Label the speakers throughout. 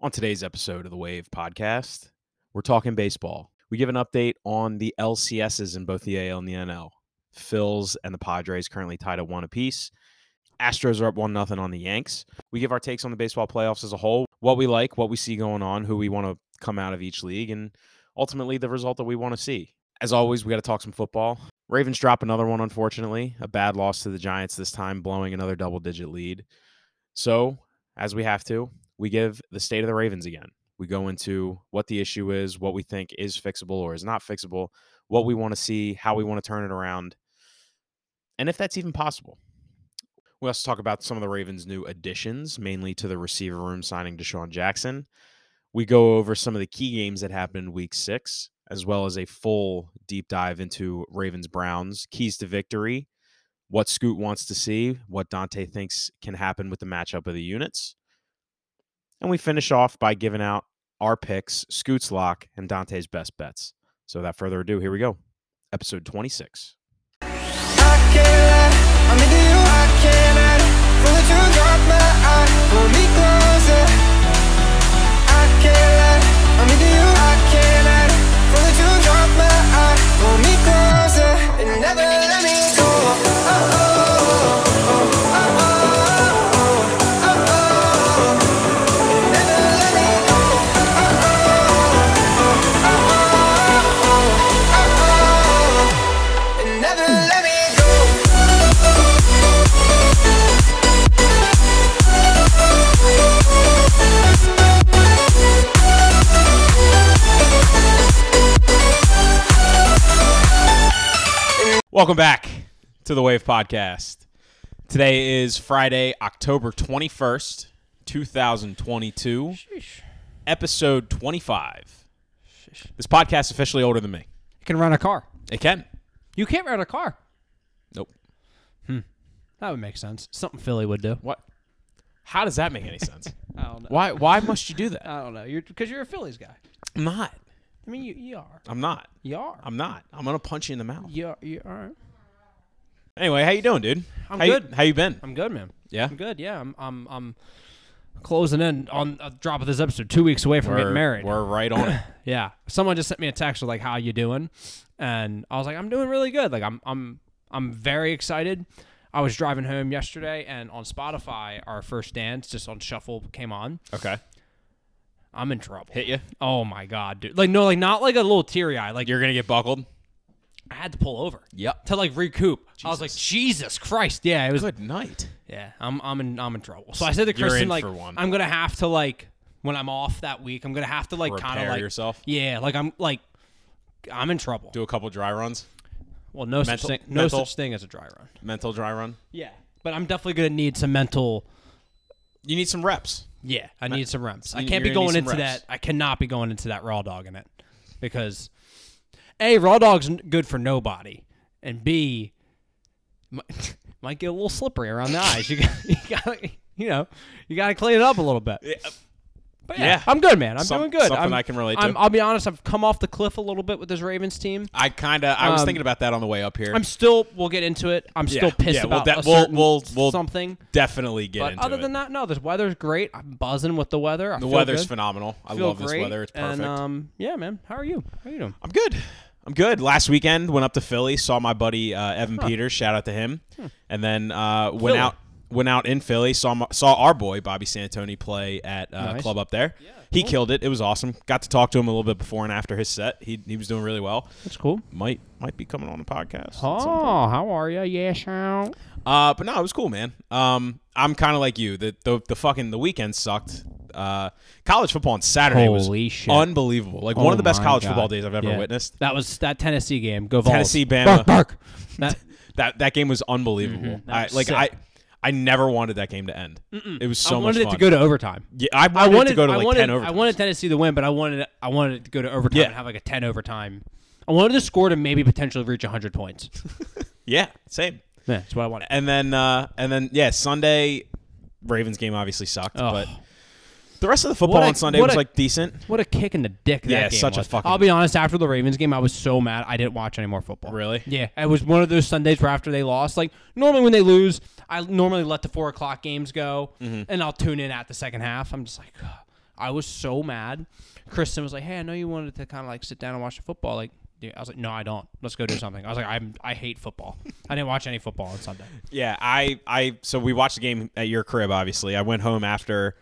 Speaker 1: On today's episode of the Wave podcast, we're talking baseball. We give an update on the LCSs in both the AL and the NL. Phil's and the Padres currently tied at one apiece. Astros are up one nothing on the Yanks. We give our takes on the baseball playoffs as a whole, what we like, what we see going on, who we want to come out of each league, and ultimately the result that we want to see. As always, we got to talk some football. Ravens drop another one, unfortunately. A bad loss to the Giants this time, blowing another double digit lead. So, as we have to, we give the state of the Ravens again. We go into what the issue is, what we think is fixable or is not fixable, what we want to see, how we want to turn it around, and if that's even possible. We also talk about some of the Ravens' new additions, mainly to the receiver room signing Deshaun Jackson. We go over some of the key games that happened in week six, as well as a full deep dive into Ravens Browns, keys to victory, what Scoot wants to see, what Dante thinks can happen with the matchup of the units. And we finish off by giving out our picks, Scoot's lock, and Dante's best bets. So without further ado, here we go. Episode 26. Welcome back to the Wave Podcast. Today is Friday, October 21st, 2022, episode 25. This podcast is officially older than me.
Speaker 2: You can run a car.
Speaker 1: It can.
Speaker 2: You can't run a car.
Speaker 1: Nope.
Speaker 2: That would make sense. Something Philly would do.
Speaker 1: What? How does that make any sense?
Speaker 2: I don't know.
Speaker 1: why why must you do that?
Speaker 2: I don't know. You're because you're a Phillies guy.
Speaker 1: I'm not.
Speaker 2: I mean, you you are.
Speaker 1: I'm not.
Speaker 2: You are.
Speaker 1: I'm not. I'm going to punch you in the mouth.
Speaker 2: you are. You are.
Speaker 1: Anyway, how you doing, dude?
Speaker 2: I'm
Speaker 1: How you-
Speaker 2: good.
Speaker 1: how you been?
Speaker 2: I'm good, man.
Speaker 1: Yeah?
Speaker 2: I'm good. Yeah. I'm. I'm. I'm closing in on a drop of this episode. Two weeks away from
Speaker 1: We're-
Speaker 2: getting married.
Speaker 1: We're right on it.
Speaker 2: Yeah. Someone just sent me a text with like, "How you doing?" And I was like, "I'm doing really good. Like, I'm I'm I'm very excited." I was driving home yesterday, and on Spotify, our first dance just on shuffle came on.
Speaker 1: Okay.
Speaker 2: I'm in trouble.
Speaker 1: Hit you.
Speaker 2: Oh my god, dude! Like no, like not like a little teary eye. Like
Speaker 1: You're going to get buckled.
Speaker 2: I had to pull over.
Speaker 1: Yep.
Speaker 2: To like recoup. I was like, Jesus Christ! Yeah, it was.
Speaker 1: Good night.
Speaker 2: Yeah, I'm I'm in I'm in trouble. So I said to
Speaker 1: You're in
Speaker 2: Kristen like,
Speaker 1: for one.
Speaker 2: I'm gonna have to like when I'm off that week, I'm gonna have to like kind
Speaker 1: Repair
Speaker 2: of like
Speaker 1: yourself?
Speaker 2: Yeah, like I'm like I'm in trouble.
Speaker 1: Do a couple dry runs.
Speaker 2: Well, no
Speaker 1: Mental-
Speaker 2: such thing. No
Speaker 1: mental-
Speaker 2: such thing as a dry run.
Speaker 1: Mental dry run.
Speaker 2: Yeah, but I'm definitely gonna need some mental.
Speaker 1: You need some reps.
Speaker 2: Yeah, I need some reps. I
Speaker 1: you-
Speaker 2: can't
Speaker 1: you're
Speaker 2: be
Speaker 1: gonna need
Speaker 2: going into
Speaker 1: some reps.
Speaker 2: that. I cannot be going into that raw dog in it because a raw dog's n- good for nobody, and b mi- might get a little slippery around the eyes. You got, you got, you know, you got to clean it up a little bit. But yeah,
Speaker 1: Yeah.
Speaker 2: I'm good, man. I'm
Speaker 1: Some-
Speaker 2: doing good.
Speaker 1: something
Speaker 2: I'm,
Speaker 1: I can relate to.
Speaker 2: I'm, I'll be honest. I've come off the cliff a little bit with this Ravens team.
Speaker 1: I kind of I was
Speaker 2: Um,
Speaker 1: thinking about that on the way up here.
Speaker 2: I'm still. We'll get into it. I'm still pissed
Speaker 1: yeah,
Speaker 2: about
Speaker 1: we'll,
Speaker 2: a
Speaker 1: de- we'll,
Speaker 2: certain
Speaker 1: we'll, we'll
Speaker 2: something.
Speaker 1: definitely get
Speaker 2: But
Speaker 1: into
Speaker 2: other
Speaker 1: it.
Speaker 2: than that, no. This weather's great. I'm buzzing with the weather. I
Speaker 1: the
Speaker 2: feel
Speaker 1: weather's
Speaker 2: good.
Speaker 1: phenomenal. I
Speaker 2: Feel
Speaker 1: love this
Speaker 2: great.
Speaker 1: weather. It's perfect.
Speaker 2: And um, yeah, man. How are you? How are you doing?
Speaker 1: I'm good. I'm good. Last weekend went up to Philly, saw my buddy uh, Evan Peters. Shout out to him. And then uh, went
Speaker 2: Hmm. Philly.
Speaker 1: out went out in Philly. Saw my, saw our boy Bobby Santoni play at uh,
Speaker 2: Nice.
Speaker 1: club up there. He killed it. It was awesome. Got to talk to him a little bit before and after his set. He he was doing really well.
Speaker 2: That's cool.
Speaker 1: Might might be coming on the podcast. at
Speaker 2: Oh,
Speaker 1: some point.
Speaker 2: how are you? Yeah, shout.
Speaker 1: Uh, but no, it was cool, man. Um, I'm kind of like you. The, the the fucking the weekend sucked. Uh, college football on Saturday
Speaker 2: Holy
Speaker 1: was
Speaker 2: shit.
Speaker 1: unbelievable. Like one of the best college
Speaker 2: Oh God.
Speaker 1: football days I've ever
Speaker 2: Yeah.
Speaker 1: witnessed.
Speaker 2: That was that Tennessee game. Go Vols.
Speaker 1: Tennessee, Bama.
Speaker 2: Bark, bark. That-
Speaker 1: That that game was unbelievable. I,
Speaker 2: Mm-hmm. was
Speaker 1: like
Speaker 2: sick.
Speaker 1: I, I never wanted that game to end. It was so
Speaker 2: I
Speaker 1: much
Speaker 2: wanted it
Speaker 1: fun.
Speaker 2: to go to overtime.
Speaker 1: yeah, I wanted,
Speaker 2: I
Speaker 1: it
Speaker 2: wanted
Speaker 1: to go to like
Speaker 2: I wanted,
Speaker 1: ten overtimes.
Speaker 2: I wanted Tennessee to win, but I wanted I wanted it to go to overtime
Speaker 1: Yeah.
Speaker 2: and have like a ten overtime. I wanted the score to maybe potentially reach hundred points.
Speaker 1: yeah, same.
Speaker 2: Yeah, that's what I wanted.
Speaker 1: And then uh, and then yeah, Sunday, Ravens game obviously sucked,
Speaker 2: Oh.
Speaker 1: but the rest of the football
Speaker 2: What a-
Speaker 1: on Sunday
Speaker 2: what
Speaker 1: was
Speaker 2: a-
Speaker 1: like decent.
Speaker 2: What a kick in the dick that
Speaker 1: Yeah,
Speaker 2: game
Speaker 1: such a
Speaker 2: was.
Speaker 1: fucking-
Speaker 2: I'll be honest. After the Ravens game, I was so mad. I didn't watch any more football.
Speaker 1: Really?
Speaker 2: Yeah, it was one of those Sundays where after they lost, like normally when they lose,
Speaker 1: Mm-hmm.
Speaker 2: I normally let the four o'clock games go and I'll tune in at the second half. I'm just like, "Ugh." I was so mad. Kristen was like, "Hey, I know you wanted to kind of like sit down and watch the football." Like, dude, I was like, "No, I don't. Let's go do something." I was like, "I'm I hate football. I didn't watch any football on Sunday."
Speaker 1: Yeah, I, I so we watched the game at your crib. Obviously, I went home after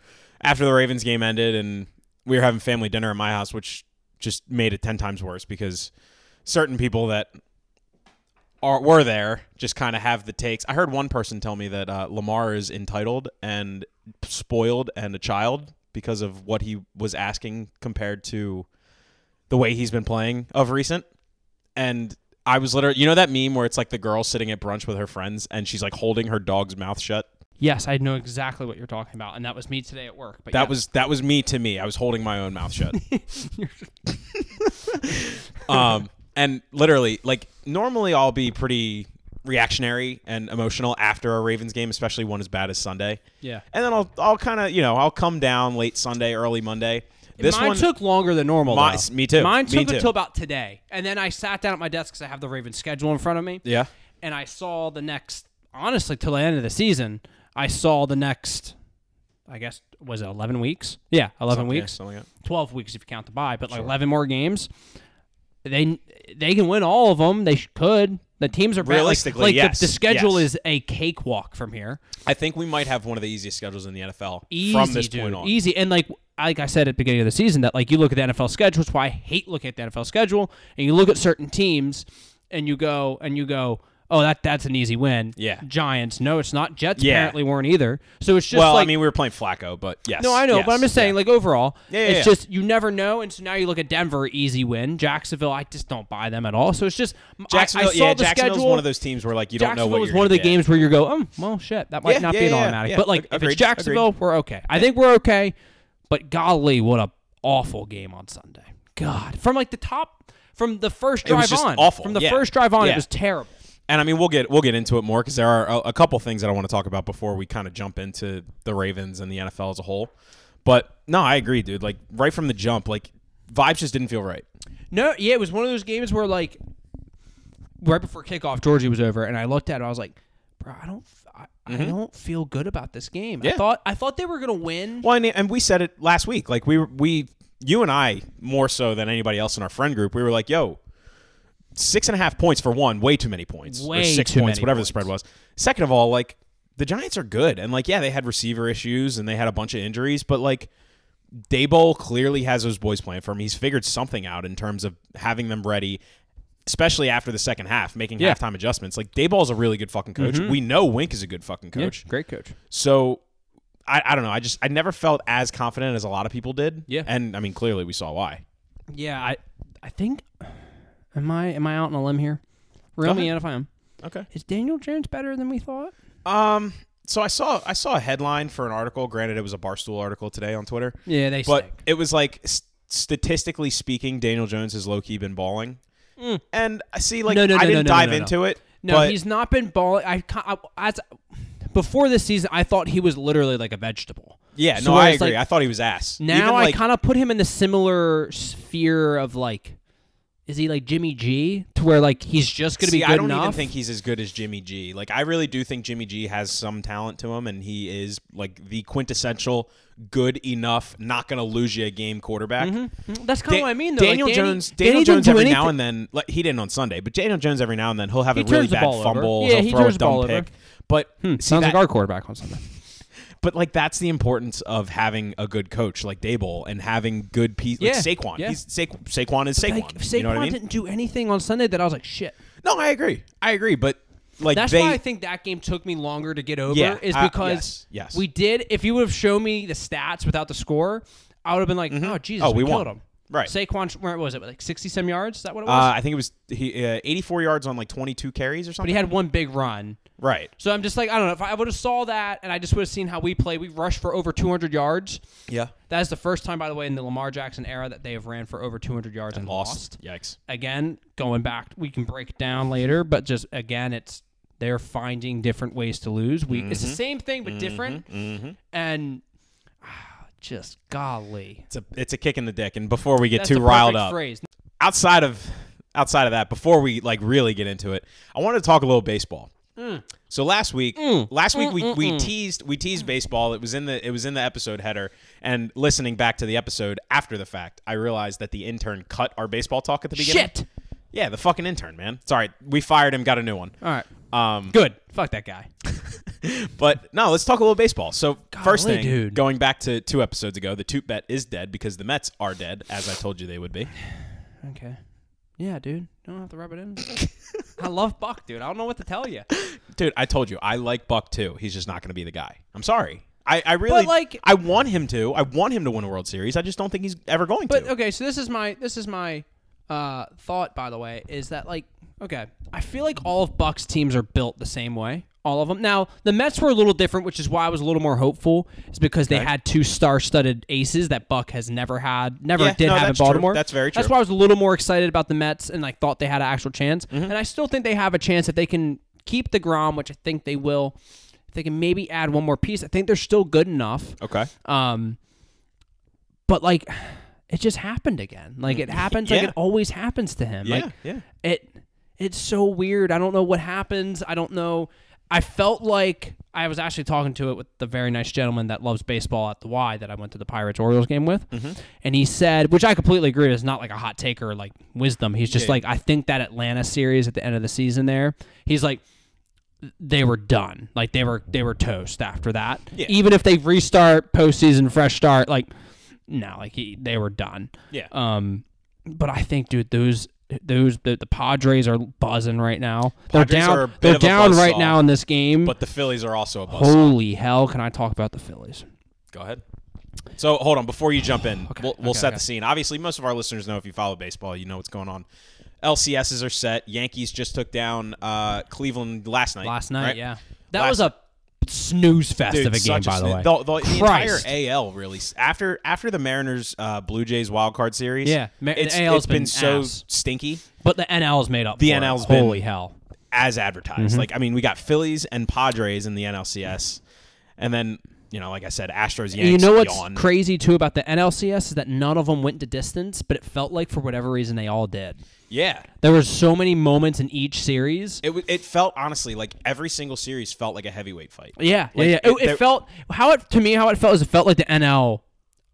Speaker 1: after the Ravens game ended, and we were having family dinner at my house, which just made it ten times worse because certain people that are were there just kind of have the takes. I heard one person tell me that uh, Lamar is entitled and spoiled and a child because of what he was asking compared to the way he's been playing of recent. And I was literally, you know, that meme where it's like the girl sitting at brunch with her friends and she's like holding her dog's mouth shut.
Speaker 2: Yes, I know exactly what you're talking about, and that was me today at work. But
Speaker 1: That
Speaker 2: yeah.
Speaker 1: was that was me to me. I was holding my own mouth shut.
Speaker 2: You're-
Speaker 1: um, and literally, like normally, I'll be pretty reactionary and emotional after a Ravens game, especially one as bad as Sunday.
Speaker 2: yeah.
Speaker 1: And then I'll I'll kind of you know I'll come down late Sunday, early Monday. This
Speaker 2: Mine
Speaker 1: one
Speaker 2: took longer than normal.
Speaker 1: My-
Speaker 2: though.
Speaker 1: me too.
Speaker 2: Mine
Speaker 1: Me
Speaker 2: took
Speaker 1: too.
Speaker 2: until about today, and then I sat down at my desk because I have the Ravens schedule in front of me.
Speaker 1: yeah,
Speaker 2: and I saw the next honestly till the end of the season, I saw the next I guess was it 11 weeks? Yeah, 11
Speaker 1: Something- yeah,
Speaker 2: weeks.
Speaker 1: something like that.
Speaker 2: 12 weeks if you count the bye, but like 11 more games. They they can win all of them. They sh- could. The teams are bad. Like-
Speaker 1: Realistically,
Speaker 2: like, the-
Speaker 1: yes,
Speaker 2: the, schedule
Speaker 1: yes.
Speaker 2: is a cakewalk from here.
Speaker 1: I think we might have one of the easiest schedules in the NFL
Speaker 2: Easy,
Speaker 1: from this
Speaker 2: dude.
Speaker 1: point on.
Speaker 2: Easy. And like like I said at the beginning of the season, that like you look at the NFL schedule, it's why I hate looking at the NFL schedule, and you look at certain teams, and you go and you go, oh that that's an easy win.
Speaker 1: Yeah.
Speaker 2: Giants. No, it's not. Jets
Speaker 1: Yeah.
Speaker 2: apparently weren't either. So it's just
Speaker 1: well,
Speaker 2: like.
Speaker 1: I mean, we were playing Flacco, but yes.
Speaker 2: no, I know, but
Speaker 1: yes,
Speaker 2: I'm just saying,
Speaker 1: yeah.
Speaker 2: like overall,
Speaker 1: Yeah, yeah,
Speaker 2: it's
Speaker 1: yeah.
Speaker 2: just you never know, and so now you look at Denver, easy win. Jacksonville, I just don't buy them at all. So it's just I-
Speaker 1: Jacksonville,
Speaker 2: I, saw
Speaker 1: yeah,
Speaker 2: the
Speaker 1: Jacksonville's
Speaker 2: schedule.
Speaker 1: one of those teams where like you don't know
Speaker 2: Jacksonville
Speaker 1: what
Speaker 2: was
Speaker 1: you're
Speaker 2: one of the
Speaker 1: gonna get.
Speaker 2: games where you go, oh, well, shit, that might
Speaker 1: Yeah,
Speaker 2: not
Speaker 1: yeah,
Speaker 2: be an
Speaker 1: yeah,
Speaker 2: automatic.
Speaker 1: yeah.
Speaker 2: But like,
Speaker 1: Ag-
Speaker 2: if
Speaker 1: agreed,
Speaker 2: it's Jacksonville, we're okay. I think we're okay. But golly, what a awful game on Sunday. God, from like the top, from the first
Speaker 1: It
Speaker 2: drive
Speaker 1: was just
Speaker 2: on,
Speaker 1: awful,
Speaker 2: from the
Speaker 1: yeah.
Speaker 2: first drive on,
Speaker 1: Yeah.
Speaker 2: it was terrible.
Speaker 1: and I mean we'll get we'll get into it more because there are a, a couple things that I want to talk about before we kind of jump into the Ravens and the NFL as a whole. But no, I agree, dude. Like right from the jump, like vibes just didn't feel right.
Speaker 2: No, yeah, it was one of those games where like right before kickoff, Georgie was over, and I looked at it. I was like, bro, I don't, f- I, I don't feel good about this game. I
Speaker 1: Mm-hmm. Yeah.
Speaker 2: thought, I thought they were gonna win.
Speaker 1: Well, and, and we said it last week. Like we were- we you and I more so than anybody else in our friend group, we were like, yo. Six and a half points for one, way too many points. or
Speaker 2: Way
Speaker 1: six
Speaker 2: too
Speaker 1: points,
Speaker 2: many
Speaker 1: whatever
Speaker 2: points.
Speaker 1: the spread was. Second of all, like the Giants are good, and like yeah, they had receiver issues and they had a bunch of injuries, but like Dayball clearly has those boys playing for him. He's figured something out in terms of having them ready, especially after the second half, making
Speaker 2: Yeah. Mm-hmm.
Speaker 1: halftime adjustments. Like Dayball's a really good fucking coach. We know Wink is a good fucking coach.
Speaker 2: great coach.
Speaker 1: So I, I don't know. I just I never felt as confident as a lot of people did.
Speaker 2: Yeah.
Speaker 1: And I mean clearly we saw why.
Speaker 2: Yeah, I, I think, am I, am I out on a limb here? Reel
Speaker 1: Go
Speaker 2: me in if I am.
Speaker 1: Okay.
Speaker 2: Is Daniel Jones better than we thought?
Speaker 1: Um so I saw I saw a headline for an article. Granted it was a barstool article today on Twitter.
Speaker 2: Yeah, they
Speaker 1: But
Speaker 2: stink.
Speaker 1: it was like s statistically speaking, Daniel Jones has low key been balling. And I see like
Speaker 2: Hmm. No, no,
Speaker 1: I
Speaker 2: no, no,
Speaker 1: didn't
Speaker 2: no,
Speaker 1: dive
Speaker 2: no, no.
Speaker 1: into it.
Speaker 2: No,
Speaker 1: but
Speaker 2: he's not been balling. I, ca- I as, before this season, I thought he was literally like a vegetable.
Speaker 1: Yeah,
Speaker 2: So
Speaker 1: no, I
Speaker 2: it's
Speaker 1: agree.
Speaker 2: like-
Speaker 1: I thought he was ass. Even,
Speaker 2: Now
Speaker 1: like,
Speaker 2: I kind of put him in the similar sphere of like, is he like Jimmy G to where like he's just gonna
Speaker 1: see,
Speaker 2: be good
Speaker 1: I don't
Speaker 2: enough?
Speaker 1: even think he's as good as Jimmy G. Like, I really do think Jimmy G has some talent to him, and he is like the quintessential good enough, not going to lose you a game quarterback.
Speaker 2: Mm, That's kind
Speaker 1: Da-
Speaker 2: of what I mean. Though. Like,
Speaker 1: Daniel
Speaker 2: Danny-
Speaker 1: Jones, Daniel
Speaker 2: Danny didn't
Speaker 1: Jones
Speaker 2: do
Speaker 1: every
Speaker 2: anything.
Speaker 1: now and then, like he didn't on Sunday, but Daniel Jones every now and then he'll have a
Speaker 2: He
Speaker 1: really
Speaker 2: turns the
Speaker 1: bad
Speaker 2: ball over.
Speaker 1: fumble,
Speaker 2: Yeah,
Speaker 1: he'll
Speaker 2: he
Speaker 1: throw
Speaker 2: turns
Speaker 1: a
Speaker 2: the
Speaker 1: dumb
Speaker 2: ball over. Hmm,
Speaker 1: pick. But see
Speaker 2: Sounds
Speaker 1: that,
Speaker 2: like our quarterback on Sunday.
Speaker 1: but like that's the importance of having a good coach like Dable and having good pieces like
Speaker 2: Yeah,
Speaker 1: Saquon.
Speaker 2: yeah.
Speaker 1: He's Saqu- Saquon is Saquon.
Speaker 2: Like if Saquon
Speaker 1: you know what I mean?
Speaker 2: didn't do anything on Sunday that I was like, shit.
Speaker 1: No, I agree. I agree, but like
Speaker 2: That's
Speaker 1: they
Speaker 2: why I think that game took me longer to get over.
Speaker 1: Yeah,
Speaker 2: is
Speaker 1: I-
Speaker 2: because
Speaker 1: yes, yes.
Speaker 2: we did. If you would have shown me the stats without the score, I would have been like, oh Jesus,
Speaker 1: Oh,
Speaker 2: we,
Speaker 1: we won.
Speaker 2: killed him.
Speaker 1: Right.
Speaker 2: Saquon, where was it? Like sixty some yards. Is that what it was?
Speaker 1: Uh, I think it was he, uh, 84 yards on like 22 carries or
Speaker 2: but
Speaker 1: something.
Speaker 2: he had one big run.
Speaker 1: right.
Speaker 2: So I'm just like, I don't know. If I would have saw that and I just would have seen how we play, we rushed for over 200 yards.
Speaker 1: Yeah.
Speaker 2: That is the first time, by the way, in the Lamar Jackson era that they have ran for over 200 yards and, lost.
Speaker 1: Yikes.
Speaker 2: Again, going back, we can break it down later, but just again, it's they're finding different ways to lose. We it's
Speaker 1: Mm-hmm.
Speaker 2: the same thing but different, and ah, just golly,
Speaker 1: It's a it's a kick in the dick. And before we get
Speaker 2: that's
Speaker 1: too
Speaker 2: the
Speaker 1: riled
Speaker 2: perfect
Speaker 1: up,
Speaker 2: Phrase.
Speaker 1: outside of outside of that, before we like really get into it, I wanted to talk a little baseball. So last week,
Speaker 2: Mm.
Speaker 1: last week we, we teased we teased baseball. It was in the it was in the episode header. And listening back to the episode after the fact, I realized that the intern cut our baseball talk at the beginning.
Speaker 2: Shit.
Speaker 1: Yeah, the fucking intern, man. Sorry, we fired him. Got a new one.
Speaker 2: All right.
Speaker 1: Um,
Speaker 2: Good. Fuck that guy.
Speaker 1: but no, let's talk a little baseball. So first
Speaker 2: Golly,
Speaker 1: thing,
Speaker 2: dude.
Speaker 1: going back to two episodes ago, the toot bet is dead because the Mets are dead, as I told you they would be.
Speaker 2: Okay. Yeah, dude. Don't have to rub it in. I love Buck, dude. I don't know what to tell you.
Speaker 1: Dude, I told you I like Buck too. He's just not going to be the guy. I'm sorry. I, I really
Speaker 2: like-
Speaker 1: I want him to. I want him to win a World Series. I just don't think he's ever going
Speaker 2: But
Speaker 1: to.
Speaker 2: okay, so this is my this is my uh, thought. By the way, is that like okay? I feel like all of Buck's teams are built the same way. All of them. Now the Mets were a little different, which is why I was a little more hopeful. Is because they had two star-studded aces that Buck has never had, never
Speaker 1: Yeah,
Speaker 2: did
Speaker 1: no,
Speaker 2: have in
Speaker 1: that's true.
Speaker 2: Baltimore.
Speaker 1: That's very
Speaker 2: That's
Speaker 1: true.
Speaker 2: why I was a little more excited about the Mets and like thought they had an actual chance.
Speaker 1: Mm-hmm.
Speaker 2: And I still think they have a chance if they can keep the Grom, which I think they will. If they can maybe add one more piece, I think they're still good enough.
Speaker 1: Okay.
Speaker 2: Um, but like, it just happened again. Like it happens. Like
Speaker 1: Mm. Yeah.
Speaker 2: it always happens to him.
Speaker 1: Yeah.
Speaker 2: Like
Speaker 1: yeah.
Speaker 2: it. It's so weird. I don't know what happens. I don't know. I felt like I was actually talking to it with the very nice gentleman that loves baseball at the Y that I went to the Pirates Orioles game with,
Speaker 1: Mm-hmm.
Speaker 2: and he said, which I completely agree is not like a hot take or like wisdom. He's just
Speaker 1: Yeah.
Speaker 2: like, I think that Atlanta series at the end of the season there, he's like, they were done. Like they were they were toast after that.
Speaker 1: Yeah.
Speaker 2: Even if they restart postseason, fresh start, like no, like he, they were done.
Speaker 1: Yeah.
Speaker 2: Um, but I think, dude, those those the, the Padres are buzzing right now. they're
Speaker 1: Padres
Speaker 2: down.
Speaker 1: are a bit
Speaker 2: they're
Speaker 1: of a
Speaker 2: down right
Speaker 1: buzzsaw,
Speaker 2: now in this game.
Speaker 1: But the Phillies are also a bust.
Speaker 2: holy hell, can I talk about the Phillies?
Speaker 1: Go ahead. So hold on before you jump in. we'll we'll
Speaker 2: okay,
Speaker 1: set
Speaker 2: okay.
Speaker 1: the scene. Obviously, most of our listeners know if you follow baseball, you know what's going on. LCSs are set. Yankees just took down uh, Cleveland last night.
Speaker 2: Last night,
Speaker 1: right?
Speaker 2: yeah, that
Speaker 1: Last-
Speaker 2: was a snooze fest
Speaker 1: Dude,
Speaker 2: of a game,
Speaker 1: such
Speaker 2: by the
Speaker 1: sn-
Speaker 2: way.
Speaker 1: The, the entire
Speaker 2: Christ.
Speaker 1: AL really s- after after the Mariners uh, Blue Jays wild card series.
Speaker 2: Yeah, Ma- the
Speaker 1: it's,
Speaker 2: AL 's
Speaker 1: it's been,
Speaker 2: been
Speaker 1: so
Speaker 2: ass.
Speaker 1: stinky
Speaker 2: but the NL's made up.
Speaker 1: The
Speaker 2: for it.
Speaker 1: NL's been-
Speaker 2: holy hell.
Speaker 1: as advertised.
Speaker 2: Mm-hmm.
Speaker 1: Like I mean, we got Phillies and Padres in the NLCS, and then you know, like I said, Astros Yankees.
Speaker 2: you know what's
Speaker 1: yawn.
Speaker 2: crazy too about the NLCS is that none of them went to distance, but it felt like for whatever reason they all did.
Speaker 1: Yeah,
Speaker 2: There were so many moments in each series.
Speaker 1: It, w- it felt honestly like every single series felt like a heavyweight fight.
Speaker 2: Yeah, yeah,
Speaker 1: Like,
Speaker 2: yeah.
Speaker 1: it-
Speaker 2: It, it
Speaker 1: there-
Speaker 2: felt how it to me how it felt is it felt like the NL.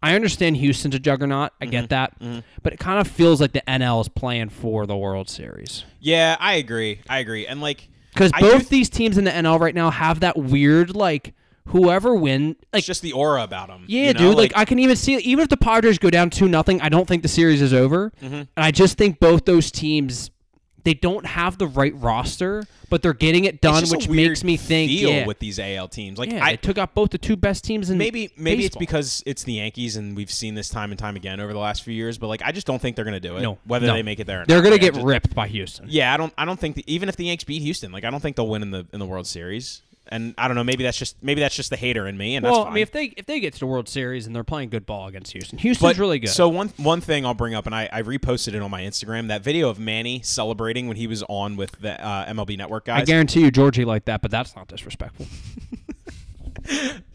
Speaker 2: I understand Houston's a juggernaut. I
Speaker 1: Mm-hmm,
Speaker 2: get that, but it kind of feels like the NL is playing for the World Series
Speaker 1: Yeah, I agree. I agree. And like
Speaker 2: because
Speaker 1: I do
Speaker 2: both
Speaker 1: th-
Speaker 2: these teams in the NL right now have that weird like whoever win like
Speaker 1: it's just the aura about them.
Speaker 2: yeah dude like, I can even see even if the Padres go down two nothing I don't think the series is over
Speaker 1: Mm-hmm.
Speaker 2: and I just think both those teams they don't have the right roster but they're getting it done which makes me think
Speaker 1: feel
Speaker 2: yeah,
Speaker 1: with these AL teams. Like
Speaker 2: yeah,
Speaker 1: I
Speaker 2: they took out both the two best teams in
Speaker 1: maybe maybe it's
Speaker 2: baseball.
Speaker 1: because it's the Yankees and we've seen this time and time again over the last few years. But like I just don't think they're gonna do it.
Speaker 2: No,
Speaker 1: whether
Speaker 2: no.
Speaker 1: they make it there, or
Speaker 2: They're
Speaker 1: not.
Speaker 2: gonna
Speaker 1: Like, I
Speaker 2: get
Speaker 1: just-
Speaker 2: ripped by Houston.
Speaker 1: Yeah, I don't. I don't think the, even if the Yanks beat Houston, like I don't think they'll win in the in the World Series. And I don't know. Maybe that's just maybe that's just the hater in me. And that's
Speaker 2: well,
Speaker 1: fine.
Speaker 2: I mean, if they if they get to the World Series and they're playing good ball against Houston, Houston's
Speaker 1: But-
Speaker 2: really good.
Speaker 1: So one one thing I'll bring up, and I, I reposted it on my Instagram. That video of Manny celebrating when he was on with the uh, MLB Network
Speaker 2: I
Speaker 1: guys,
Speaker 2: guarantee you, Georgie like that, but that's not disrespectful.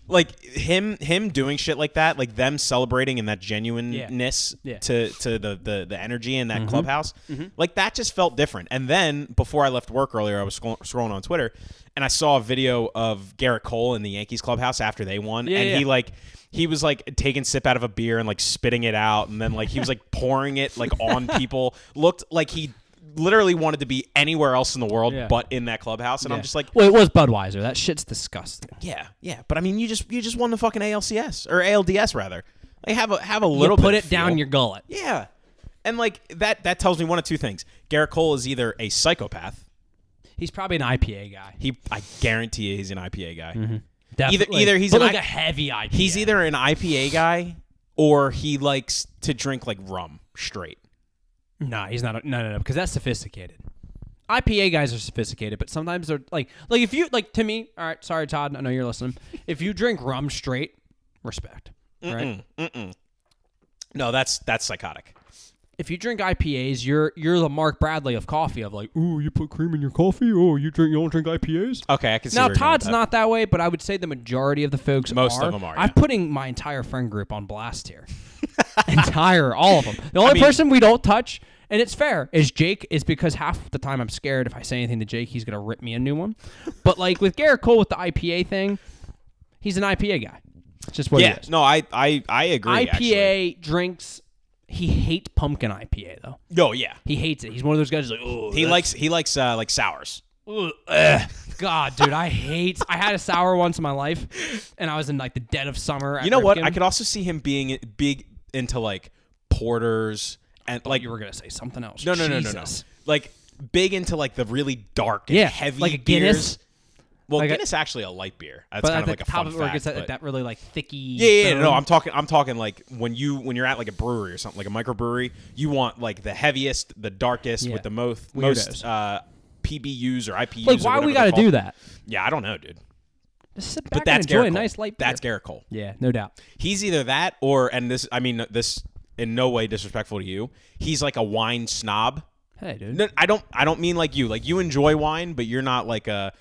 Speaker 1: like him him doing shit like that, like them celebrating and that genuineness
Speaker 2: Yeah. Mm-hmm. Yeah.
Speaker 1: to to the, the the energy in that clubhouse, like that just felt different. And then before I left work earlier, I was scroll- scrolling on Twitter, and I saw a video of Garrett Cole in the Yankees clubhouse after they won,
Speaker 2: Yeah,
Speaker 1: and
Speaker 2: yeah.
Speaker 1: he like. He was like taking sip out of a beer and like spitting it out, and then like he was like pouring it like on people. Looked like he literally wanted to be anywhere else in the world
Speaker 2: Yeah.
Speaker 1: but in that clubhouse. And I'm just like,
Speaker 2: well, it was Budweiser. That shit's disgusting.
Speaker 1: yeah, yeah, but I mean, you just you just won the fucking ALCS or ALDS rather. Like have a have a
Speaker 2: You
Speaker 1: little
Speaker 2: put
Speaker 1: bit
Speaker 2: it
Speaker 1: of
Speaker 2: down
Speaker 1: feel.
Speaker 2: your gullet.
Speaker 1: yeah, and like that that tells me one of two things. Garrett Cole is either a psychopath.
Speaker 2: He's probably an IPA guy.
Speaker 1: He, I guarantee you, he's an IPA guy.
Speaker 2: Mm-hmm. Definitely.
Speaker 1: either he's
Speaker 2: But
Speaker 1: an
Speaker 2: like
Speaker 1: I-
Speaker 2: a heavy IPA.
Speaker 1: He's either an IPA guy or he likes to drink like rum straight.
Speaker 2: nah. He's not. A, no, no, no. Because that's sophisticated. IPA guys are sophisticated, but sometimes they're like like if you like to me. All right, sorry, Todd. I know you're listening. If you drink rum straight, respect. Right.
Speaker 1: No, that's that's psychotic.
Speaker 2: if you drink IPAs, you're you're the Mark Bradley of coffee. Of like, ooh, you put cream in your coffee. Oh, you drink, you don't drink IPAs.
Speaker 1: Okay, I can see.
Speaker 2: Now
Speaker 1: where you're going with
Speaker 2: Todd's
Speaker 1: that.
Speaker 2: not that way, but I would say the majority of the folks,
Speaker 1: Most
Speaker 2: are.
Speaker 1: of 'em are,
Speaker 2: I'm
Speaker 1: yeah.
Speaker 2: putting my entire friend group on blast here. entire, all of them. The only
Speaker 1: mean-
Speaker 2: person we don't touch and it's fair. Is Jake is because half the time I'm scared if I say anything to Jake, he's gonna rip me a new one. But like with Garrett Cole with the IPA thing, he's an IPA guy. It's just what
Speaker 1: yeah,
Speaker 2: he is.
Speaker 1: no, I I I agree.
Speaker 2: IPA
Speaker 1: Actually.
Speaker 2: drinks. He hates pumpkin IPA though.
Speaker 1: No, yeah.
Speaker 2: He hates it. He's one of those guys who's like, oh,
Speaker 1: He likes he likes uh, like sours.
Speaker 2: Ugh, ugh. God, dude, I hate. I had a sour once in my life, and I was in like the dead of summer. at
Speaker 1: You know what? I
Speaker 2: Ripken.
Speaker 1: could also see him being big into like porters and like
Speaker 2: Oh, You were gonna say something else.
Speaker 1: no no no no no
Speaker 2: Jesus.
Speaker 1: like big into like the really dark and
Speaker 2: Yeah,
Speaker 1: heavy
Speaker 2: like a
Speaker 1: beers.
Speaker 2: Guinness.
Speaker 1: Well,
Speaker 2: Like a-
Speaker 1: Guinness actually a light beer. That's
Speaker 2: But
Speaker 1: kind
Speaker 2: at
Speaker 1: of
Speaker 2: the
Speaker 1: like a
Speaker 2: top
Speaker 1: fun
Speaker 2: of it, where it
Speaker 1: fact.
Speaker 2: gets that,
Speaker 1: but-
Speaker 2: that really like thicky.
Speaker 1: yeah, yeah, yeah, no,
Speaker 2: boom.
Speaker 1: I'm talking. I'm talking like when you when you're at like a brewery or something, like a microbrewery, you want like the heaviest, the darkest,
Speaker 2: Yeah.
Speaker 1: with the most
Speaker 2: Weirdos.
Speaker 1: most uh, PBUs or IPUs.
Speaker 2: like,
Speaker 1: or
Speaker 2: why we
Speaker 1: got
Speaker 2: gotta do that?
Speaker 1: Yeah, I don't know, dude.
Speaker 2: Just sit back
Speaker 1: But that's
Speaker 2: and enjoy
Speaker 1: Garrett
Speaker 2: a
Speaker 1: Cole.
Speaker 2: nice light beer.
Speaker 1: That's Garrett Cole.
Speaker 2: yeah, no doubt.
Speaker 1: He's either that or, and this, I mean, this in no way disrespectful to you. He's like a wine snob.
Speaker 2: Hey, dude.
Speaker 1: No, I don't. I don't mean like you. Like you enjoy wine, but you're not like a.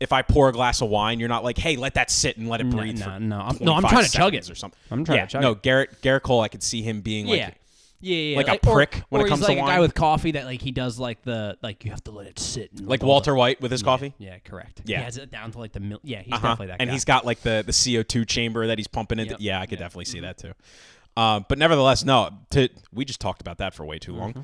Speaker 1: If I pour a glass of wine, you're not like, hey, let that sit and let it
Speaker 2: No,
Speaker 1: breathe.
Speaker 2: no,
Speaker 1: for
Speaker 2: no. I'm- no, I'm
Speaker 1: 25
Speaker 2: trying to chug
Speaker 1: seconds
Speaker 2: it.
Speaker 1: or something.
Speaker 2: I'm trying to
Speaker 1: Yeah,
Speaker 2: chug
Speaker 1: no,
Speaker 2: it.
Speaker 1: Garrett Garrett Cole, I could see him being like,
Speaker 2: yeah. yeah, yeah,
Speaker 1: like a
Speaker 2: or-
Speaker 1: prick when
Speaker 2: or
Speaker 1: it comes
Speaker 2: he's
Speaker 1: to
Speaker 2: like a guy
Speaker 1: wine.
Speaker 2: with coffee that like he does like the like you have to let it sit.
Speaker 1: like
Speaker 2: And let all the-
Speaker 1: Walter White with his coffee.
Speaker 2: Yeah, correct.
Speaker 1: Yeah.
Speaker 2: he has it down to like the mil- yeah. He's
Speaker 1: Uh-huh.
Speaker 2: definitely that
Speaker 1: And
Speaker 2: guy.
Speaker 1: he's got like the the CO two chamber that he's pumping into.
Speaker 2: Yep. Mm-hmm.
Speaker 1: Yeah, I could definitely see that too. Um, but nevertheless, no. To we just talked about that for way too long.
Speaker 2: Mm-hmm.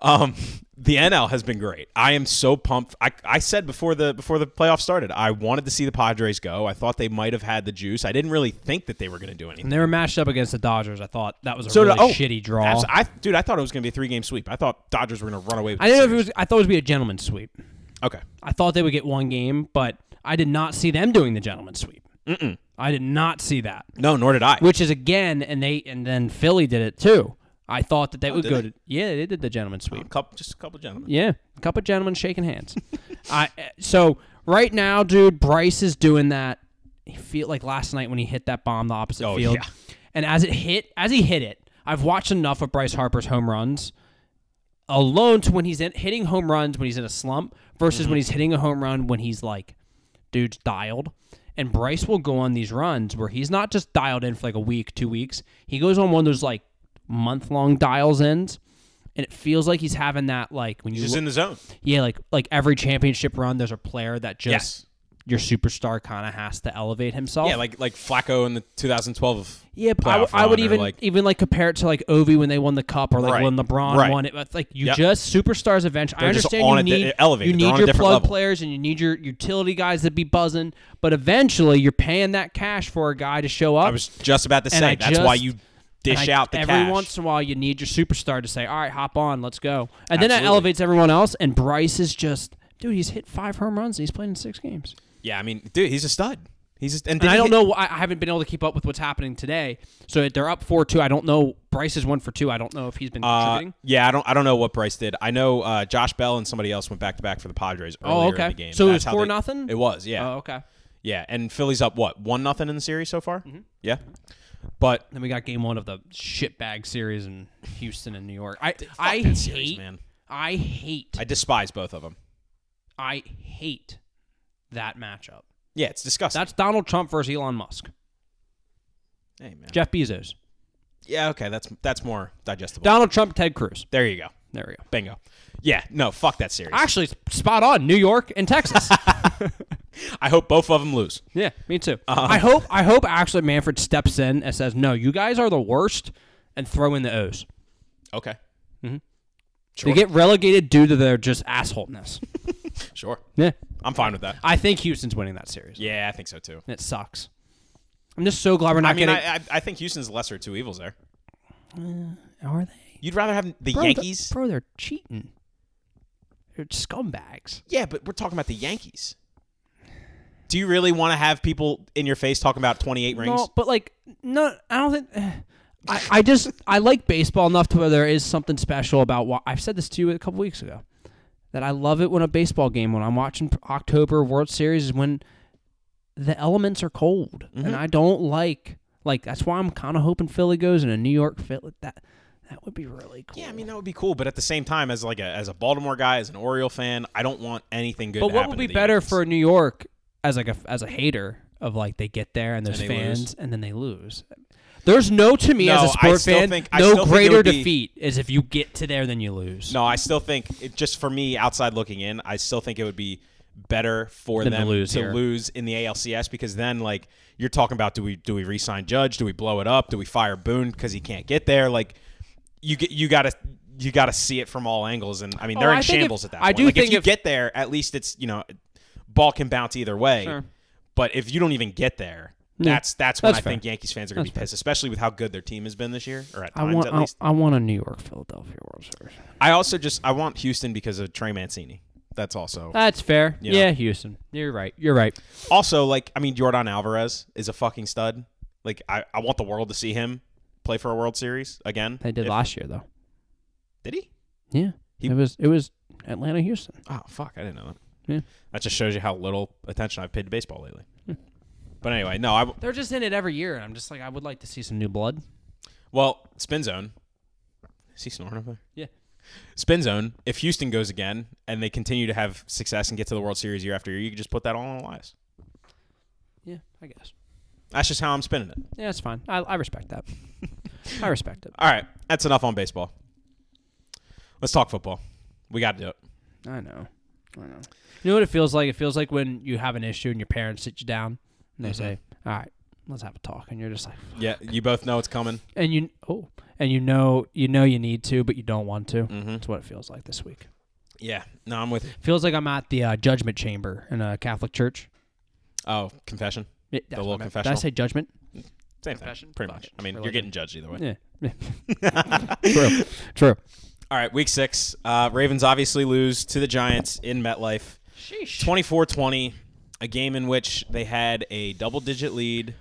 Speaker 1: Um, the NL has been great. I am so pumped. I, I said before the before the playoffs started, I wanted to see the Padres go. I thought they might have had the juice. I didn't really think that they were going to do anything.
Speaker 2: And they were matched up against the Dodgers. I thought that was a
Speaker 1: So
Speaker 2: really
Speaker 1: oh,
Speaker 2: shitty draw.
Speaker 1: abso- I dude, I thought it was going to be a three game sweep. I thought Dodgers were going to run away. With
Speaker 2: I
Speaker 1: the
Speaker 2: didn't know if it
Speaker 1: series.
Speaker 2: was. I thought it was be a gentleman's sweep.
Speaker 1: okay.
Speaker 2: I thought they would get one game, but I did not see them doing the gentleman's sweep. Mm-mm. I did not see that.
Speaker 1: No, nor did I.
Speaker 2: Which is again, and they and then Philly did it too. I thought that they would
Speaker 1: Oh, did
Speaker 2: go
Speaker 1: they?
Speaker 2: to yeah, they did the gentleman's sweep.
Speaker 1: A couple, just a couple gentlemen.
Speaker 2: Yeah, a couple of gentlemen shaking hands. I uh, so right now, dude, Bryce is doing that. He feel like last night when he hit that bomb the opposite
Speaker 1: Oh,
Speaker 2: field,
Speaker 1: yeah.
Speaker 2: and as it hit, as he hit it, I've watched enough of Bryce Harper's home runs alone to when he's in, hitting home runs when he's in a slump versus
Speaker 1: Mm-hmm.
Speaker 2: when he's hitting a home run when he's like, dude's dialed. And Bryce will go on these runs where he's not just dialed in for like a week, two weeks. He goes on one of those like month long dials ends, and it feels like he's having that like when you
Speaker 1: He's just
Speaker 2: look-
Speaker 1: in the zone.
Speaker 2: yeah, like like every championship run, there's a player that just
Speaker 1: Yes.
Speaker 2: your superstar kind of has to elevate himself.
Speaker 1: Yeah, like like Flacco in the 2012.
Speaker 2: Oh. yeah, but I, w-
Speaker 1: playoff
Speaker 2: I would
Speaker 1: run or,
Speaker 2: even
Speaker 1: like-
Speaker 2: even like compare it to like Ovi when they won the cup or like
Speaker 1: Right.
Speaker 2: when LeBron
Speaker 1: Right.
Speaker 2: won it. It's like you
Speaker 1: Yep.
Speaker 2: just superstars eventually. I
Speaker 1: They're just
Speaker 2: understand
Speaker 1: on
Speaker 2: you
Speaker 1: a di-
Speaker 2: need
Speaker 1: elevated.
Speaker 2: you
Speaker 1: They're
Speaker 2: need
Speaker 1: on a
Speaker 2: your
Speaker 1: different
Speaker 2: plug
Speaker 1: level.
Speaker 2: players and you need your utility guys to be buzzing, but eventually you're paying that cash for a guy to show up.
Speaker 1: I was just about to
Speaker 2: And
Speaker 1: say
Speaker 2: I
Speaker 1: that's why
Speaker 2: just-
Speaker 1: you
Speaker 2: and
Speaker 1: dish
Speaker 2: I-
Speaker 1: out the
Speaker 2: every
Speaker 1: cash.
Speaker 2: once in a while you need your superstar to say, "All right, hop on, let's go," and then that
Speaker 1: Absolutely.
Speaker 2: elevates everyone else. And Bryce is just, dude, he's hit five home runs and he's played in six games.
Speaker 1: yeah, I mean, dude, he's a stud. He's a, and,
Speaker 2: And
Speaker 1: did
Speaker 2: I
Speaker 1: he
Speaker 2: don't
Speaker 1: hit-
Speaker 2: know. I I haven't been able to keep up with what's happening today. So they're up four two. I don't know. Bryce is one for two. I don't know if he's been
Speaker 1: Uh,
Speaker 2: contributing.
Speaker 1: yeah, I don't. I don't know what Bryce did. I know uh, Josh Bell and somebody else went back to back for the Padres earlier
Speaker 2: Oh,
Speaker 1: in
Speaker 2: okay.
Speaker 1: the game.
Speaker 2: So it was
Speaker 1: That's how they-
Speaker 2: 4-0?
Speaker 1: It was, yeah,
Speaker 2: Oh, okay.
Speaker 1: yeah. And Philly's up what one nothing in the series so far.
Speaker 2: Mm-hmm.
Speaker 1: Yeah, but
Speaker 2: Then we got game one of the shitbag series in Houston and New York. I I hate.
Speaker 1: that series, man.
Speaker 2: I hate.
Speaker 1: I despise both of them.
Speaker 2: I hate that matchup.
Speaker 1: Yeah, it's disgusting.
Speaker 2: That's Donald Trump versus Elon Musk.
Speaker 1: hey, man.
Speaker 2: Jeff Bezos.
Speaker 1: Yeah, okay, that's that's more digestible.
Speaker 2: Donald Trump. Ted Cruz.
Speaker 1: there you go,
Speaker 2: There we go.
Speaker 1: bingo. Yeah, no, fuck that series.
Speaker 2: Actually, it's spot on. New York and Texas.
Speaker 1: I hope both of them lose.
Speaker 2: yeah, me too.
Speaker 1: Uh-huh.
Speaker 2: I hope I hope actually Manfred steps in and says, "No, you guys are the worst," and throw in the O's.
Speaker 1: Okay,
Speaker 2: They get relegated due to their just assholeness.
Speaker 1: sure.
Speaker 2: yeah,
Speaker 1: I'm fine with that.
Speaker 2: I think Houston's winning that series.
Speaker 1: Yeah, I think so too.
Speaker 2: It sucks. I'm just so glad we're not
Speaker 1: I e- mean,
Speaker 2: getting.
Speaker 1: I, I, I think Houston's lesser of two evils there.
Speaker 2: are they?
Speaker 1: You'd rather have the
Speaker 2: uh, Bro, they're-
Speaker 1: Yankees.
Speaker 2: bro, they're cheating. They're scumbags.
Speaker 1: yeah, but we're talking about the Yankees. Do you really want to have people in your face talking about 28 rings?
Speaker 2: No, but like, no, I don't think. I, I just I like baseball enough to where there is something special about. Wa- I've said this to you a couple weeks ago that I love it when a baseball game when I'm watching October World Series is when the elements are cold
Speaker 1: Mm-hmm.
Speaker 2: and I don't like like that's why I'm kind of hoping Philly goes and a New York Philly that that would be really cool.
Speaker 1: Yeah, I mean that would be cool, but at the same time, as like a as a Baltimore guy, as an Oriole fan, I don't want anything good.
Speaker 2: But
Speaker 1: to
Speaker 2: what
Speaker 1: happen
Speaker 2: would
Speaker 1: to
Speaker 2: be
Speaker 1: the
Speaker 2: better
Speaker 1: Yankees.
Speaker 2: for New York as like a as a hater of like they get there and there's
Speaker 1: they
Speaker 2: fans
Speaker 1: lose.
Speaker 2: and then they lose. There's no to me as
Speaker 1: No,
Speaker 2: a
Speaker 1: I
Speaker 2: sport
Speaker 1: still
Speaker 2: fan,
Speaker 1: think- I still
Speaker 2: no
Speaker 1: think it
Speaker 2: greater
Speaker 1: would be-
Speaker 2: defeat is if you get to there than you lose.
Speaker 1: No, I still think it just for me outside looking in, I still think it would be better for
Speaker 2: Than to
Speaker 1: them
Speaker 2: lose here.
Speaker 1: lose in the ALCS because then like you're talking about do we do we re-sign Judge? Do we blow it up? Do we fire Boone because he can't get there? Like you get you gotta you gotta see it from all angles and I mean they're
Speaker 2: Oh,
Speaker 1: in
Speaker 2: I think if-
Speaker 1: shambles at that
Speaker 2: I
Speaker 1: point.
Speaker 2: do
Speaker 1: like, if
Speaker 2: think
Speaker 1: you
Speaker 2: if-
Speaker 1: get there, at least it's you know ball can bounce either way.
Speaker 2: Sure.
Speaker 1: But if you don't even get there,
Speaker 2: Yeah.
Speaker 1: that's that's when
Speaker 2: That's
Speaker 1: I
Speaker 2: fair.
Speaker 1: think Yankees fans are gonna
Speaker 2: That's
Speaker 1: be
Speaker 2: fair.
Speaker 1: pissed, especially with how good their team has been this year, or at
Speaker 2: I
Speaker 1: times
Speaker 2: want
Speaker 1: at
Speaker 2: I,
Speaker 1: least.
Speaker 2: I want a New York Philadelphia World Series.
Speaker 1: I also just I want Houston because of Trey Mancini. That's also
Speaker 2: That's fair.
Speaker 1: You know.
Speaker 2: yeah, Houston. You're right. You're right.
Speaker 1: also like I mean Jordan Alvarez is a fucking stud. Like I, I want the world to see him play for a World Series again.
Speaker 2: They did
Speaker 1: If-
Speaker 2: last year though.
Speaker 1: Did he?
Speaker 2: Yeah.
Speaker 1: He-
Speaker 2: it was it was Atlanta Houston.
Speaker 1: Oh fuck, I didn't know that.
Speaker 2: Yeah. Hmm.
Speaker 1: That just shows you how little attention I've paid to baseball lately. But anyway, no, I
Speaker 2: They're just in it every year, and I'm just like, I would like to see some new blood.
Speaker 1: well spin zone. Is he snoring over there?
Speaker 2: Yeah.
Speaker 1: Spin zone. If Houston goes again and they continue to have success and get to the World Series year after year, you can just put that all on the lives.
Speaker 2: Yeah, I guess.
Speaker 1: That's just how I'm spinning it.
Speaker 2: Yeah, it's fine. I, I respect that. I respect it.
Speaker 1: All right, that's enough on baseball. Let's talk football. We got to do it.
Speaker 2: I know. I know. You know what it feels like? It feels like when you have an issue and your parents sit you down and they
Speaker 1: Mhm.
Speaker 2: say, "All right, let's have a talk," and you're just like,
Speaker 1: Yeah, you both know it's coming.
Speaker 2: and you oh, and you know you know you need to, but you don't want to.
Speaker 1: Mm-hmm.
Speaker 2: That's what it feels like this week.
Speaker 1: Yeah, no, I'm with you.
Speaker 2: Feels like I'm at the uh, judgment chamber in a Catholic church.
Speaker 1: Oh, confession.
Speaker 2: Yeah, that's
Speaker 1: little
Speaker 2: what I meant. Did I
Speaker 1: confessional?
Speaker 2: say judgment?
Speaker 1: Same
Speaker 2: Confession?
Speaker 1: thing, pretty
Speaker 2: Fuck
Speaker 1: much.
Speaker 2: it.
Speaker 1: I mean, you're getting
Speaker 2: Religion.
Speaker 1: judged either way.
Speaker 2: Yeah. True. True.
Speaker 1: All right, week six. Uh, Ravens obviously lose to the Giants in MetLife,
Speaker 2: Sheesh.
Speaker 1: 24-20, a game in which they had a double-digit lead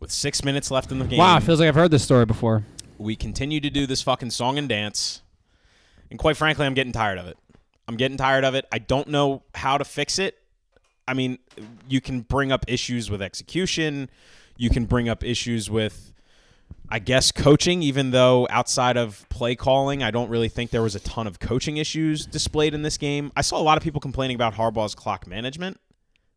Speaker 1: with six minutes left in the game.
Speaker 2: Wow, it feels like I've heard this story before.
Speaker 1: we continue to do this fucking song and dance. And quite frankly, I'm getting tired of it. I'm getting tired of it. I don't know how to fix it. I mean, you can bring up issues with execution. You can bring up issues with, I guess, coaching, even though outside of play calling, I don't really think there was a ton of coaching issues displayed in this game. I saw a lot of people complaining about Harbaugh's clock management,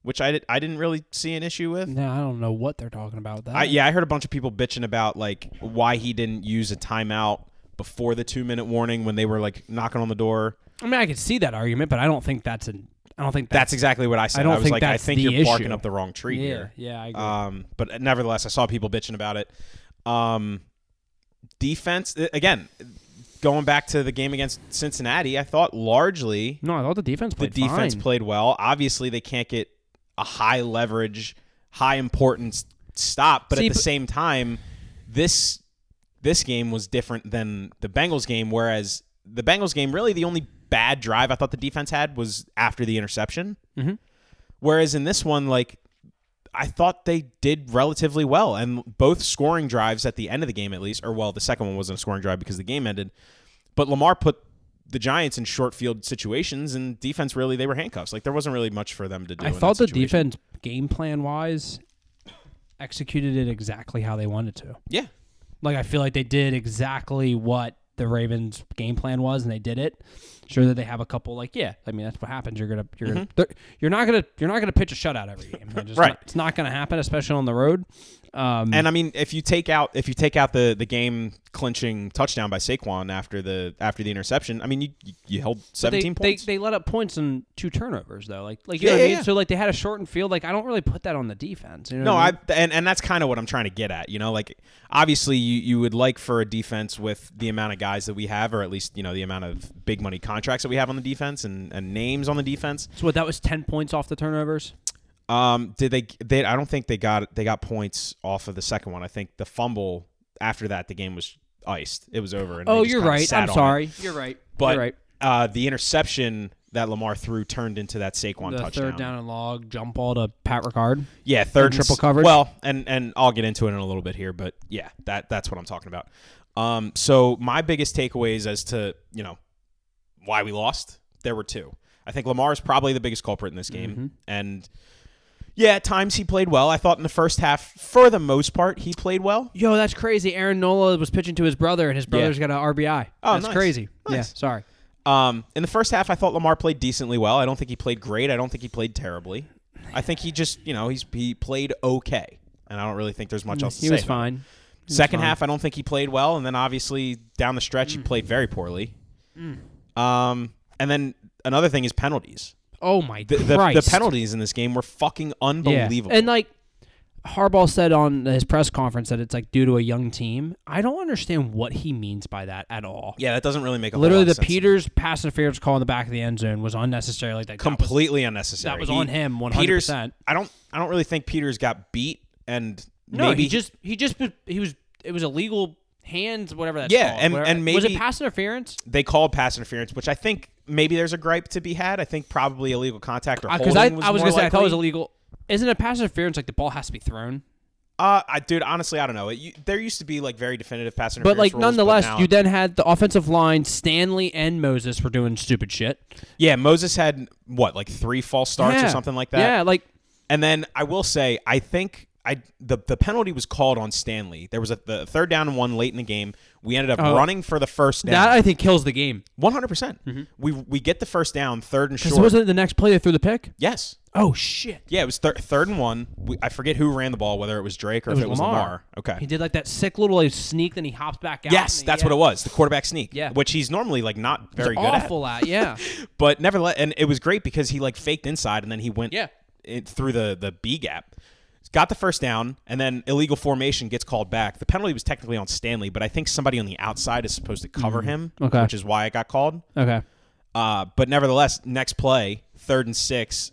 Speaker 1: which I, did, I didn't really see an issue with.
Speaker 2: No, I don't know what they're talking about with that.
Speaker 1: I, yeah, I heard a bunch of people bitching about like why he didn't use a timeout before the two minute warning when they were like knocking on the door.
Speaker 2: I mean, I could see that argument, but I don't think that's an. I don't think that's.
Speaker 1: That's exactly what I said. I,
Speaker 2: I don't
Speaker 1: was
Speaker 2: think
Speaker 1: like, I
Speaker 2: that's
Speaker 1: think
Speaker 2: the
Speaker 1: you're barking
Speaker 2: issue.
Speaker 1: up the wrong tree
Speaker 2: yeah,
Speaker 1: here.
Speaker 2: yeah, I agree.
Speaker 1: Um, but nevertheless, I saw people bitching about it. Um, defense uh, again, going back to the game against Cincinnati, I thought largely
Speaker 2: no, I thought the defense
Speaker 1: the
Speaker 2: played
Speaker 1: defense
Speaker 2: fine.
Speaker 1: played well. Obviously, they can't get a high leverage, high importance stop, but
Speaker 2: See,
Speaker 1: at the
Speaker 2: but-
Speaker 1: same time, this this game was different than the Bengals game. Whereas the Bengals game, really, the only bad drive I thought the defense had was after the interception.
Speaker 2: Mhm.
Speaker 1: Whereas in this one, like. I thought they did relatively well, and both scoring drives at the end of the game, at least, or well, the second one wasn't a scoring drive because the game ended. But Lamar put the Giants in short field situations, and defense really they were handcuffs. Like there wasn't really much for them to do.
Speaker 2: I
Speaker 1: in that
Speaker 2: thought the
Speaker 1: situation.
Speaker 2: defense, game plan wise, executed it exactly how they wanted to.
Speaker 1: Yeah,
Speaker 2: Like I feel like they did exactly what the Ravens' game plan was, and they did it. Sure that they have a couple, like yeah, I mean that's what happens. You're gonna you're gonna, they're- you're not gonna you're not gonna pitch a shutout every game. They're just
Speaker 1: Mm-hmm. Right.
Speaker 2: not- it's not gonna happen, especially on the road. Um,
Speaker 1: and I mean if you take out if you take out the the game clinching touchdown by Saquon after the after the interception, I mean you you- you held
Speaker 2: but they,
Speaker 1: seventeen
Speaker 2: they-
Speaker 1: points.
Speaker 2: They, let up points in two turnovers though. Like like you
Speaker 1: Yeah,
Speaker 2: know what
Speaker 1: yeah,
Speaker 2: I mean.
Speaker 1: yeah.
Speaker 2: So like they had a shortened field. Like I don't really put that on the defense. You know
Speaker 1: no,
Speaker 2: what I,
Speaker 1: I
Speaker 2: mean?
Speaker 1: and, and that's kind of what I'm trying to get at. You know, like obviously you, you would like for a defense with the amount of guys that we have, or at least, you know, the amount of big money contracts that we have on the defense and, and names on the defense.
Speaker 2: so what that was ten points off the turnovers.
Speaker 1: Um, did they? They? I don't think they got they got points off of the second one. I think the fumble after that, the game was iced. It was over. And they
Speaker 2: Oh,
Speaker 1: just
Speaker 2: you're
Speaker 1: kinda
Speaker 2: right.
Speaker 1: sat
Speaker 2: I'm
Speaker 1: on it.
Speaker 2: sorry. You're right.
Speaker 1: But
Speaker 2: you're right.
Speaker 1: uh, the interception that Lamar threw turned into that Saquon
Speaker 2: The
Speaker 1: touchdown.
Speaker 2: third down and log jump ball to Pat Ricard.
Speaker 1: Yeah, third
Speaker 2: And triple
Speaker 1: s-
Speaker 2: coverage?
Speaker 1: Well, and and I'll get into it in a little bit here, but yeah, that that's what I'm talking about. Um, so my biggest takeaways as to you know why we lost, there were two. I think Lamar is probably the biggest culprit in this game,
Speaker 2: Mm-hmm.
Speaker 1: and yeah, at times he played well. I thought in the first half, for the most part, he played well.
Speaker 2: Yo, that's crazy. Aaron Nola was pitching to his brother, and his brother's got an RBI.
Speaker 1: Oh,
Speaker 2: that's
Speaker 1: nice.
Speaker 2: crazy. Yeah,
Speaker 1: Nice.
Speaker 2: sorry.
Speaker 1: Um, in the first half, I thought Lamar played decently well. I don't think he played great. I don't think he played terribly. I think he just you know he's he played okay, and I don't really think there's much else to
Speaker 2: Mm, He
Speaker 1: say.
Speaker 2: was
Speaker 1: about it.
Speaker 2: fine.
Speaker 1: Second
Speaker 2: fine. Mm.
Speaker 1: half, I don't think he played well, and then obviously down the stretch, he played very poorly. Um, and then another thing is penalties.
Speaker 2: Oh my
Speaker 1: The, the, the
Speaker 2: Christ.
Speaker 1: penalties in this game were fucking unbelievable.
Speaker 2: And like Harbaugh said on his press conference that it's like due to a young team. I don't understand what he means by that at all.
Speaker 1: yeah, that doesn't really make a whole
Speaker 2: Literally,
Speaker 1: lot of
Speaker 2: the
Speaker 1: sense.
Speaker 2: Peters pass interference call in the back of the end zone was unnecessary. Like that, that was-
Speaker 1: completely unnecessary.
Speaker 2: that was on him
Speaker 1: Peters,
Speaker 2: 100%.
Speaker 1: I don't, I don't really think Peters got beat, and
Speaker 2: no,
Speaker 1: maybe
Speaker 2: he just he just was- he was it was illegal hands whatever that's
Speaker 1: Yeah,
Speaker 2: called,
Speaker 1: and-
Speaker 2: whatever-
Speaker 1: and
Speaker 2: was it
Speaker 1: maybe-
Speaker 2: pass interference?
Speaker 1: they called pass interference, which I think maybe there's a gripe to be had. I think probably illegal contact or
Speaker 2: Because
Speaker 1: holding
Speaker 2: Uh, I,
Speaker 1: was
Speaker 2: I was
Speaker 1: more
Speaker 2: gonna say I thought it was
Speaker 1: likely.
Speaker 2: illegal. Isn't it pass interference like the ball has to be thrown?
Speaker 1: Uh, I, dude, honestly, I don't know. It, you, there used to be like very definitive pass interference,
Speaker 2: But like
Speaker 1: rules,
Speaker 2: nonetheless,
Speaker 1: now-
Speaker 2: you then had the offensive line Stanley and Moses were doing stupid shit.
Speaker 1: yeah, Moses had what like three false starts
Speaker 2: Yeah.
Speaker 1: or something like that.
Speaker 2: Yeah, like
Speaker 1: And then I will say, I think I the the penalty was called on Stanley. There was a the third down and one late in the game. We ended up
Speaker 2: Oh.
Speaker 1: running for the first
Speaker 2: that
Speaker 1: down.
Speaker 2: I think kills the game.
Speaker 1: One hundred percent. We we get the first down, third and
Speaker 2: Because
Speaker 1: short.
Speaker 2: wasn't it the next play they threw the pick?
Speaker 1: yes.
Speaker 2: Oh shit!
Speaker 1: Yeah, it was thir- third and one. We, I forget who ran the ball, whether it was Drake or if
Speaker 2: was
Speaker 1: it was
Speaker 2: Lamar.
Speaker 1: Lamar. Okay.
Speaker 2: He did like that sick little like, sneak, then he hops back out.
Speaker 1: Yes,
Speaker 2: and he-
Speaker 1: that's
Speaker 2: yeah.
Speaker 1: what it was. The quarterback sneak.
Speaker 2: Yeah.
Speaker 1: Which he's normally like not very good at.
Speaker 2: Awful at, yeah.
Speaker 1: But nevertheless, and it was great because he like faked inside and then he went
Speaker 2: Yeah.
Speaker 1: it, through the the B gap, got the first down, and then illegal formation gets called back. The penalty was technically on Stanley, but I think somebody on the outside is supposed to cover him,
Speaker 2: Mm-hmm. Okay.
Speaker 1: which is why it got called.
Speaker 2: okay.
Speaker 1: Uh, but nevertheless, next play, third and six.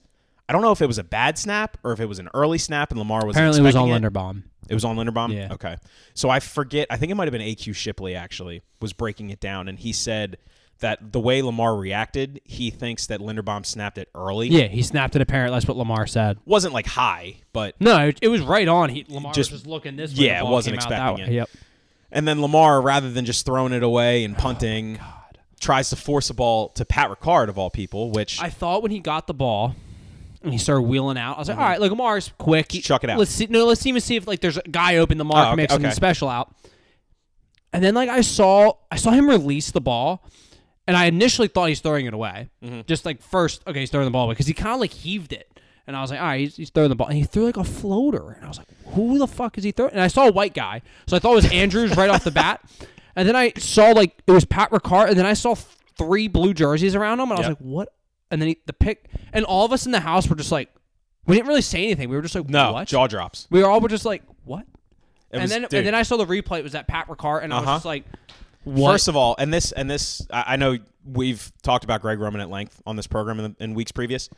Speaker 1: I don't know if it was a bad snap or if it was an early snap and Lamar was
Speaker 2: Apparently, it was on
Speaker 1: it.
Speaker 2: Linderbaum.
Speaker 1: It was on Linderbaum.
Speaker 2: Yeah.
Speaker 1: Okay. So I forget. I think it might have been AQ Shipley actually was breaking it down, and he said that the way Lamar reacted, he thinks that Linderbaum snapped it early.
Speaker 2: Yeah, he snapped it. Apparently, that's what Lamar said.
Speaker 1: Wasn't like high, but
Speaker 2: No, it, it was right on. He Lamar
Speaker 1: Just-
Speaker 2: was just looking this way.
Speaker 1: yeah,
Speaker 2: the
Speaker 1: it
Speaker 2: ball
Speaker 1: wasn't
Speaker 2: came out that
Speaker 1: expecting
Speaker 2: way.
Speaker 1: it.
Speaker 2: Yep.
Speaker 1: and then Lamar, rather than just throwing it away
Speaker 2: Oh
Speaker 1: and punting, tries to force a ball to Pat Ricard of all people, which
Speaker 2: I thought when he got the ball and he started wheeling out, I was like, all right, look, Lamar's quick. He-
Speaker 1: chuck it out.
Speaker 2: Let's see, no, let's even see if like there's a guy open. The mark
Speaker 1: Oh, okay,
Speaker 2: makes something
Speaker 1: okay.
Speaker 2: special out. And then like I saw, I saw him release the ball, and I initially thought he's throwing it away.
Speaker 1: Mm-hmm.
Speaker 2: Just like first, okay, he's throwing the ball away because he kind of like heaved it. And I was like, all right, he's, he's throwing the ball. And he threw like a floater. And I was like, who the fuck is he throwing? And I saw a white guy. So I thought it was Andrews right off the bat. And then I saw like, it was Pat Ricard. And then I saw th- three blue jerseys around him. And I was
Speaker 1: Yep.
Speaker 2: like, what? And then he, the pick. And all of us in the house were just like, we didn't really say anything. We were just like,
Speaker 1: no
Speaker 2: what?
Speaker 1: jaw drops.
Speaker 2: we were all were just like, what?
Speaker 1: It
Speaker 2: and
Speaker 1: was-
Speaker 2: then
Speaker 1: dude.
Speaker 2: and then I saw the replay. It was that Pat Ricard. And I was
Speaker 1: Uh-huh.
Speaker 2: just like, what?
Speaker 1: First of all, and this and this, I, I know we've talked about Greg Roman at length on this program in, the, in weeks previous.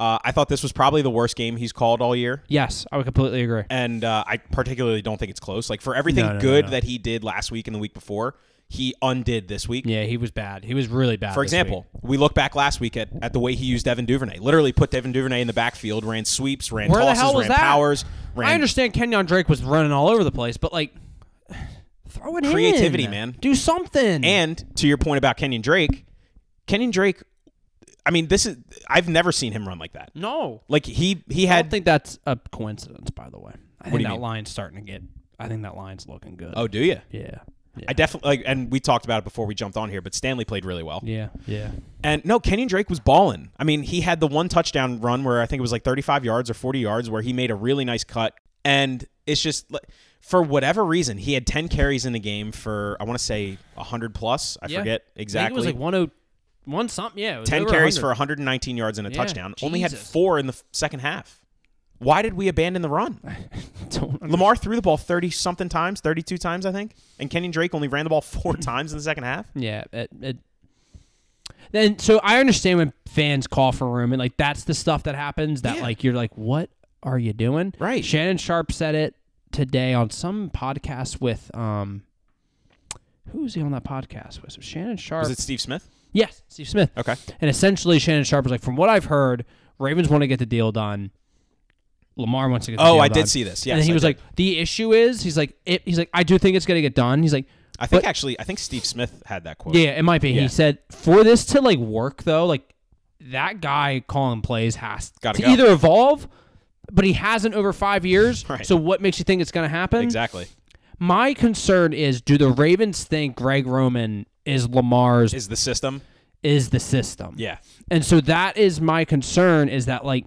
Speaker 1: Uh, I thought this was probably the worst game he's called all year.
Speaker 2: yes, I would completely agree.
Speaker 1: and uh, I particularly don't think it's close. Like for everything
Speaker 2: No, no, no,
Speaker 1: good
Speaker 2: no.
Speaker 1: that he did last week and the week before, he undid this week.
Speaker 2: Yeah, he was bad. He was really bad.
Speaker 1: For
Speaker 2: this week.
Speaker 1: example, we look back last week at, at the way he used Devin Duvernay. Literally put Devin Duvernay in the backfield, ran sweeps, ran
Speaker 2: Where the
Speaker 1: tosses,
Speaker 2: hell was
Speaker 1: ran
Speaker 2: that?
Speaker 1: powers,
Speaker 2: I
Speaker 1: ran
Speaker 2: understand Kenyon Drake was running all over the place, but like, throw it in.
Speaker 1: Creativity, man.
Speaker 2: Do something.
Speaker 1: And to your point about Kenyon Drake, Kenyon Drake, I mean, this is I've never seen him run like that.
Speaker 2: no,
Speaker 1: Like he he
Speaker 2: I don't
Speaker 1: had
Speaker 2: think that's a coincidence. By the way, I think
Speaker 1: do you
Speaker 2: that
Speaker 1: mean?
Speaker 2: line's starting to get. I think that line's looking good.
Speaker 1: oh, do you?
Speaker 2: yeah, yeah,
Speaker 1: I definitely like, and we talked about it before we jumped on here, but Stanley played really well.
Speaker 2: yeah, yeah.
Speaker 1: And no, Kenyon Drake was balling. I mean, he had the one touchdown run where I think it was like 35 yards or 40 yards where he made a really nice cut. And it's just like, for whatever reason, he had 10 carries in the game for I want to say 100 plus. I
Speaker 2: Yeah.
Speaker 1: forget
Speaker 2: I think it
Speaker 1: exactly.
Speaker 2: was like one oh one something. Yeah, it was
Speaker 1: 10
Speaker 2: over
Speaker 1: carries
Speaker 2: 100.
Speaker 1: for 119 yards and a
Speaker 2: Yeah,
Speaker 1: touchdown. Only had
Speaker 2: Jesus.
Speaker 1: four in the f- second half. Why did we abandon the run?
Speaker 2: Don't under-
Speaker 1: Lamar threw the ball 30 something times, 32 times, I think. And Kenyon Drake only ran the ball four times in the second half.
Speaker 2: Yeah. It, it, then so I understand when fans call for room and like that's the stuff that happens that
Speaker 1: Yeah.
Speaker 2: like you're like what are you doing?
Speaker 1: Right.
Speaker 2: Shannon Sharp said it today on some podcast with um who was he on that podcast with? So Shannon Sharp.
Speaker 1: Was it Steve Smith?
Speaker 2: yes, Steve Smith.
Speaker 1: Okay.
Speaker 2: And essentially Shannon Sharp was like from what I've heard, Ravens want to get the deal done. Lamar wants to get the
Speaker 1: Oh,
Speaker 2: deal
Speaker 1: I did
Speaker 2: done.
Speaker 1: see this. Yes.
Speaker 2: and he
Speaker 1: I
Speaker 2: was
Speaker 1: did.
Speaker 2: like, the issue is, he's like, it, he's like, I do think it's gonna get done. He's like,
Speaker 1: I think
Speaker 2: but-
Speaker 1: actually, I think Steve Smith had that quote.
Speaker 2: Yeah, it might be.
Speaker 1: Yeah.
Speaker 2: He said for this to like work though, like that guy calling plays has
Speaker 1: Gotta
Speaker 2: to
Speaker 1: go.
Speaker 2: either evolve, but he hasn't over five years.
Speaker 1: Right.
Speaker 2: So what makes you think it's gonna happen?
Speaker 1: Exactly.
Speaker 2: My concern is do the Ravens think Greg Roman is Lamar's is,
Speaker 1: Is the system?
Speaker 2: the system?
Speaker 1: Yeah.
Speaker 2: And so that is my concern is that like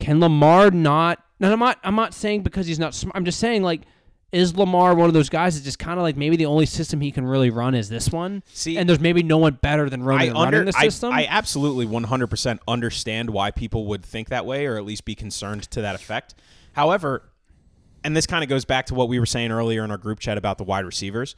Speaker 2: can Lamar not and I'm not I'm not saying because he's not smart. I'm just saying like Is Lamar one of those guys that just kind of like maybe the only system he can really run is this one?
Speaker 1: See,
Speaker 2: and there's maybe no one better than
Speaker 1: I
Speaker 2: running,
Speaker 1: under
Speaker 2: running the
Speaker 1: I,
Speaker 2: system.
Speaker 1: I absolutely 100% understand why people would think that way or at least be concerned to that effect. However, and this kind of goes back to what we were saying earlier in our group chat about the wide receivers.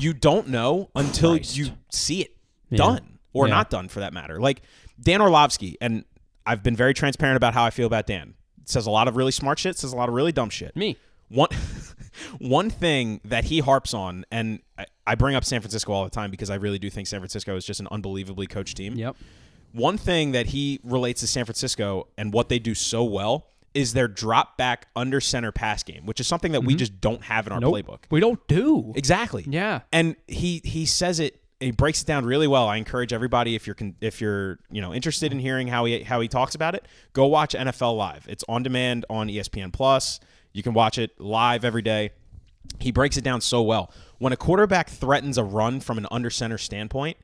Speaker 1: you don't know until
Speaker 2: Christ.
Speaker 1: you see it done or
Speaker 2: Yeah.
Speaker 1: not done for that matter. Like Dan Orlovsky, and I've been very transparent about how I feel about Dan. Says a lot of really smart shit, says a lot of really dumb shit
Speaker 2: Me.
Speaker 1: one one thing that he harps on, and I, I bring up San Francisco all the time because I really do think San Francisco is just an unbelievably coached team.
Speaker 2: Yep.
Speaker 1: One thing that he relates to San Francisco and what they do so well is their drop back under center pass game, which is something that we just don't have in our
Speaker 2: Mm-hmm. Nope.
Speaker 1: playbook.
Speaker 2: We don't do.
Speaker 1: Exactly.
Speaker 2: Yeah.
Speaker 1: And he he says it. He breaks it down really well. I encourage everybody if you're con- if you're you know interested in hearing how he how he talks about it, go watch NFL Live. It's on demand on E ESPN Plus. You can watch it live every day. He breaks it down so well. When a quarterback threatens a run from an under center standpoint,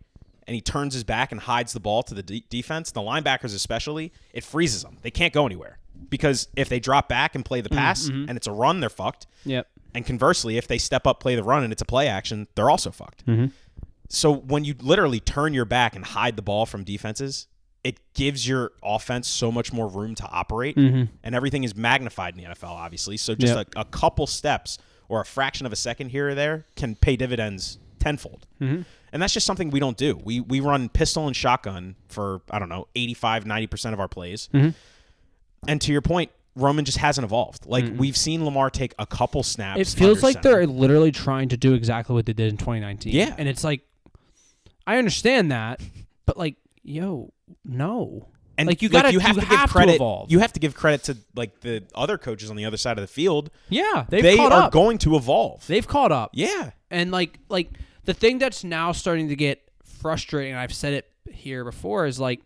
Speaker 1: and he turns his back and hides the ball to the de- defense, the linebackers especially, it freezes them. They can't go anywhere because if they drop back and play the pass and it's a run, they're fucked.
Speaker 2: Yep.
Speaker 1: And conversely, if they step up, play the run, and it's a play action, they're also fucked. So when you literally turn your back and hide the ball from defenses, it gives your offense so much more room to operate. And everything is magnified in the NFL, obviously. So just
Speaker 2: Yep.
Speaker 1: a, a couple steps or a fraction of a second here or there can pay dividends tenfold. And that's just something we don't do. We, we run pistol and shotgun for, I don't know, 85, 90% of our plays and to your point, Roman just hasn't evolved. Like we've seen Lamar take a couple snaps.
Speaker 2: It feels
Speaker 1: under
Speaker 2: like
Speaker 1: center.
Speaker 2: they're literally trying to do exactly what they did in 2019.
Speaker 1: Yeah.
Speaker 2: And it's like, I understand that, but like, yo, no.
Speaker 1: and
Speaker 2: like you gotta
Speaker 1: you have to give credit.
Speaker 2: evolve.
Speaker 1: You have to give credit to like the other coaches on the other side of the field.
Speaker 2: yeah, they've
Speaker 1: they
Speaker 2: caught
Speaker 1: are
Speaker 2: up.
Speaker 1: going to evolve.
Speaker 2: they've caught up.
Speaker 1: yeah,
Speaker 2: And like like the thing that's now starting to get frustrating, and I've said it here before, is like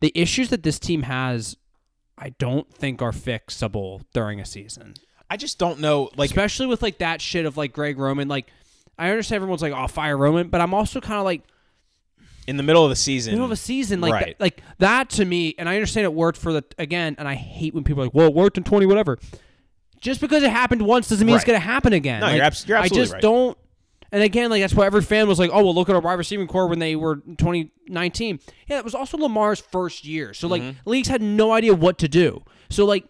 Speaker 2: the issues that this team has I don't think are fixable during a season.
Speaker 1: I just don't know. Like
Speaker 2: Especially with like that shit of like Greg Roman, like I understand everyone's like, oh, fire Roman, but I'm also kind of like
Speaker 1: in the middle of the season,
Speaker 2: middle of a season, like
Speaker 1: Right.
Speaker 2: that, like that to me, and I understand it worked for the again, and I hate when people are like, well, it worked in twenty whatever. Just because it happened once doesn't mean it's
Speaker 1: Right.
Speaker 2: going to happen again.
Speaker 1: No,
Speaker 2: Like,
Speaker 1: you're abs- you're
Speaker 2: I
Speaker 1: absolutely
Speaker 2: just
Speaker 1: right.
Speaker 2: don't. And again, like that's why every fan was like, "Oh, well, look at our wide receiving core when they were in 2019." Yeah, that was also Lamar's first year, so like
Speaker 1: Mm-hmm.
Speaker 2: leagues had no idea what to do. So like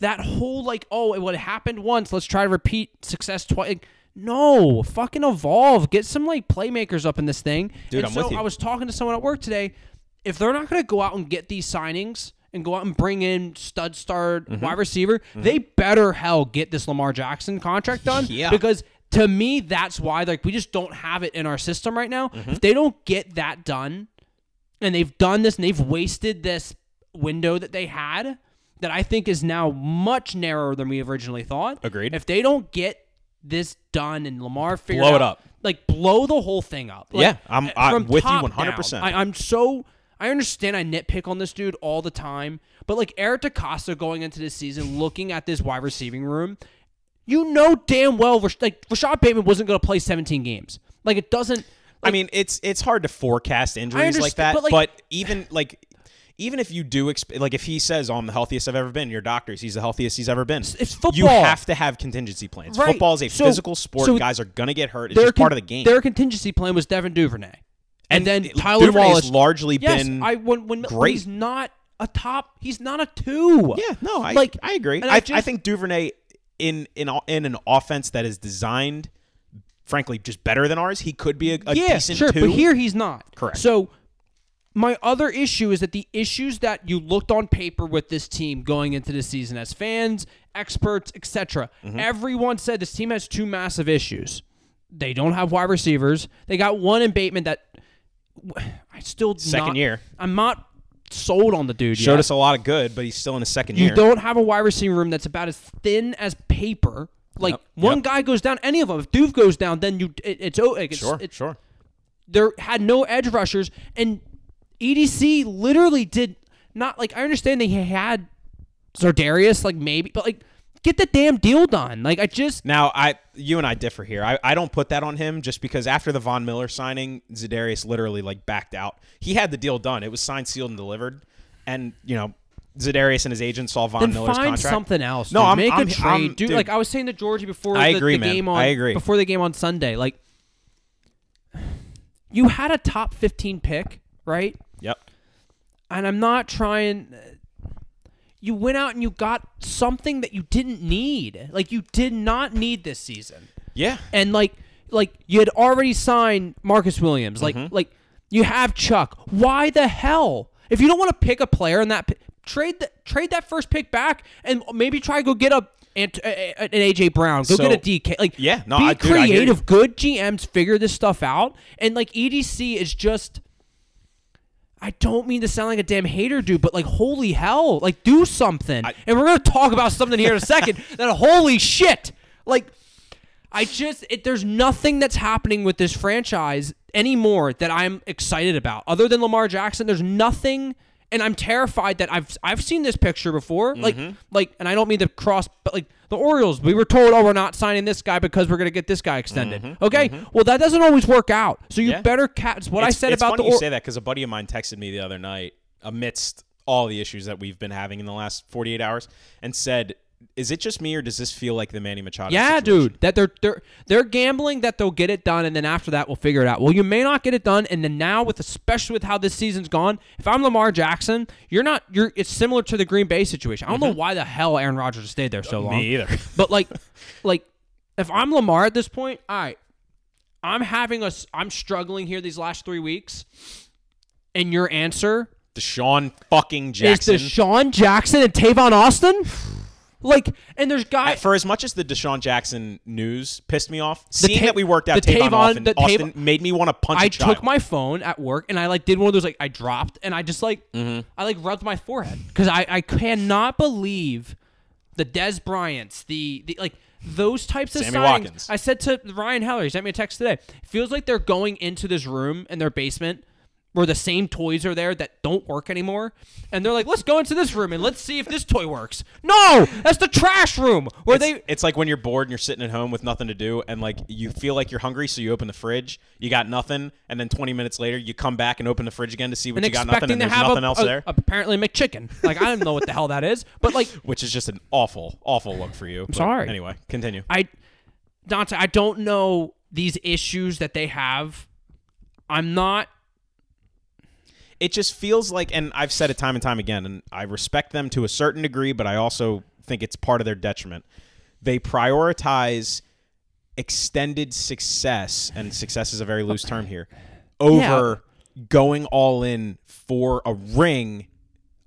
Speaker 2: that whole like, "Oh, what happened once? Let's try to repeat success twice." Like, no, fucking evolve. Get some like playmakers up in this thing.
Speaker 1: Dude,
Speaker 2: and
Speaker 1: I'm
Speaker 2: so
Speaker 1: with you.
Speaker 2: I was talking to someone at work today. If they're not going to go out and get these signings and go out and bring in stud star
Speaker 1: Mm-hmm.
Speaker 2: wide receiver, they better hell get this Lamar Jackson contract done.
Speaker 1: Yeah.
Speaker 2: Because to me, that's why like we just don't have it in our system right now.
Speaker 1: Mm-hmm.
Speaker 2: If they don't get that done, and they've done this and they've wasted this window that they had that I think is now much narrower than we originally thought.
Speaker 1: Agreed.
Speaker 2: If they don't get this done and Lamar figure
Speaker 1: Blow
Speaker 2: out,
Speaker 1: it up.
Speaker 2: like blow the whole thing up. Like,
Speaker 1: Yeah, I'm- I'm
Speaker 2: from
Speaker 1: with you
Speaker 2: top
Speaker 1: 100%.
Speaker 2: down. I, I'm so I understand I nitpick on this dude all the time, but like Eric DaCosta going into this season, looking at this wide receiving room, you know damn well Rash- like Rashad Bateman wasn't going to play 17 games. Like it doesn't.
Speaker 1: I mean, it's it's hard to forecast injuries like that.
Speaker 2: understand-
Speaker 1: But,
Speaker 2: but, like-
Speaker 1: even like even if you do exp- like if he says, "Oh, I'm the healthiest I've ever been," your doctors, he's the healthiest he's ever been.
Speaker 2: it's
Speaker 1: You
Speaker 2: football.
Speaker 1: have to have contingency plans.
Speaker 2: Right.
Speaker 1: Football is a
Speaker 2: So-
Speaker 1: physical sport.
Speaker 2: so
Speaker 1: Guys are gonna get hurt. It's
Speaker 2: their
Speaker 1: just
Speaker 2: con-
Speaker 1: part of the game.
Speaker 2: Their contingency plan was Devin Duvernay, and, then
Speaker 1: it-
Speaker 2: Tyler
Speaker 1: Duvernay's
Speaker 2: Wallace.
Speaker 1: largely
Speaker 2: yes,
Speaker 1: been
Speaker 2: I when, when
Speaker 1: great.
Speaker 2: he's not a top, he's not a two.
Speaker 1: Yeah, no, I
Speaker 2: Like,
Speaker 1: I agree.
Speaker 2: and
Speaker 1: I,
Speaker 2: I
Speaker 1: I,
Speaker 2: just-
Speaker 1: think Duvernay in in all- in an offense that is designed, frankly, just better than ours. He could be a, a
Speaker 2: yeah,
Speaker 1: decent
Speaker 2: sure,
Speaker 1: two.
Speaker 2: but here he's not.
Speaker 1: Correct.
Speaker 2: So my other issue is that the issues that you looked on paper with this team going into the season as fans, experts, etc.
Speaker 1: Mm-hmm.
Speaker 2: Everyone said this team has two massive issues. They don't have wide receivers. They got one in Bateman that I still
Speaker 1: Second
Speaker 2: not-
Speaker 1: year.
Speaker 2: I'm not sold on the dude.
Speaker 1: showed
Speaker 2: yet.
Speaker 1: us a lot of good, but he's still in his second
Speaker 2: You
Speaker 1: year.
Speaker 2: don't have a wide receiver room that's about as thin as paper. Like
Speaker 1: Yep,
Speaker 2: one
Speaker 1: yep.
Speaker 2: guy goes down, any of them. If Duve goes down, then you it, it's oh, it's,
Speaker 1: sure,
Speaker 2: it's
Speaker 1: sure.
Speaker 2: there had no edge rushers, and EDC literally did not like. I understand they had Zardarius, like maybe, but like get the damn deal done. Like I just
Speaker 1: Now I you and I differ here. I, I don't put that on him just because after the Von Miller signing, Zadarius literally like backed out. He had the deal done. It was signed, sealed, and delivered. And, you know, Zedarius and his agent saw Von
Speaker 2: Then
Speaker 1: Miller's
Speaker 2: find
Speaker 1: contract.
Speaker 2: something else.
Speaker 1: No,
Speaker 2: dude.
Speaker 1: I'm-
Speaker 2: make
Speaker 1: I'm-
Speaker 2: a trade,
Speaker 1: I'm-
Speaker 2: dude,
Speaker 1: dude.
Speaker 2: Like I was saying to Georgie before
Speaker 1: I
Speaker 2: the,
Speaker 1: agree,
Speaker 2: the
Speaker 1: man.
Speaker 2: game on
Speaker 1: I agree.
Speaker 2: before the game on Sunday. Like you had a top fifteen pick, right?
Speaker 1: Yep.
Speaker 2: and I'm not trying. uh, You went out and you got something that you didn't need. Like you did not need this season,
Speaker 1: Yeah.
Speaker 2: and like like you had already signed Marcus Williams. Like
Speaker 1: Mm-hmm.
Speaker 2: like you have Chuck. Why the hell? If you don't want to pick a player in that pi- trade, the, trade that first pick back, and maybe try to go get a Ant- a- a- an AJ Brown. Go
Speaker 1: So-
Speaker 2: get a DK. Like
Speaker 1: Yeah, no,
Speaker 2: be
Speaker 1: I- dude, I hear you.
Speaker 2: creative. Good GMs figure this stuff out, and like EDC is just. I don't mean to sound like a damn hater, dude, but like, holy hell, like, do something. and we're gonna talk about something here in a second. That holy shit, like, I just it, there's nothing that's happening with this franchise anymore that I'm excited about, other than Lamar Jackson. There's nothing, and I'm terrified that I've I've seen this picture before,
Speaker 1: Mm-hmm.
Speaker 2: like like, and I don't mean to cross, but like the Orioles, we were told, oh, we're not signing this guy because we're gonna get this guy extended. Okay, well that doesn't always work out, so you
Speaker 1: Mm-hmm. Yeah.
Speaker 2: better catch what I
Speaker 1: It's-
Speaker 2: said
Speaker 1: it's
Speaker 2: about
Speaker 1: funny
Speaker 2: the
Speaker 1: you
Speaker 2: Orioles.
Speaker 1: say that because a buddy of mine texted me the other night amidst all the issues that we've been having in the last 48 hours and said, "Is it just me or does this feel like the Manny Machado?"
Speaker 2: Yeah,
Speaker 1: situation?
Speaker 2: dude. That they're they're they're gambling that they'll get it done, and then after that we'll figure it out. Well, you may not get it done, and then now with especially with how this season's gone, if I'm Lamar Jackson, you're not. You're it's similar to the Green Bay situation. I don't know why the hell Aaron Rodgers stayed there so long.
Speaker 1: Mm-hmm. Me either.
Speaker 2: But like, like if I'm Lamar at this point, all right, I'm having a s- I'm struggling here these last three weeks, and your answer
Speaker 1: Deshaun fucking Jackson.
Speaker 2: is Deshaun Jackson and Tavon Austin. Like, and there's guys.
Speaker 1: for as much as the Deshaun Jackson news pissed me off, seeing
Speaker 2: Ta-
Speaker 1: that we worked out
Speaker 2: the
Speaker 1: Tavon,
Speaker 2: Tavon-
Speaker 1: Austin,
Speaker 2: the Tav-
Speaker 1: Austin made me want to punch.
Speaker 2: I
Speaker 1: a child.
Speaker 2: took my phone at work and I like did one of those like I dropped and I just like
Speaker 1: Mm-hmm.
Speaker 2: I like rubbed my forehead because I I cannot believe the Des Bryant's the, the like those types of
Speaker 1: Sammy
Speaker 2: signings.
Speaker 1: Watkins.
Speaker 2: I said to Ryan Heller, he sent me a text today. feels like they're going into this room in their basement where the same toys are there that don't work anymore, and they're like, let's go into this room and let's see if this toy works. No, that's the trash room where
Speaker 1: It's-
Speaker 2: they
Speaker 1: it's like when you're bored and you're sitting at home with nothing to do and like you feel like you're hungry so you open the fridge you got nothing and then 20 minutes later you come back and open the fridge again to see what
Speaker 2: and
Speaker 1: you got nothing
Speaker 2: expecting
Speaker 1: and
Speaker 2: to
Speaker 1: there's
Speaker 2: have
Speaker 1: nothing
Speaker 2: a,
Speaker 1: else
Speaker 2: a-
Speaker 1: there
Speaker 2: apparently McChicken. Like I don't know what the hell that is, but like
Speaker 1: which is just an awful awful look for you But
Speaker 2: sorry.
Speaker 1: anyway continue
Speaker 2: I Dante, I don't know these issues that they have. I'm not
Speaker 1: it just feels like and I've said it time and time again and I respect them to a certain degree but I also think it's part of their detriment they prioritize extended success and success is a very loose term here over going all in for a ring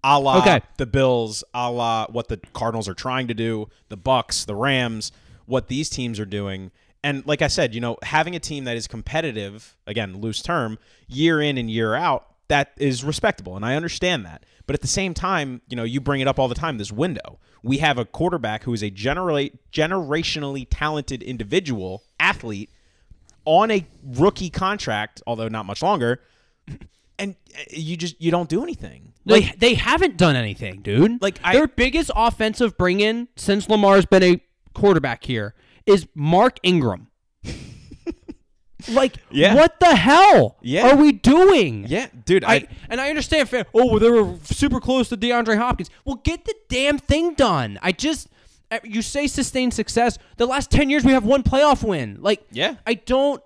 Speaker 1: a la
Speaker 2: Okay.
Speaker 1: the Bills, a la what the Cardinals are trying to do, the Bucks, the Rams, what these teams are doing. And like I said, you know, having a team that is competitive, again, loose term, year in and year out, that is respectable. And I understand that. But at the same time, you know, you bring it up all the time this window. We have a quarterback who is a generally, generationally talented individual, athlete, on a rookie contract, although not much longer. And uh, you just you don't do anything.
Speaker 2: they they haven't done anything, dude.
Speaker 1: Like, I-
Speaker 2: their biggest offensive bring in since Lamar's been a quarterback here is Mark Ingram. like
Speaker 1: Yeah.
Speaker 2: what the hell
Speaker 1: Yeah.
Speaker 2: are we doing?
Speaker 1: Yeah, dude. I,
Speaker 2: I, and I understand. Fan, oh, well, they were super close to DeAndre Hopkins. Well, get the damn thing done. I just uh, you say sustained success. The last ten years, we have one playoff win. Like,
Speaker 1: Yeah.
Speaker 2: I don't.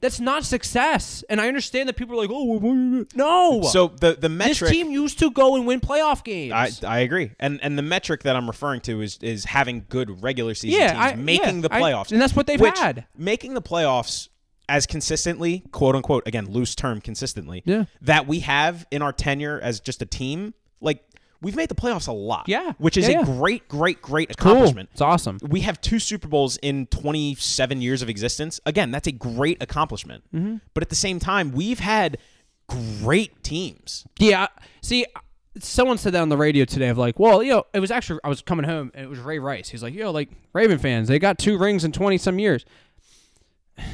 Speaker 2: That's not success. And I understand that people are like, oh, well, well, well." no.
Speaker 1: so the the
Speaker 2: this
Speaker 1: metric.
Speaker 2: team used to go and win playoff games.
Speaker 1: I, I agree, and and the metric that I'm referring to is is having good regular season
Speaker 2: Yeah,
Speaker 1: teams
Speaker 2: I-
Speaker 1: making
Speaker 2: yeah,
Speaker 1: the
Speaker 2: I-
Speaker 1: playoffs,
Speaker 2: and that's what they've
Speaker 1: which-
Speaker 2: had.
Speaker 1: Making the playoffs as consistently, quote unquote, again loose term, consistently,
Speaker 2: Yeah.
Speaker 1: that we have in our tenure as just a team. Like we've made the playoffs a lot,
Speaker 2: Yeah,
Speaker 1: which is a
Speaker 2: yeah, yeah.
Speaker 1: great, great, great
Speaker 2: cool.
Speaker 1: accomplishment.
Speaker 2: It's awesome.
Speaker 1: We have two Super Bowls in 27 years of existence. Again, that's a great accomplishment.
Speaker 2: Mm-hmm.
Speaker 1: But at the same time, we've had great teams.
Speaker 2: Yeah. See, someone said that on the radio today of like, well, you know, it was actually, I was coming home and it was Ray Rice. He's like, yo, like, Raven fans, they got two rings in 20 some years.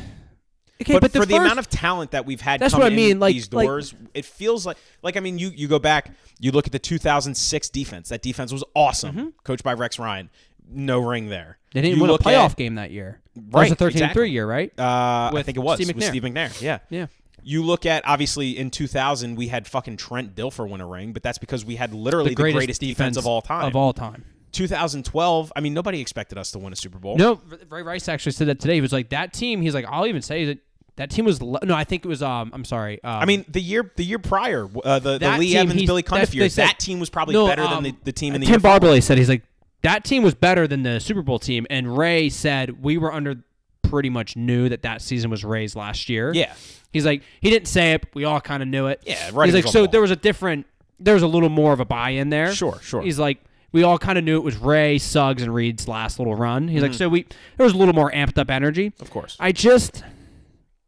Speaker 2: Okay,
Speaker 1: but,
Speaker 2: but,
Speaker 1: for the,
Speaker 2: first,
Speaker 1: amount of talent that we've had
Speaker 2: That's
Speaker 1: come
Speaker 2: what I
Speaker 1: in
Speaker 2: mean, like-
Speaker 1: these
Speaker 2: like-
Speaker 1: doors it feels like like i mean you you go back you look at the 2006 defense that defense was awesome coached by rex ryan no ring there
Speaker 2: Mm-hmm. They didn't
Speaker 1: you
Speaker 2: win a
Speaker 1: look
Speaker 2: playoff
Speaker 1: at,
Speaker 2: game that year. That
Speaker 1: Right,
Speaker 2: was a 13
Speaker 1: exactly.
Speaker 2: 3 year, right?
Speaker 1: uh, i
Speaker 2: with
Speaker 1: think it was
Speaker 2: Steve
Speaker 1: with
Speaker 2: McNair.
Speaker 1: steve mcnair yeah
Speaker 2: Yeah.
Speaker 1: You look at obviously in 2000 we had fucking Trent Dilfer win a ring, but that's because we had literally the greatest, defense, of all time.
Speaker 2: Of all time.
Speaker 1: 2012, I mean nobody expected us to win a Super Bowl.
Speaker 2: No, Ray Rice actually said that today. He was like, that team, he's like, I'll even say that that team was, le- no, I think it was, um, I'm sorry. Um,
Speaker 1: I mean the year the year prior, uh, the, the
Speaker 2: That
Speaker 1: Lee
Speaker 2: team,
Speaker 1: Evans
Speaker 2: he's-
Speaker 1: Billy
Speaker 2: that's-
Speaker 1: Cundiff
Speaker 2: they
Speaker 1: year,
Speaker 2: said-
Speaker 1: that team was probably
Speaker 2: No,
Speaker 1: better
Speaker 2: um,
Speaker 1: than the, the team in the
Speaker 2: Tim
Speaker 1: year before.
Speaker 2: Barberley said he's like that team was better than the Super Bowl team, and Ray said we were under pretty much knew that that season was Ray's last year.
Speaker 1: Yeah.
Speaker 2: he's like he didn't say it, but we all kind of knew it.
Speaker 1: Yeah, writing was
Speaker 2: He's like
Speaker 1: on
Speaker 2: so
Speaker 1: the wall.
Speaker 2: there was a different, there was a little more of a buy in there.
Speaker 1: Sure, sure.
Speaker 2: He's like we all kind of knew it was Ray Suggs and Reed's last little run. He's like so we there was a little more amped up energy.
Speaker 1: Mm-hmm. Of course.
Speaker 2: I just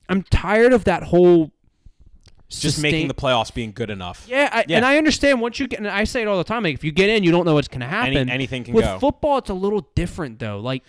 Speaker 2: I'm tired of that whole
Speaker 1: Just making the playoffs being good enough.
Speaker 2: yeah, I,
Speaker 1: Yeah.
Speaker 2: and I understand once you get. And I say it all the time. Like if you get in, you don't know what's going to happen.
Speaker 1: anything can
Speaker 2: With
Speaker 1: go.
Speaker 2: football, it's a little different though. Like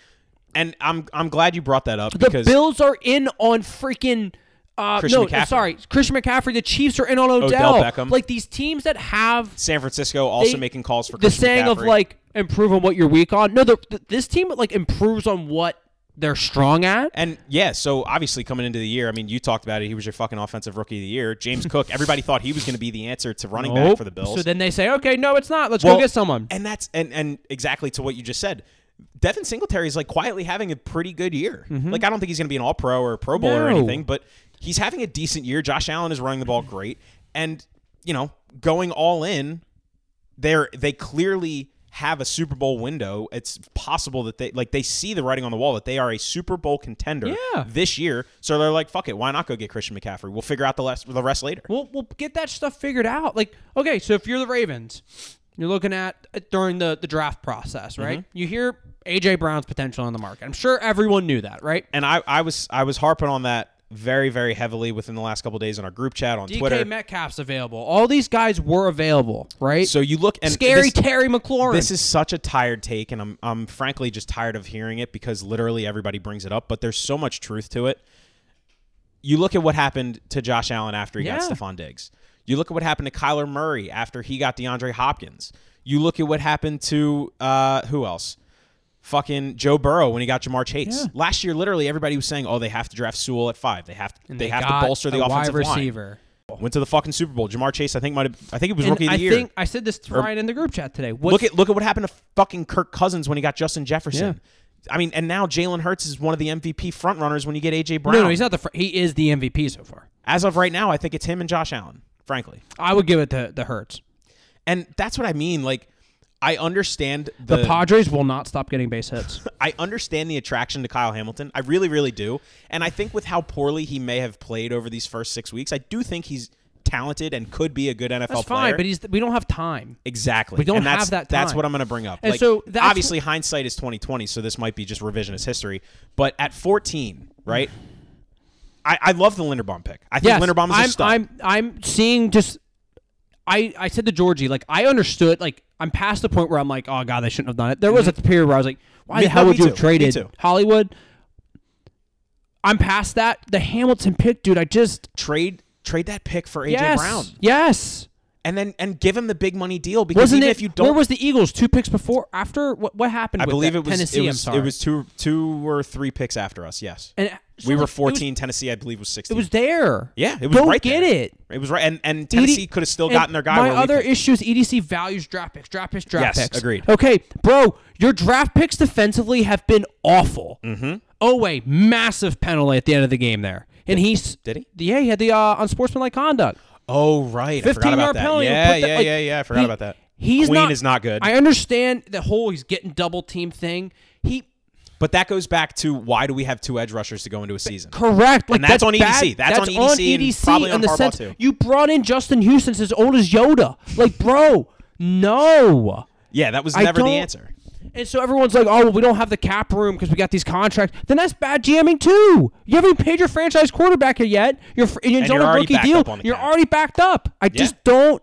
Speaker 1: And I'm I'm glad you brought that up
Speaker 2: the
Speaker 1: because
Speaker 2: Bills are in on freaking. Uh,
Speaker 1: Christian
Speaker 2: no,
Speaker 1: McCaffrey.
Speaker 2: sorry, Christian McCaffrey. The Chiefs are in on Odell.
Speaker 1: Odell Beckham.
Speaker 2: Like these teams that have
Speaker 1: San Francisco also
Speaker 2: they-
Speaker 1: making calls for
Speaker 2: the
Speaker 1: Christian
Speaker 2: saying of
Speaker 1: McCaffrey.
Speaker 2: like improve on what you're weak on. No, the, th- this team like improves on what they're strong at.
Speaker 1: And yeah, so obviously coming into the year, I mean, you talked about it. He was your fucking offensive rookie of the year. James Cook, everybody thought he was going to be the answer to running back
Speaker 2: Nope.
Speaker 1: for the Bills.
Speaker 2: Oh. So then they say, okay, no, it's not. Let's
Speaker 1: Well,
Speaker 2: go get someone.
Speaker 1: And that's and and exactly to what you just said. Devin Singletary is like quietly having a pretty good year. Like I don't think he's going to be an All Pro or a Pro Bowl or
Speaker 2: Mm-hmm. No.
Speaker 1: anything, but he's having a decent year. Josh Allen is running the ball great, and you know, going all in, they're they clearly have a Super Bowl window. It's possible that they like they see the writing on the wall that they are a Super Bowl contender
Speaker 2: Yeah.
Speaker 1: this year. So they're like, fuck it, why not go get Christian McCaffrey? We'll figure out the rest the rest later.
Speaker 2: We'll we'll get that stuff figured out. Like, okay, so if you're the Ravens, you're looking at uh, during the the draft
Speaker 1: Mm-hmm.
Speaker 2: process, right? You hear AJ Brown's potential on the market. I'm sure everyone knew that, right?
Speaker 1: and I, I was I was harping on that very very heavily within the last couple days on our group chat on Twitter.
Speaker 2: DK Metcalf's available. All these guys were available, right?
Speaker 1: so you look and
Speaker 2: Scary
Speaker 1: This,
Speaker 2: Terry McLaurin.
Speaker 1: this is such a tired take, and I'm I'm frankly just tired of hearing it because literally everybody brings it up, but there's so much truth to it. You look at what happened to Josh Allen after he
Speaker 2: Yeah.
Speaker 1: got Stephon Diggs. You look at what happened to Kyler Murray after he got DeAndre Hopkins. You look at what happened to uh, who else? Fucking Joe Burrow when he got Jamar Chase
Speaker 2: Yeah.
Speaker 1: last year. Literally everybody was saying, "Oh, they have to draft Sewell at five. They have to,
Speaker 2: And
Speaker 1: they, have
Speaker 2: got
Speaker 1: to bolster the
Speaker 2: a
Speaker 1: offensive
Speaker 2: wide
Speaker 1: line."
Speaker 2: receiver.
Speaker 1: Went to the fucking Super Bowl. Jamar Chase, I think might have. I think it was
Speaker 2: And
Speaker 1: rookie of
Speaker 2: I
Speaker 1: the year.
Speaker 2: think I said this to Ryan in the group chat today. What's,
Speaker 1: look at look at what happened to fucking Kirk Cousins when he got Justin Jefferson. I mean, and now Jalen Hurts is one of the MVP frontrunners when you get AJ Brown.
Speaker 2: no, no, he's not the fr- he is the MVP so far.
Speaker 1: As of right now, I think it's him and Josh Allen, frankly.
Speaker 2: I would give it to the Hurts.
Speaker 1: And that's what I mean. Like, I understand the,
Speaker 2: The Padres will not stop getting base hits.
Speaker 1: I understand the attraction to Kyle Hamilton. I really, really do. And I think with how poorly he may have played over these first six weeks, I do think he's talented and could be a good NFL
Speaker 2: That's
Speaker 1: player.
Speaker 2: fine, but he's we don't have time.
Speaker 1: Exactly.
Speaker 2: We don't
Speaker 1: and that's,
Speaker 2: have that
Speaker 1: That's
Speaker 2: time.
Speaker 1: what I'm going to bring up.
Speaker 2: And
Speaker 1: like,
Speaker 2: so that's wh-
Speaker 1: obviously, hindsight is 2020, so this might be just revisionist history. But at 14, right? I, I love the Linderbaum pick. I think
Speaker 2: Yes,
Speaker 1: Linderbaum is a
Speaker 2: I'm,
Speaker 1: stud.
Speaker 2: I'm I'm seeing just I I said to Georgie like I understood like I'm past the point where I'm like oh god they shouldn't have done it. There was a period where I was like why
Speaker 1: Mm-hmm. Me-
Speaker 2: the hell
Speaker 1: no, me
Speaker 2: would you have
Speaker 1: too, me
Speaker 2: traded
Speaker 1: too.
Speaker 2: Hollywood? I'm past that. The Hamilton pick, dude. I just
Speaker 1: trade trade that pick for AJ
Speaker 2: yes
Speaker 1: Brown,
Speaker 2: yes.
Speaker 1: and then and give him the big money deal because
Speaker 2: Wasn't
Speaker 1: even
Speaker 2: it?
Speaker 1: if you don't,
Speaker 2: where was the Eagles two picks before after what what happened?
Speaker 1: I
Speaker 2: with
Speaker 1: believe
Speaker 2: that?
Speaker 1: it was
Speaker 2: Tennessee.
Speaker 1: it was
Speaker 2: I'm sorry.
Speaker 1: it was two two or three picks after us. Yes,
Speaker 2: And, uh, so,
Speaker 1: we
Speaker 2: like,
Speaker 1: were
Speaker 2: it was-
Speaker 1: 14. Tennessee, I believe, was 16.
Speaker 2: It was, there.
Speaker 1: yeah, it was
Speaker 2: Don't
Speaker 1: right.
Speaker 2: get
Speaker 1: there.
Speaker 2: it.
Speaker 1: It was right, and and Tennessee
Speaker 2: ED
Speaker 1: could have still
Speaker 2: E and
Speaker 1: gotten their guy.
Speaker 2: My
Speaker 1: where we
Speaker 2: other
Speaker 1: picked.
Speaker 2: issue is EDC values draft picks, draft picks, draft
Speaker 1: Yes,
Speaker 2: picks.
Speaker 1: agreed.
Speaker 2: Okay, bro, your draft picks defensively have been awful. Mm-hmm. Oh wait, massive penalty at the end of the game there, and he's
Speaker 1: did he?
Speaker 2: Yeah, he had the uh, unsportsmanlike conduct.
Speaker 1: Oh right, I forgot
Speaker 2: Fifteen
Speaker 1: about
Speaker 2: yard
Speaker 1: that.
Speaker 2: penalty.
Speaker 1: Yeah,
Speaker 2: put that-
Speaker 1: yeah,
Speaker 2: like,
Speaker 1: yeah, yeah. I forgot
Speaker 2: he-
Speaker 1: about that.
Speaker 2: He's
Speaker 1: Queen
Speaker 2: not,
Speaker 1: is not good.
Speaker 2: I understand the whole he's getting double team thing. He
Speaker 1: But that goes back to why do we have two edge rushers to go into a season?
Speaker 2: correct. Like
Speaker 1: And that's on
Speaker 2: bad.
Speaker 1: EDC. That's on EDC and
Speaker 2: EDC
Speaker 1: probably
Speaker 2: in
Speaker 1: on
Speaker 2: the
Speaker 1: Harbaugh,
Speaker 2: sense
Speaker 1: too.
Speaker 2: you brought in Justin Houston's as old as Yoda. Like, bro, no.
Speaker 1: Yeah, that was
Speaker 2: I
Speaker 1: never the
Speaker 2: don't-
Speaker 1: answer.
Speaker 2: And so everyone's like, oh, well, we don't have the cap room because we got these contracts. Then that's bad GMing too. You haven't paid your franchise quarterback yet. You're fr- and it's
Speaker 1: you're
Speaker 2: on a
Speaker 1: already
Speaker 2: rookie
Speaker 1: backed
Speaker 2: deal.
Speaker 1: up on the
Speaker 2: You're
Speaker 1: cap.
Speaker 2: already backed up. I just don't.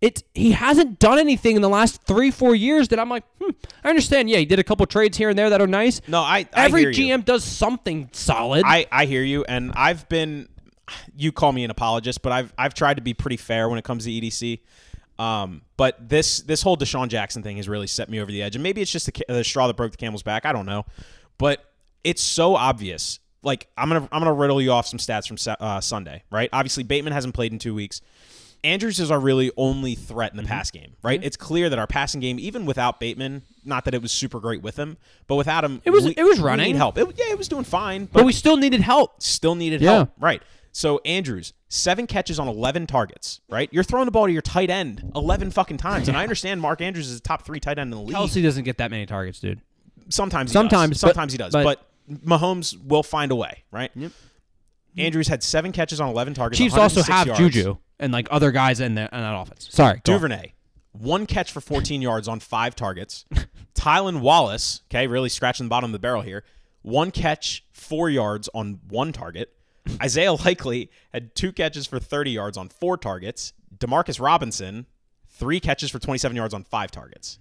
Speaker 2: It's he hasn't done anything in the last three four years that I'm like, hmm, I understand. Yeah, he did a couple trades here and there that are nice.
Speaker 1: No, I, I
Speaker 2: Every
Speaker 1: hear you.
Speaker 2: GM does something solid.
Speaker 1: I, I hear you, and I've been. You call me an apologist, but I've I've tried to be pretty fair when it comes to EDC. Um, but this this whole Deshaun Jackson thing has really set me over the edge, and maybe it's just the, ca- the straw that broke the camel's back. I don't know, but it's so obvious like I'm gonna I'm gonna riddle you off some stats from Sa- uh, Sunday, right? Obviously, Bateman hasn't played in two weeks. Andrews is our really only threat in
Speaker 2: Mm-hmm.
Speaker 1: the pass game, right? It's clear that our passing game, even without Bateman, not that it was super great with him, but without him,
Speaker 2: It was-
Speaker 1: we-
Speaker 2: it was
Speaker 1: we need
Speaker 2: running.
Speaker 1: help. It, yeah, it was doing fine, but
Speaker 2: But we still needed help.
Speaker 1: still needed
Speaker 2: Yeah.
Speaker 1: help. Right. So Andrews, seven catches on eleven targets. Right. You're throwing the ball to your tight end eleven fucking times, and I understand Mark Andrews is a top three tight end in the league.
Speaker 2: Kelsey doesn't get that many targets, dude.
Speaker 1: Sometimes, he
Speaker 2: Sometimes,
Speaker 1: does.
Speaker 2: but-
Speaker 1: sometimes he does,
Speaker 2: but-
Speaker 1: but, Mahomes will find a way. Right. Yep. Andrews had seven catches on eleven targets.
Speaker 2: Chiefs also
Speaker 1: 106
Speaker 2: have
Speaker 1: yards.
Speaker 2: Juju and like other guys in, the, in that offense. Sorry, go on.
Speaker 1: Duvernay, one catch for 14 yards on five targets. Tylen Wallace, okay, really scratching the bottom of the barrel here. One catch, four yards on one target. Isaiah Likely had two catches for 30 yards on four targets. Demarcus Robinson, three catches for 27 yards on five targets.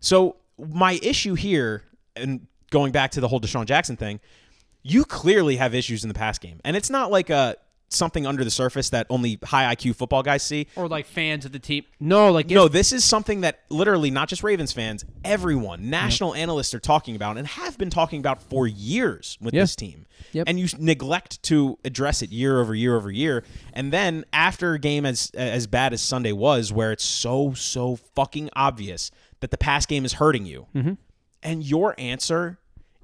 Speaker 1: So my issue here, and going back to the whole Deshaun Jackson thing, you clearly have issues in the pass game, and it's not like a something under the surface that only high IQ football guys see.
Speaker 2: or like fans of the team. No, like
Speaker 1: No, this is something that literally not just Ravens fans, everyone, national analysts are talking about and have been talking about for years with
Speaker 2: Yeah.
Speaker 1: this team.
Speaker 2: Yep.
Speaker 1: And you s- neglect to address it year over year over year. And then after a game as as bad as Sunday was, where it's so so fucking obvious that the pass game is hurting you,
Speaker 2: Mm-hmm.
Speaker 1: and your answer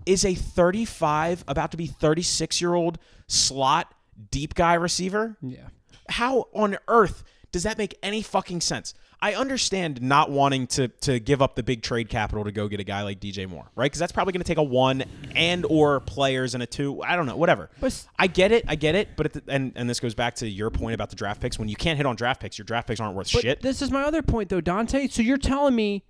Speaker 1: is a 35, about to be 36 year old slot deep guy receiver
Speaker 2: yeah,
Speaker 1: how on earth does that make any fucking sense? I understand not wanting to to give up the big trade capital to go get a guy like DJ Moore, right? Because that's probably going to take a one and or players and a two. I don't know, whatever.
Speaker 2: But-
Speaker 1: I get it, I get it. But at the, and and this goes back to your point about the draft picks. When you can't hit on draft picks, your draft picks aren't worth
Speaker 2: but
Speaker 1: shit.
Speaker 2: this is my other point though, Dante. So you're telling me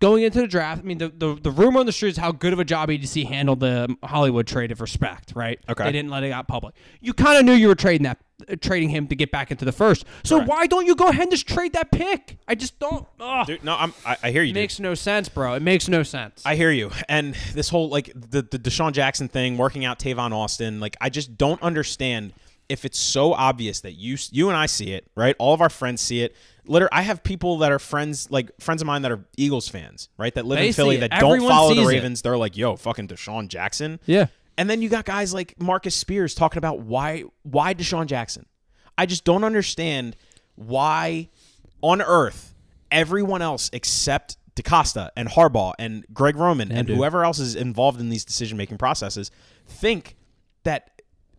Speaker 2: going into the draft? I mean, the, the the rumor on the street is how good of a job EDC handled the Hollywood trade of respect, right?
Speaker 1: Okay.
Speaker 2: they didn't let it out public. You kind of knew you were trading that, uh, trading him to get back into the first. So why don't you go ahead and just trade that pick? I just don't. Ugh,
Speaker 1: Dude, no, I'm, I, I hear you.
Speaker 2: it
Speaker 1: dude.
Speaker 2: makes no sense, bro. It makes no sense.
Speaker 1: I hear you. And this whole like the, the Deshaun Jackson thing, working out Tavon Austin, like I just don't understand if it's so obvious that you you and I see it, right? All of our friends see it. Literally, I have people that are friends, like friends of mine that are Eagles fans, right? That live
Speaker 2: They
Speaker 1: in
Speaker 2: see
Speaker 1: Philly
Speaker 2: it.
Speaker 1: that don't
Speaker 2: Everyone
Speaker 1: follow the
Speaker 2: sees it.
Speaker 1: Ravens. They're like, yo, fucking Deshaun Jackson.
Speaker 2: Yeah.
Speaker 1: And then you got guys like Marcus Spears talking about why why Deshaun Jackson. I just don't understand why on earth everyone else except DaCosta and Harbaugh and Greg Roman and
Speaker 2: dude.
Speaker 1: whoever else is involved in these decision making processes think that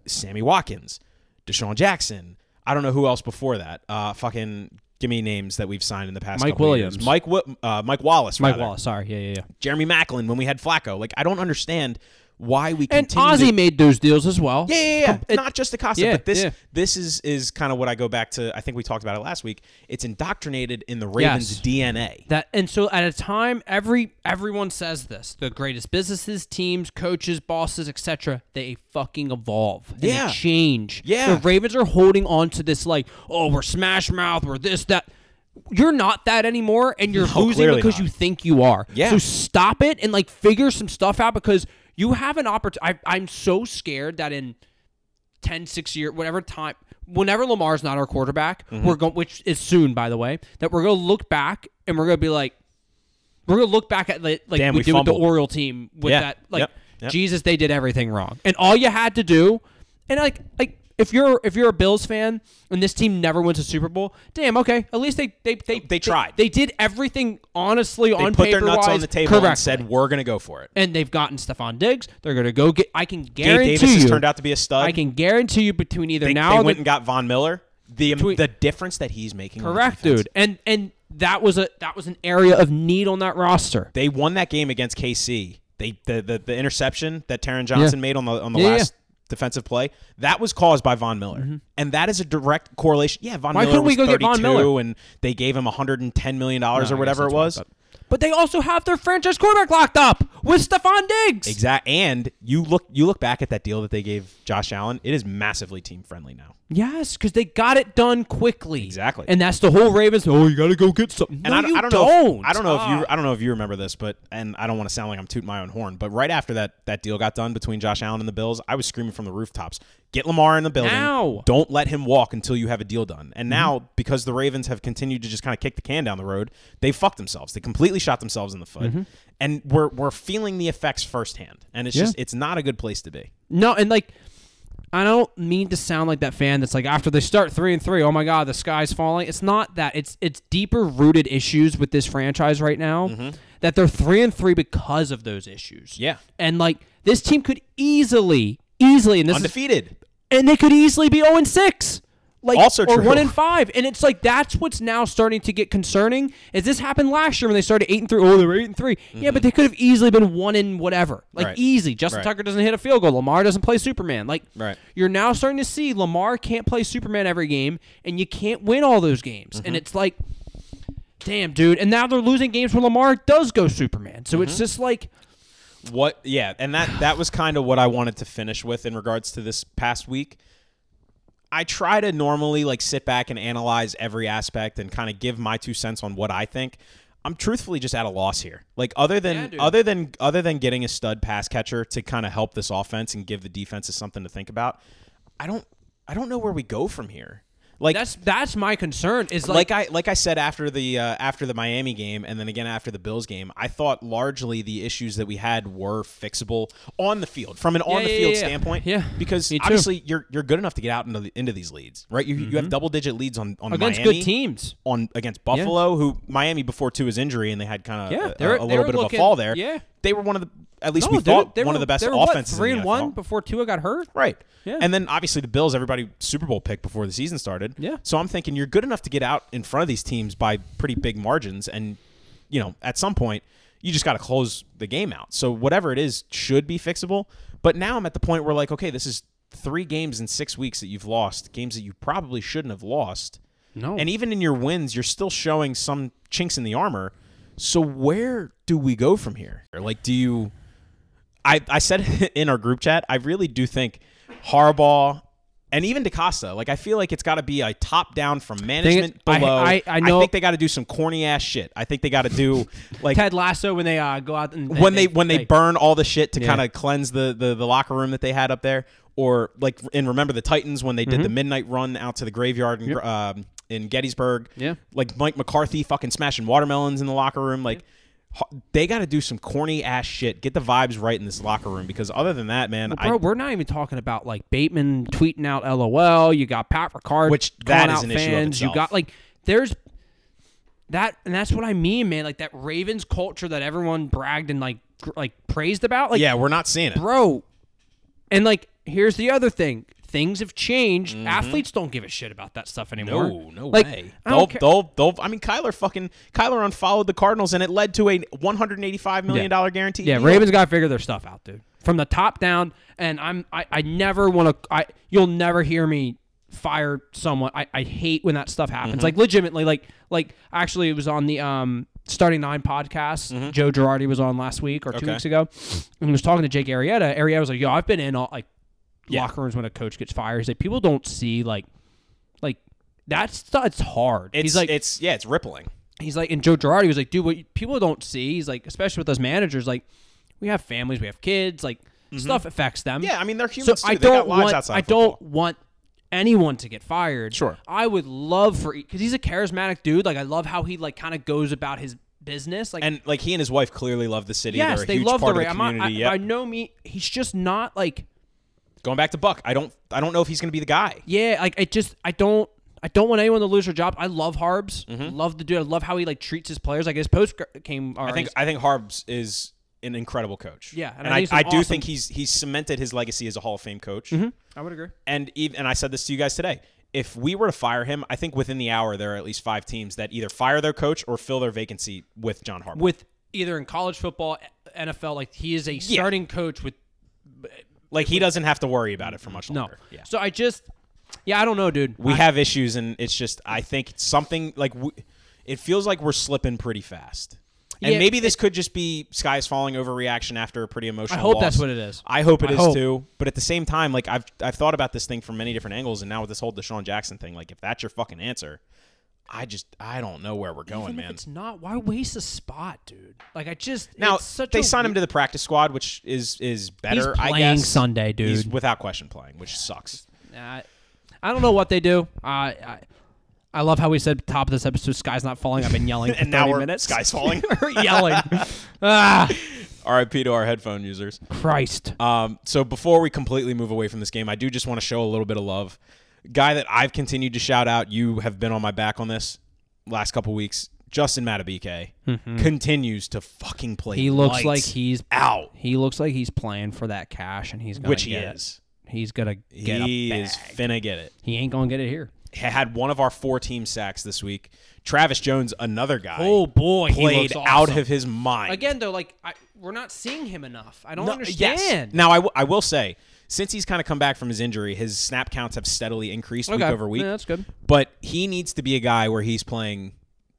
Speaker 1: Sammy Watkins, Deshaun Jackson, I don't know who else before that. Uh, fucking give me names that we've signed in the past.
Speaker 2: Mike
Speaker 1: couple of
Speaker 2: Williams.
Speaker 1: years. Mike Wi- uh, Mike Wallace,
Speaker 2: Mike
Speaker 1: rather.
Speaker 2: Wallace. Sorry. Yeah, yeah, yeah.
Speaker 1: Jeremy Macklin when we had Flacco. Like I don't understand why we
Speaker 2: And
Speaker 1: continue to
Speaker 2: Ozzy made those deals as well.
Speaker 1: yeah, yeah, yeah.
Speaker 2: It-
Speaker 1: Not just the costume,
Speaker 2: Yeah,
Speaker 1: but this
Speaker 2: yeah.
Speaker 1: this is is kind of what I go back to. I think we talked about it last week. It's indoctrinated in the Ravens'
Speaker 2: Yes.
Speaker 1: DNA.
Speaker 2: That and so at a time every everyone says this the greatest businesses teams coaches bosses etc they fucking evolve and
Speaker 1: Yeah.
Speaker 2: they change
Speaker 1: Yeah.
Speaker 2: the Ravens are holding on to this like oh we're smash mouth we're this that you're not that anymore and you're
Speaker 1: No,
Speaker 2: losing
Speaker 1: clearly
Speaker 2: because
Speaker 1: not.
Speaker 2: you think you are
Speaker 1: Yeah.
Speaker 2: so stop it and like figure some stuff out because you have an opportunity I'm so scared that in 10, 6 year, whatever time, whenever Lamar's not our quarterback,
Speaker 1: Mm-hmm.
Speaker 2: we're going, which is soon, by the way, that we're going to look back and we're going to be like, we're going to look back at like, like
Speaker 1: Damn,
Speaker 2: we,
Speaker 1: we
Speaker 2: did with the
Speaker 1: fumbled.
Speaker 2: Oriole team with
Speaker 1: Yeah.
Speaker 2: that, like
Speaker 1: Yep. Yep.
Speaker 2: Jesus, they did everything wrong, and all you had to do, and like, like if you're if you're a Bills fan and this team never wins a Super Bowl, damn, okay, at least they they they,
Speaker 1: They tried.
Speaker 2: They, did everything honestly
Speaker 1: They
Speaker 2: on
Speaker 1: put their nuts
Speaker 2: paper-wise
Speaker 1: on the table
Speaker 2: correctly.
Speaker 1: and said, "We're going to go for it."
Speaker 2: And they've gotten Stephon Diggs. They're going to go get. I can
Speaker 1: Gabe
Speaker 2: guarantee
Speaker 1: Davis has
Speaker 2: you.
Speaker 1: turned out to be a stud.
Speaker 2: I can guarantee you between either
Speaker 1: they,
Speaker 2: now
Speaker 1: they
Speaker 2: and the-
Speaker 1: went and got Von Miller. The the difference that he's making. on
Speaker 2: correct,
Speaker 1: defense.
Speaker 2: dude. And and that was a that was an area of need on that roster.
Speaker 1: They won that game against KC. They the the, the interception that Taron Johnson made on the on the
Speaker 2: Yeah, yeah.
Speaker 1: last. Defensive play that was caused by Von Miller, and that is a direct correlation. Yeah, Von
Speaker 2: Why
Speaker 1: Miller
Speaker 2: couldn't
Speaker 1: was
Speaker 2: we go get Von
Speaker 1: 32,
Speaker 2: Miller?
Speaker 1: and they gave him 110 million dollars
Speaker 2: No,
Speaker 1: or
Speaker 2: I guess
Speaker 1: whatever it
Speaker 2: that's what I
Speaker 1: was.
Speaker 2: thought. But they also have their franchise quarterback locked up with Stephon Diggs.
Speaker 1: Exact. And you look you look back at that deal that they gave Josh Allen. It is massively team friendly now.
Speaker 2: Yes, because they got it done quickly.
Speaker 1: Exactly.
Speaker 2: And that's the whole Ravens. Oh, you got to go get something.
Speaker 1: And
Speaker 2: no,
Speaker 1: I, don't,
Speaker 2: you Ah.
Speaker 1: I don't know. If, I don't know if you I don't know if you remember this, but and I don't want to sound like I'm tooting my own horn, but right after that that deal got done between Josh Allen and the Bills, I was screaming from the rooftops, "Get Lamar in the building!
Speaker 2: Now.
Speaker 1: Don't let him walk until you have a deal done." And
Speaker 2: Mm-hmm.
Speaker 1: now because the Ravens have continued to just kind of kick the can down the road, they fucked themselves. They completely shot
Speaker 2: Mm-hmm.
Speaker 1: themselves in the foot, and we're we're feeling the effects firsthand. And it's just it's not a good place to be.
Speaker 2: No, and like I don't mean to sound like that fan that's like after they start three and three, oh my god, the sky's falling. It's not that. It's it's deeper rooted issues with this franchise right now that they're three and three because of those issues.
Speaker 1: Yeah.
Speaker 2: And like this team could easily, easily, and this is
Speaker 1: Undefeated.
Speaker 2: and they could easily be 0 and 6. Like
Speaker 1: Also
Speaker 2: or
Speaker 1: true.
Speaker 2: 1 and 5. And it's like that's what's now starting to get concerning. Is this happened last year when they started 8 and 3? Oh, they were 8 and 3. Yeah, but they could have easily been 1 and whatever.
Speaker 1: Mm-hmm.
Speaker 2: Like
Speaker 1: Right.
Speaker 2: easy. Justin
Speaker 1: Right.
Speaker 2: Tucker doesn't hit a field goal. Lamar doesn't play Superman. Like
Speaker 1: Right.
Speaker 2: you're now starting to see Lamar can't play Superman every game and you can't win all those games.
Speaker 1: Mm-hmm.
Speaker 2: And it's like damn, dude. And now they're losing games where Lamar does go Superman. So
Speaker 1: Mm-hmm.
Speaker 2: it's just like
Speaker 1: What? Yeah, and that that was kind of what I wanted to finish with in regards to this past week. I try to normally like sit back and analyze every aspect and kind of give my two cents on what I think. I'm truthfully just at a loss here. Like other than
Speaker 2: dude.
Speaker 1: other than other than getting a stud pass catcher to kind of help this offense and give the defenses something to think about, I don't I don't know where we go from here. Like
Speaker 2: that's that's my concern is like
Speaker 1: like, I like I said after the uh, after the Miami game and then again after the Bills game, I thought largely the issues that we had were fixable on the field from an on the
Speaker 2: yeah,
Speaker 1: field
Speaker 2: yeah, yeah.
Speaker 1: standpoint.
Speaker 2: Yeah,
Speaker 1: because
Speaker 2: me too.
Speaker 1: obviously you're you're good enough to get out into the, into these leads, right? You, you have double digit leads on on
Speaker 2: Mm-hmm. against
Speaker 1: Miami,
Speaker 2: good teams.
Speaker 1: on against Buffalo, who Miami before to his injury and they had kind of
Speaker 2: Yeah,
Speaker 1: a,
Speaker 2: they were-
Speaker 1: a
Speaker 2: they
Speaker 1: little
Speaker 2: were
Speaker 1: bit of
Speaker 2: looking-
Speaker 1: a fall there.
Speaker 2: yeah.
Speaker 1: they were one of the at least we
Speaker 2: dude,
Speaker 1: thought
Speaker 2: they
Speaker 1: one
Speaker 2: were-
Speaker 1: of the best
Speaker 2: they were, what,
Speaker 1: offenses.
Speaker 2: three
Speaker 1: in the
Speaker 2: and one
Speaker 1: NFL.
Speaker 2: before Tua got hurt.
Speaker 1: Right.
Speaker 2: Yeah.
Speaker 1: And then obviously the Bills, everybody Super Bowl pick before the season started.
Speaker 2: Yeah.
Speaker 1: So I'm thinking you're good enough to get out in front of these teams by pretty big margins, and you know at some point you just got to close the game out. So whatever it is should be fixable. But now I'm at the point where like, okay, this is three games in six weeks that you've lost, games that you probably shouldn't have lost,
Speaker 2: No,
Speaker 1: and even in your wins, you're still showing some chinks in the armor. So where do we go from here? Or, Like, do you? I, I said in our group chat, I really do think Harbaugh and even DaCosta, like I feel like it's got to be a top down from management
Speaker 2: I-
Speaker 1: below.
Speaker 2: I- I know-
Speaker 1: think they got to do some corny ass shit. I think they got to do like
Speaker 2: Ted Lasso when they uh, go out and
Speaker 1: when they when they burn all the shit to
Speaker 2: Yeah.
Speaker 1: kind of cleanse the, the the locker room that they had up there, or like in remember the Titans when they did
Speaker 2: Mm-hmm.
Speaker 1: the midnight run out to the graveyard in, um, in Gettysburg.
Speaker 2: Yeah.
Speaker 1: like Mike McCarthy fucking smashing watermelons in the locker room. Like ho- they got to do some corny ass shit. Get the vibes right in this locker room because other than that, man, I,
Speaker 2: Bro, we're not even talking about like Bateman tweeting out "LOL." You got Pat Ricard,
Speaker 1: Which,
Speaker 2: calling
Speaker 1: that is
Speaker 2: out
Speaker 1: an issue
Speaker 2: fans.
Speaker 1: of
Speaker 2: you
Speaker 1: itself.
Speaker 2: got like there's that, and that's what I mean, man. Like that Ravens culture that everyone bragged and like gr- like praised about. Like,
Speaker 1: yeah, we're not seeing it.
Speaker 2: bro, and like here's the other thing: things have changed. Athletes don't give a shit about that stuff anymore.
Speaker 1: Mm-hmm. No, no
Speaker 2: Like,
Speaker 1: way.
Speaker 2: I don't
Speaker 1: They'll,
Speaker 2: care-
Speaker 1: they'll, they'll, I mean, Kyler fucking Kyler unfollowed the Cardinals, and it led to a 185 million dollar guarantee.
Speaker 2: Yeah,
Speaker 1: deal.
Speaker 2: Ravens got to figure their stuff out, dude, from the top down. And I'm I, I never want to. I you'll never hear me fire someone. I, I hate when that stuff
Speaker 1: Mm-hmm.
Speaker 2: happens. Like legitimately, like like actually, it was on the um starting nine podcast. Joe Girardi was on last week or two
Speaker 1: Mm-hmm. Okay.
Speaker 2: weeks ago, and he was talking to Jake Arrieta. Arrieta was like, "Yo, I've been in all like
Speaker 1: Yeah.
Speaker 2: locker rooms when a coach gets fired. He's like, people don't see like like." That's it's hard.
Speaker 1: It's
Speaker 2: He's like,
Speaker 1: it's yeah, it's rippling.
Speaker 2: he's like, and Joe Girardi was like, dude, what you- people don't see, he's like, especially with us managers, like, we have families, we have kids, like, stuff affects them.
Speaker 1: Mm-hmm. Yeah, I mean they're
Speaker 2: so
Speaker 1: humans too.
Speaker 2: I
Speaker 1: they got
Speaker 2: don't
Speaker 1: lives
Speaker 2: want,
Speaker 1: outside
Speaker 2: I don't want anyone to get fired.
Speaker 1: Sure.
Speaker 2: I would love for because he's a charismatic dude. Like, I love how he like kind of goes about his business. Like,
Speaker 1: And like he and his wife clearly love the city.
Speaker 2: yes,
Speaker 1: they're a
Speaker 2: they
Speaker 1: huge
Speaker 2: love
Speaker 1: part
Speaker 2: the
Speaker 1: of the
Speaker 2: Ra- I'm not-
Speaker 1: community.
Speaker 2: I,
Speaker 1: Yep.
Speaker 2: I know me. He's just not like
Speaker 1: Going back to Buck, I don't I don't know if he's going to be the guy.
Speaker 2: yeah, like I just I don't I don't want anyone to lose their job. I love Harbs. Love the dude. I love how he like treats his players. Like his post came.
Speaker 1: Mm-hmm. I think I think Harbs is an incredible coach.
Speaker 2: Yeah, and
Speaker 1: and,
Speaker 2: I
Speaker 1: I,
Speaker 2: think he's
Speaker 1: I
Speaker 2: an
Speaker 1: do
Speaker 2: awesome- Mm-hmm.
Speaker 1: think he's he's cemented his legacy as a Hall of Fame coach.
Speaker 2: I would agree.
Speaker 1: And even and I said this to you guys today. If we were to fire him, I think within the hour there are at least five teams that either fire their coach or fill their vacancy with John Harbaugh.
Speaker 2: with either in college football, NFL. Like he is a starting coach with
Speaker 1: like he doesn't have to worry about it for much
Speaker 2: no.
Speaker 1: longer. Yeah.
Speaker 2: So I just, yeah, I don't know, dude.
Speaker 1: we have issues and it's just i think it's something like w it feels like we're slipping pretty fast and
Speaker 2: Yeah,
Speaker 1: maybe this could just be sky is falling overreaction after a pretty emotional
Speaker 2: I hope
Speaker 1: loss.
Speaker 2: that's what it is.
Speaker 1: i hope it
Speaker 2: I
Speaker 1: is
Speaker 2: hope.
Speaker 1: too but at the same time like i've i've thought about this thing from many different angles and now with this whole deshaun jackson thing like if that's your fucking answer i just i don't know where we're going
Speaker 2: Even if
Speaker 1: man
Speaker 2: it's not, why waste a spot, dude? Like I just
Speaker 1: now
Speaker 2: it's such
Speaker 1: they
Speaker 2: a
Speaker 1: signed him to the practice squad which is is better
Speaker 2: He's
Speaker 1: i
Speaker 2: playing
Speaker 1: guess
Speaker 2: Sunday, dude.
Speaker 1: he's without question playing which sucks
Speaker 2: weird- uh, I don't know what they do. Uh, I I love how we said top of this episode, sky's not falling. I've been yelling for
Speaker 1: and now
Speaker 2: 30
Speaker 1: we're
Speaker 2: minutes.
Speaker 1: sky's falling
Speaker 2: yelling. ah,
Speaker 1: RIP to our headphone users.
Speaker 2: Christ.
Speaker 1: Um, so before we completely move away from this game, I do just want to show a little bit of love. Guy that I've continued to shout out, you have been on my back on this last couple weeks. Justin Matabike continues to fucking play.
Speaker 2: Mm-hmm. He looks
Speaker 1: lights
Speaker 2: like he's
Speaker 1: out,
Speaker 2: He looks like he's playing for that cash, and he's gonna
Speaker 1: which he
Speaker 2: get it.
Speaker 1: is.
Speaker 2: He's gonna get
Speaker 1: He
Speaker 2: a bag.
Speaker 1: is finna get it.
Speaker 2: He ain't gonna get it here.
Speaker 1: He had one of our four team sacks this week. Travis Jones, another guy,
Speaker 2: Oh, boy,
Speaker 1: played out of his mind.
Speaker 2: again though. Like I, we're not seeing him enough. I don't
Speaker 1: No, yes.
Speaker 2: understand.
Speaker 1: Now, I, w- I will say, since he's kind of come back from his injury, his snap counts have steadily increased week
Speaker 2: Okay.
Speaker 1: over week.
Speaker 2: Yeah, that's good.
Speaker 1: But he needs to be a guy where he's playing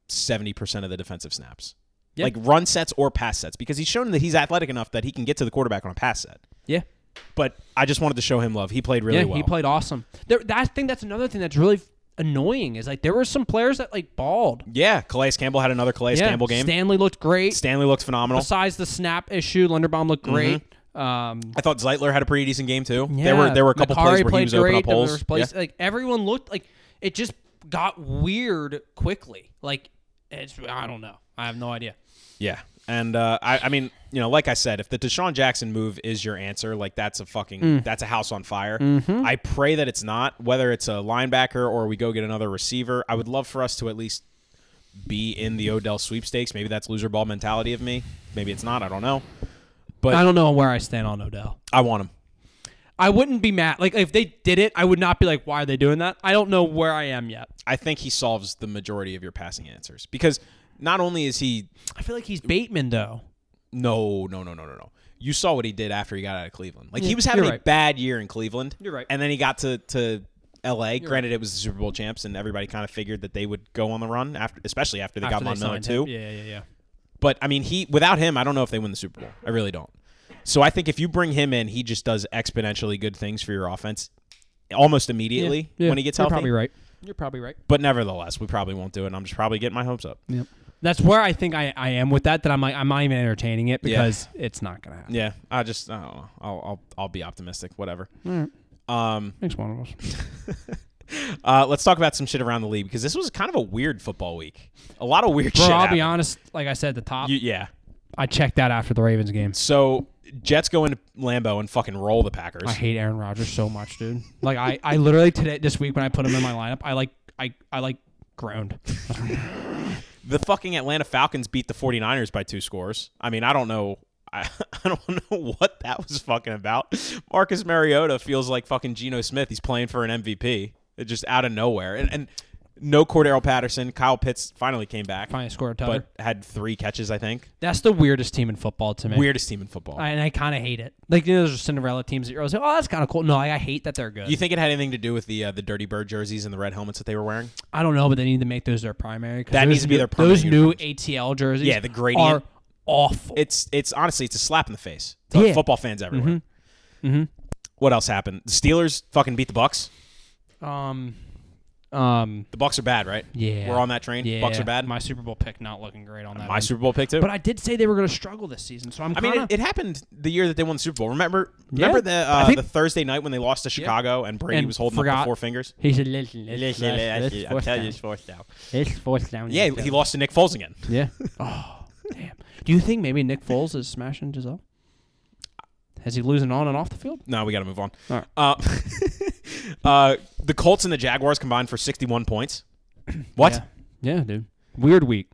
Speaker 1: 70% of the defensive snaps.
Speaker 2: Yeah.
Speaker 1: Like run sets or pass sets, because he's shown that he's athletic enough that he can get to the quarterback on a pass set.
Speaker 2: Yeah,
Speaker 1: But I just wanted to show him love. He played really
Speaker 2: yeah,
Speaker 1: well.
Speaker 2: he played awesome. There, that, I think that's another thing that's really annoying is like there were some players that like balled.
Speaker 1: yeah, Calais Campbell had another Calais
Speaker 2: yeah,
Speaker 1: Campbell game.
Speaker 2: Stanley looked great.
Speaker 1: Stanley looked phenomenal.
Speaker 2: Besides the snap issue, Linderbaum
Speaker 1: Mm-hmm.
Speaker 2: looked great. Um,
Speaker 1: I thought Zeitler had a pretty decent game too.
Speaker 2: yeah,
Speaker 1: there were there were a couple
Speaker 2: Macari
Speaker 1: plays where he was open
Speaker 2: played great.
Speaker 1: up
Speaker 2: There
Speaker 1: holes.
Speaker 2: was plays-
Speaker 1: Yeah.
Speaker 2: Like everyone looked like it just got weird quickly. Like it's I don't know. I have no idea.
Speaker 1: Yeah. And uh, I, I mean, you know, like I said, if the Deshaun Jackson move is your answer, like that's a fucking that's a house on fire. I pray that it's not. Whether it's a linebacker or we go get another receiver, I would love for us to at least be in the Odell sweepstakes. Maybe that's loser ball mentality of me. Maybe it's not. I don't know. But-
Speaker 2: I don't know where I stand on Odell.
Speaker 1: I want him.
Speaker 2: I wouldn't be mad. Like if they did it, I would not be like, why are they doing that? I don't know where I am yet.
Speaker 1: I think he solves the majority of your passing answers because not only is he
Speaker 2: I feel like he's Bateman though.
Speaker 1: No, no, no, no, no, no. You saw what he did after he got out of Cleveland. Like he was having
Speaker 2: Mm, you're
Speaker 1: a
Speaker 2: right.
Speaker 1: bad year in Cleveland.
Speaker 2: You're right.
Speaker 1: And then he got to to L.A. Granted, it was the Super Bowl champs, and everybody kind of figured that they would go on the run after, especially after they got
Speaker 2: After
Speaker 1: Von
Speaker 2: they
Speaker 1: Miller
Speaker 2: signed
Speaker 1: too.
Speaker 2: him. Yeah, yeah, yeah.
Speaker 1: But I mean, he without him, I don't know if they win the Super Bowl. I really don't. So I think if you bring him in, he just does exponentially good things for your offense, almost immediately when he gets
Speaker 2: You're
Speaker 1: healthy.
Speaker 2: probably right. You're probably right.
Speaker 1: But nevertheless, we probably won't do it. And I'm just probably getting my hopes up.
Speaker 2: That's where I think I, I am with that. That I'm like I'm not even entertaining it
Speaker 1: Yeah.
Speaker 2: because it's not gonna happen.
Speaker 1: Yeah, I just I don't know. I'll I'll, I'll be optimistic. Whatever.
Speaker 2: Alright.
Speaker 1: Um.
Speaker 2: Next one of us.
Speaker 1: Uh, let's talk about some shit around the league because this was kind of a weird football week. A lot of weird
Speaker 2: Bro,
Speaker 1: shit.
Speaker 2: I'll be
Speaker 1: happened.
Speaker 2: honest. Like I said, at the top,
Speaker 1: You- yeah.
Speaker 2: I checked that after the Ravens game.
Speaker 1: So Jets go into Lambeau and fucking roll the Packers.
Speaker 2: I hate Aaron Rodgers so much, dude. Like I, I literally today this week when I put him in my lineup, I like I I like groaned.
Speaker 1: the fucking Atlanta Falcons beat the 49ers by two scores. I mean, I don't know. I, I don't know what that was fucking about. Marcus Mariota feels like fucking Geno Smith. He's playing for an MVP. It just out of nowhere. And, and no Cordero Patterson. Kyle Pitts finally came back,
Speaker 2: Finally scored a touchdown.
Speaker 1: but had three catches, I think.
Speaker 2: That's the weirdest team in football to me.
Speaker 1: Weirdest team in football.
Speaker 2: I, and I kind of hate it. Like you know, those are Cinderella teams that you're always like, oh, that's kind of cool. No, like, I hate that they're good.
Speaker 1: you think it had anything to do with the uh, the dirty bird jerseys and the red helmets that they were wearing?
Speaker 2: I don't know, but they need to make those their primary. 'cause
Speaker 1: That
Speaker 2: those
Speaker 1: needs to be
Speaker 2: new-
Speaker 1: their permanent
Speaker 2: Those new ATL jerseys,
Speaker 1: Yeah, the gradient.
Speaker 2: are awful.
Speaker 1: it's it's honestly it's a slap in the face to
Speaker 2: Yeah. Mm-hmm.
Speaker 1: football fans everywhere. What else happened? The Steelers fucking beat the Bucks.
Speaker 2: um, um,
Speaker 1: The Bucks are bad, right?
Speaker 2: Yeah.
Speaker 1: we're on that train.
Speaker 2: yeah,
Speaker 1: Bucks are bad. My,
Speaker 2: My Super Bowl pick not looking great on that. one.
Speaker 1: Super Bowl pick too.
Speaker 2: but I did say they were going to struggle this season, so I'm.
Speaker 1: I
Speaker 2: Kinda,
Speaker 1: mean, it, it happened the year that they won the Super Bowl. Remember, remember the
Speaker 2: I
Speaker 1: uh,
Speaker 2: think-
Speaker 1: the Thursday night when they lost to Chicago and Brady
Speaker 2: And
Speaker 1: was holding up the
Speaker 2: forgot.
Speaker 1: four fingers.
Speaker 2: he said, "Listen, it's first- it's
Speaker 1: I'm
Speaker 2: first
Speaker 1: telling you,
Speaker 2: down.
Speaker 1: it's fourth down.
Speaker 2: It's fourth down.
Speaker 1: Yeah,
Speaker 2: it's
Speaker 1: he
Speaker 2: down."
Speaker 1: lost to Nick Foles again.
Speaker 2: Yeah. Oh, damn. Do you think maybe Nick Foles is smashing Giselle? Has he losing on and off the field?
Speaker 1: No, we got to move on.
Speaker 2: All right.
Speaker 1: Uh, uh, the Colts and the Jaguars combined for 61 points. What?
Speaker 2: Yeah. yeah, dude. Weird week.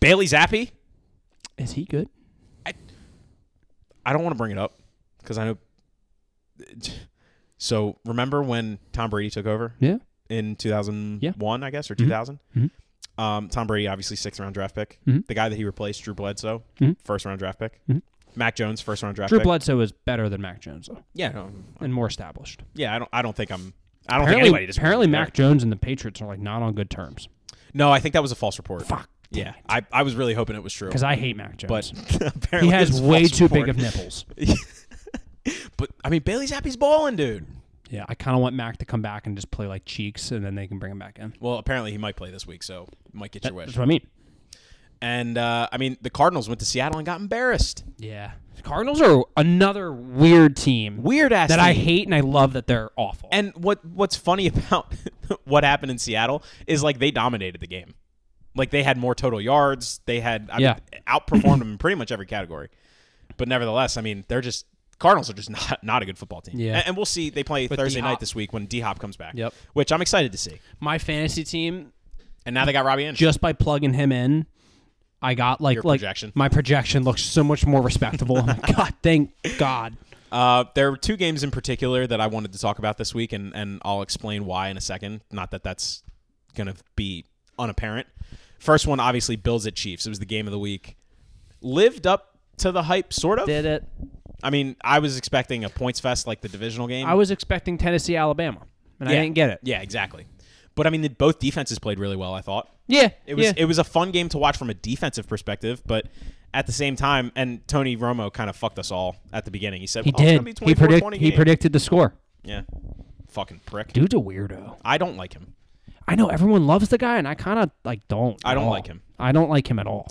Speaker 1: Bailey Zappi?
Speaker 2: Is he good?
Speaker 1: I don't want to bring it up because I know. So remember when Tom Brady took over
Speaker 2: Yeah.
Speaker 1: in 2001, I guess, or 2000?
Speaker 2: Mhm.
Speaker 1: Um, Tom Brady, obviously, sixth round draft pick.
Speaker 2: Mhm.
Speaker 1: The guy that he replaced, Drew Bledsoe,
Speaker 2: Mhm.
Speaker 1: first round draft pick.
Speaker 2: Mhm.
Speaker 1: Mac Jones, first round draft
Speaker 2: Drew
Speaker 1: pick.
Speaker 2: Bledsoe is better than Mac Jones though,
Speaker 1: yeah, no,
Speaker 2: and more established.
Speaker 1: yeah. I don't. I don't think I'm. I don't think
Speaker 2: Apparently,
Speaker 1: anybody. disagrees
Speaker 2: apparently
Speaker 1: with
Speaker 2: Mac Jones and the Patriots are like not on good terms.
Speaker 1: that. No, I think that was a false report.
Speaker 2: Fuck.
Speaker 1: Yeah, I, I was really hoping it was true,
Speaker 2: Because I hate Mac Jones.
Speaker 1: but apparently
Speaker 2: he
Speaker 1: it
Speaker 2: has
Speaker 1: was a
Speaker 2: way
Speaker 1: false
Speaker 2: too
Speaker 1: report.
Speaker 2: big of nipples.
Speaker 1: But I mean, Bailey Zappi's balling, dude.
Speaker 2: yeah, I kind of want Mac to come back and just play like cheeks, and then they can bring him back in.
Speaker 1: Well, apparently he might play this week, so you might get your wish.
Speaker 2: That's what I mean.
Speaker 1: And uh, I mean, the Cardinals went to Seattle and got embarrassed.
Speaker 2: Yeah, the Cardinals are another weird team
Speaker 1: Weird ass.
Speaker 2: that I
Speaker 1: team.
Speaker 2: hate, and I love that they're awful.
Speaker 1: And what what's funny about what happened in Seattle is like they dominated the game. Like they had more total yards. They had I
Speaker 2: Yeah.
Speaker 1: mean, outperformed them in pretty much every category. But nevertheless, I mean, they're just Cardinals are just not not a good football team.
Speaker 2: Yeah.
Speaker 1: And, and we'll see. They play
Speaker 2: But
Speaker 1: Thursday
Speaker 2: D-Hop-
Speaker 1: night this week when D Hop comes back.
Speaker 2: Yep.
Speaker 1: Which I'm excited to see.
Speaker 2: My fantasy team,
Speaker 1: And now they got Robbie Anderson.
Speaker 2: just by plugging him in, I got like
Speaker 1: Your
Speaker 2: like
Speaker 1: projection.
Speaker 2: my projection looks so much more respectable. I'm like, God, thank God.
Speaker 1: Uh, there were two games in particular that I wanted to talk about this week, and, and I'll explain why in a second. Not that that's going to be unapparent. First one, obviously, Bills at Chiefs. It was the game of the week. Lived up to the hype, sort of.
Speaker 2: Did it.
Speaker 1: I mean, I was expecting a points fest like the divisional game.
Speaker 2: I was expecting Tennessee, Alabama, and I
Speaker 1: Yeah.
Speaker 2: didn't get it.
Speaker 1: Yeah, exactly. But I mean, the, both defenses played really well. I thought
Speaker 2: Yeah,
Speaker 1: it was
Speaker 2: yeah.
Speaker 1: it was a fun game to watch from a defensive perspective, but at the same time, and Tony Romo kind of fucked us all at the beginning. He said
Speaker 2: he
Speaker 1: "Oh, it's
Speaker 2: did.
Speaker 1: gonna be
Speaker 2: he
Speaker 1: 24-20
Speaker 2: predict, he
Speaker 1: game."
Speaker 2: predicted the score.
Speaker 1: Yeah, fucking prick.
Speaker 2: Dude's a weirdo.
Speaker 1: I don't like him.
Speaker 2: I know everyone loves the guy, and I kind of like don't.
Speaker 1: I
Speaker 2: at
Speaker 1: don't
Speaker 2: all.
Speaker 1: like him.
Speaker 2: I don't like him at all.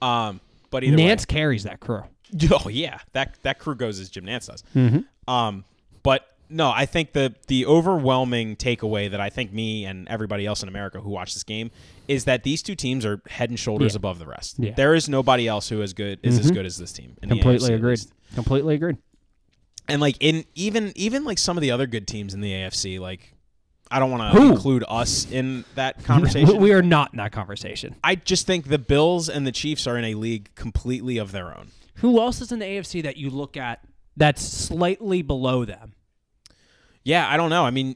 Speaker 1: Um, but either
Speaker 2: Nance carries that crew.
Speaker 1: way, oh yeah, that that crew goes as Jim Nance does.
Speaker 2: Mm-hmm.
Speaker 1: Um, but no, I think the the overwhelming takeaway that I think me and everybody else in America who watched this game is that these two teams are head and shoulders
Speaker 2: Yeah.
Speaker 1: above the rest.
Speaker 2: Yeah. Mm-hmm.
Speaker 1: There is nobody else who is good is as good as this team. in the AFC
Speaker 2: Completely
Speaker 1: at
Speaker 2: agreed.
Speaker 1: least.
Speaker 2: Completely agreed.
Speaker 1: And like in even even like some of the other good teams in the AFC, like I don't want to
Speaker 2: Who?
Speaker 1: include us in that conversation.
Speaker 2: We are not in that conversation.
Speaker 1: I just think the Bills and the Chiefs are in a league completely of their own.
Speaker 2: Who else is in the AFC that you look at that's slightly below them?
Speaker 1: Yeah, I don't know. I mean,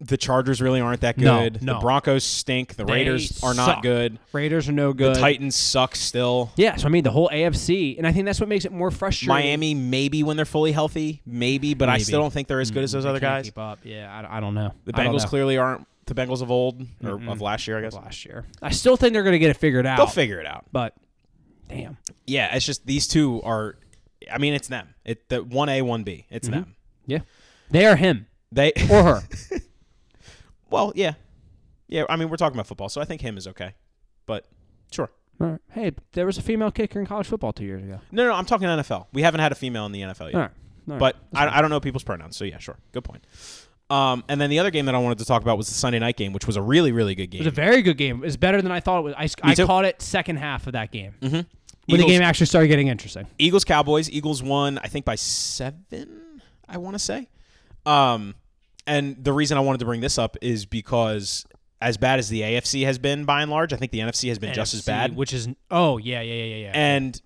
Speaker 1: the Chargers really aren't that
Speaker 2: No,
Speaker 1: good.
Speaker 2: no.
Speaker 1: The Broncos stink. The
Speaker 2: They
Speaker 1: Raiders are
Speaker 2: suck.
Speaker 1: not good.
Speaker 2: Raiders are no good.
Speaker 1: Titans suck still.
Speaker 2: yeah, so I mean the whole AFC, and I think that's what makes it more frustrating.
Speaker 1: Miami, maybe when they're fully healthy, maybe, but I
Speaker 2: Maybe.
Speaker 1: still don't think they're as good as those
Speaker 2: Mm, They
Speaker 1: other
Speaker 2: can't
Speaker 1: guys.
Speaker 2: keep up. Yeah, I, I don't know.
Speaker 1: The
Speaker 2: I don't
Speaker 1: Bengals
Speaker 2: know.
Speaker 1: clearly aren't the Bengals of old or of last year, I guess.
Speaker 2: last year. I still think they're going to get it figured out.
Speaker 1: They'll figure it out.
Speaker 2: but damn,
Speaker 1: Yeah, it's just these two are. I mean, it's them. It the one A, one B. It's
Speaker 2: Mm-hmm.
Speaker 1: them.
Speaker 2: yeah, they are him
Speaker 1: They
Speaker 2: or her.
Speaker 1: well, yeah, yeah. I mean, we're talking about football, so I think him is okay. But sure,
Speaker 2: All right. Hey, there was a female kicker in college football two years ago.
Speaker 1: no, no. I'm talking NFL. We haven't had a female in the NFL yet.
Speaker 2: All right, all right.
Speaker 1: But I, I don't know people's pronouns, so yeah, sure. Good point. Um, and then the other game that I wanted to talk about was the Sunday night game, which was a really, really good
Speaker 2: it was a
Speaker 1: game.
Speaker 2: very good game. It was better than I thought it was. I, s-
Speaker 1: Me
Speaker 2: I
Speaker 1: too. Mm-hmm.
Speaker 2: caught it second half of that game when the
Speaker 1: Eagles-
Speaker 2: game actually started getting interesting.
Speaker 1: Eagles Cowboys. Eagles won, I think, by seven. I want to say. Um, and the reason I wanted to bring this up is because as bad as the AFC has been by and large, I think the NFC has been just as
Speaker 2: NFC,
Speaker 1: bad.
Speaker 2: Which is oh yeah yeah yeah yeah yeah.
Speaker 1: And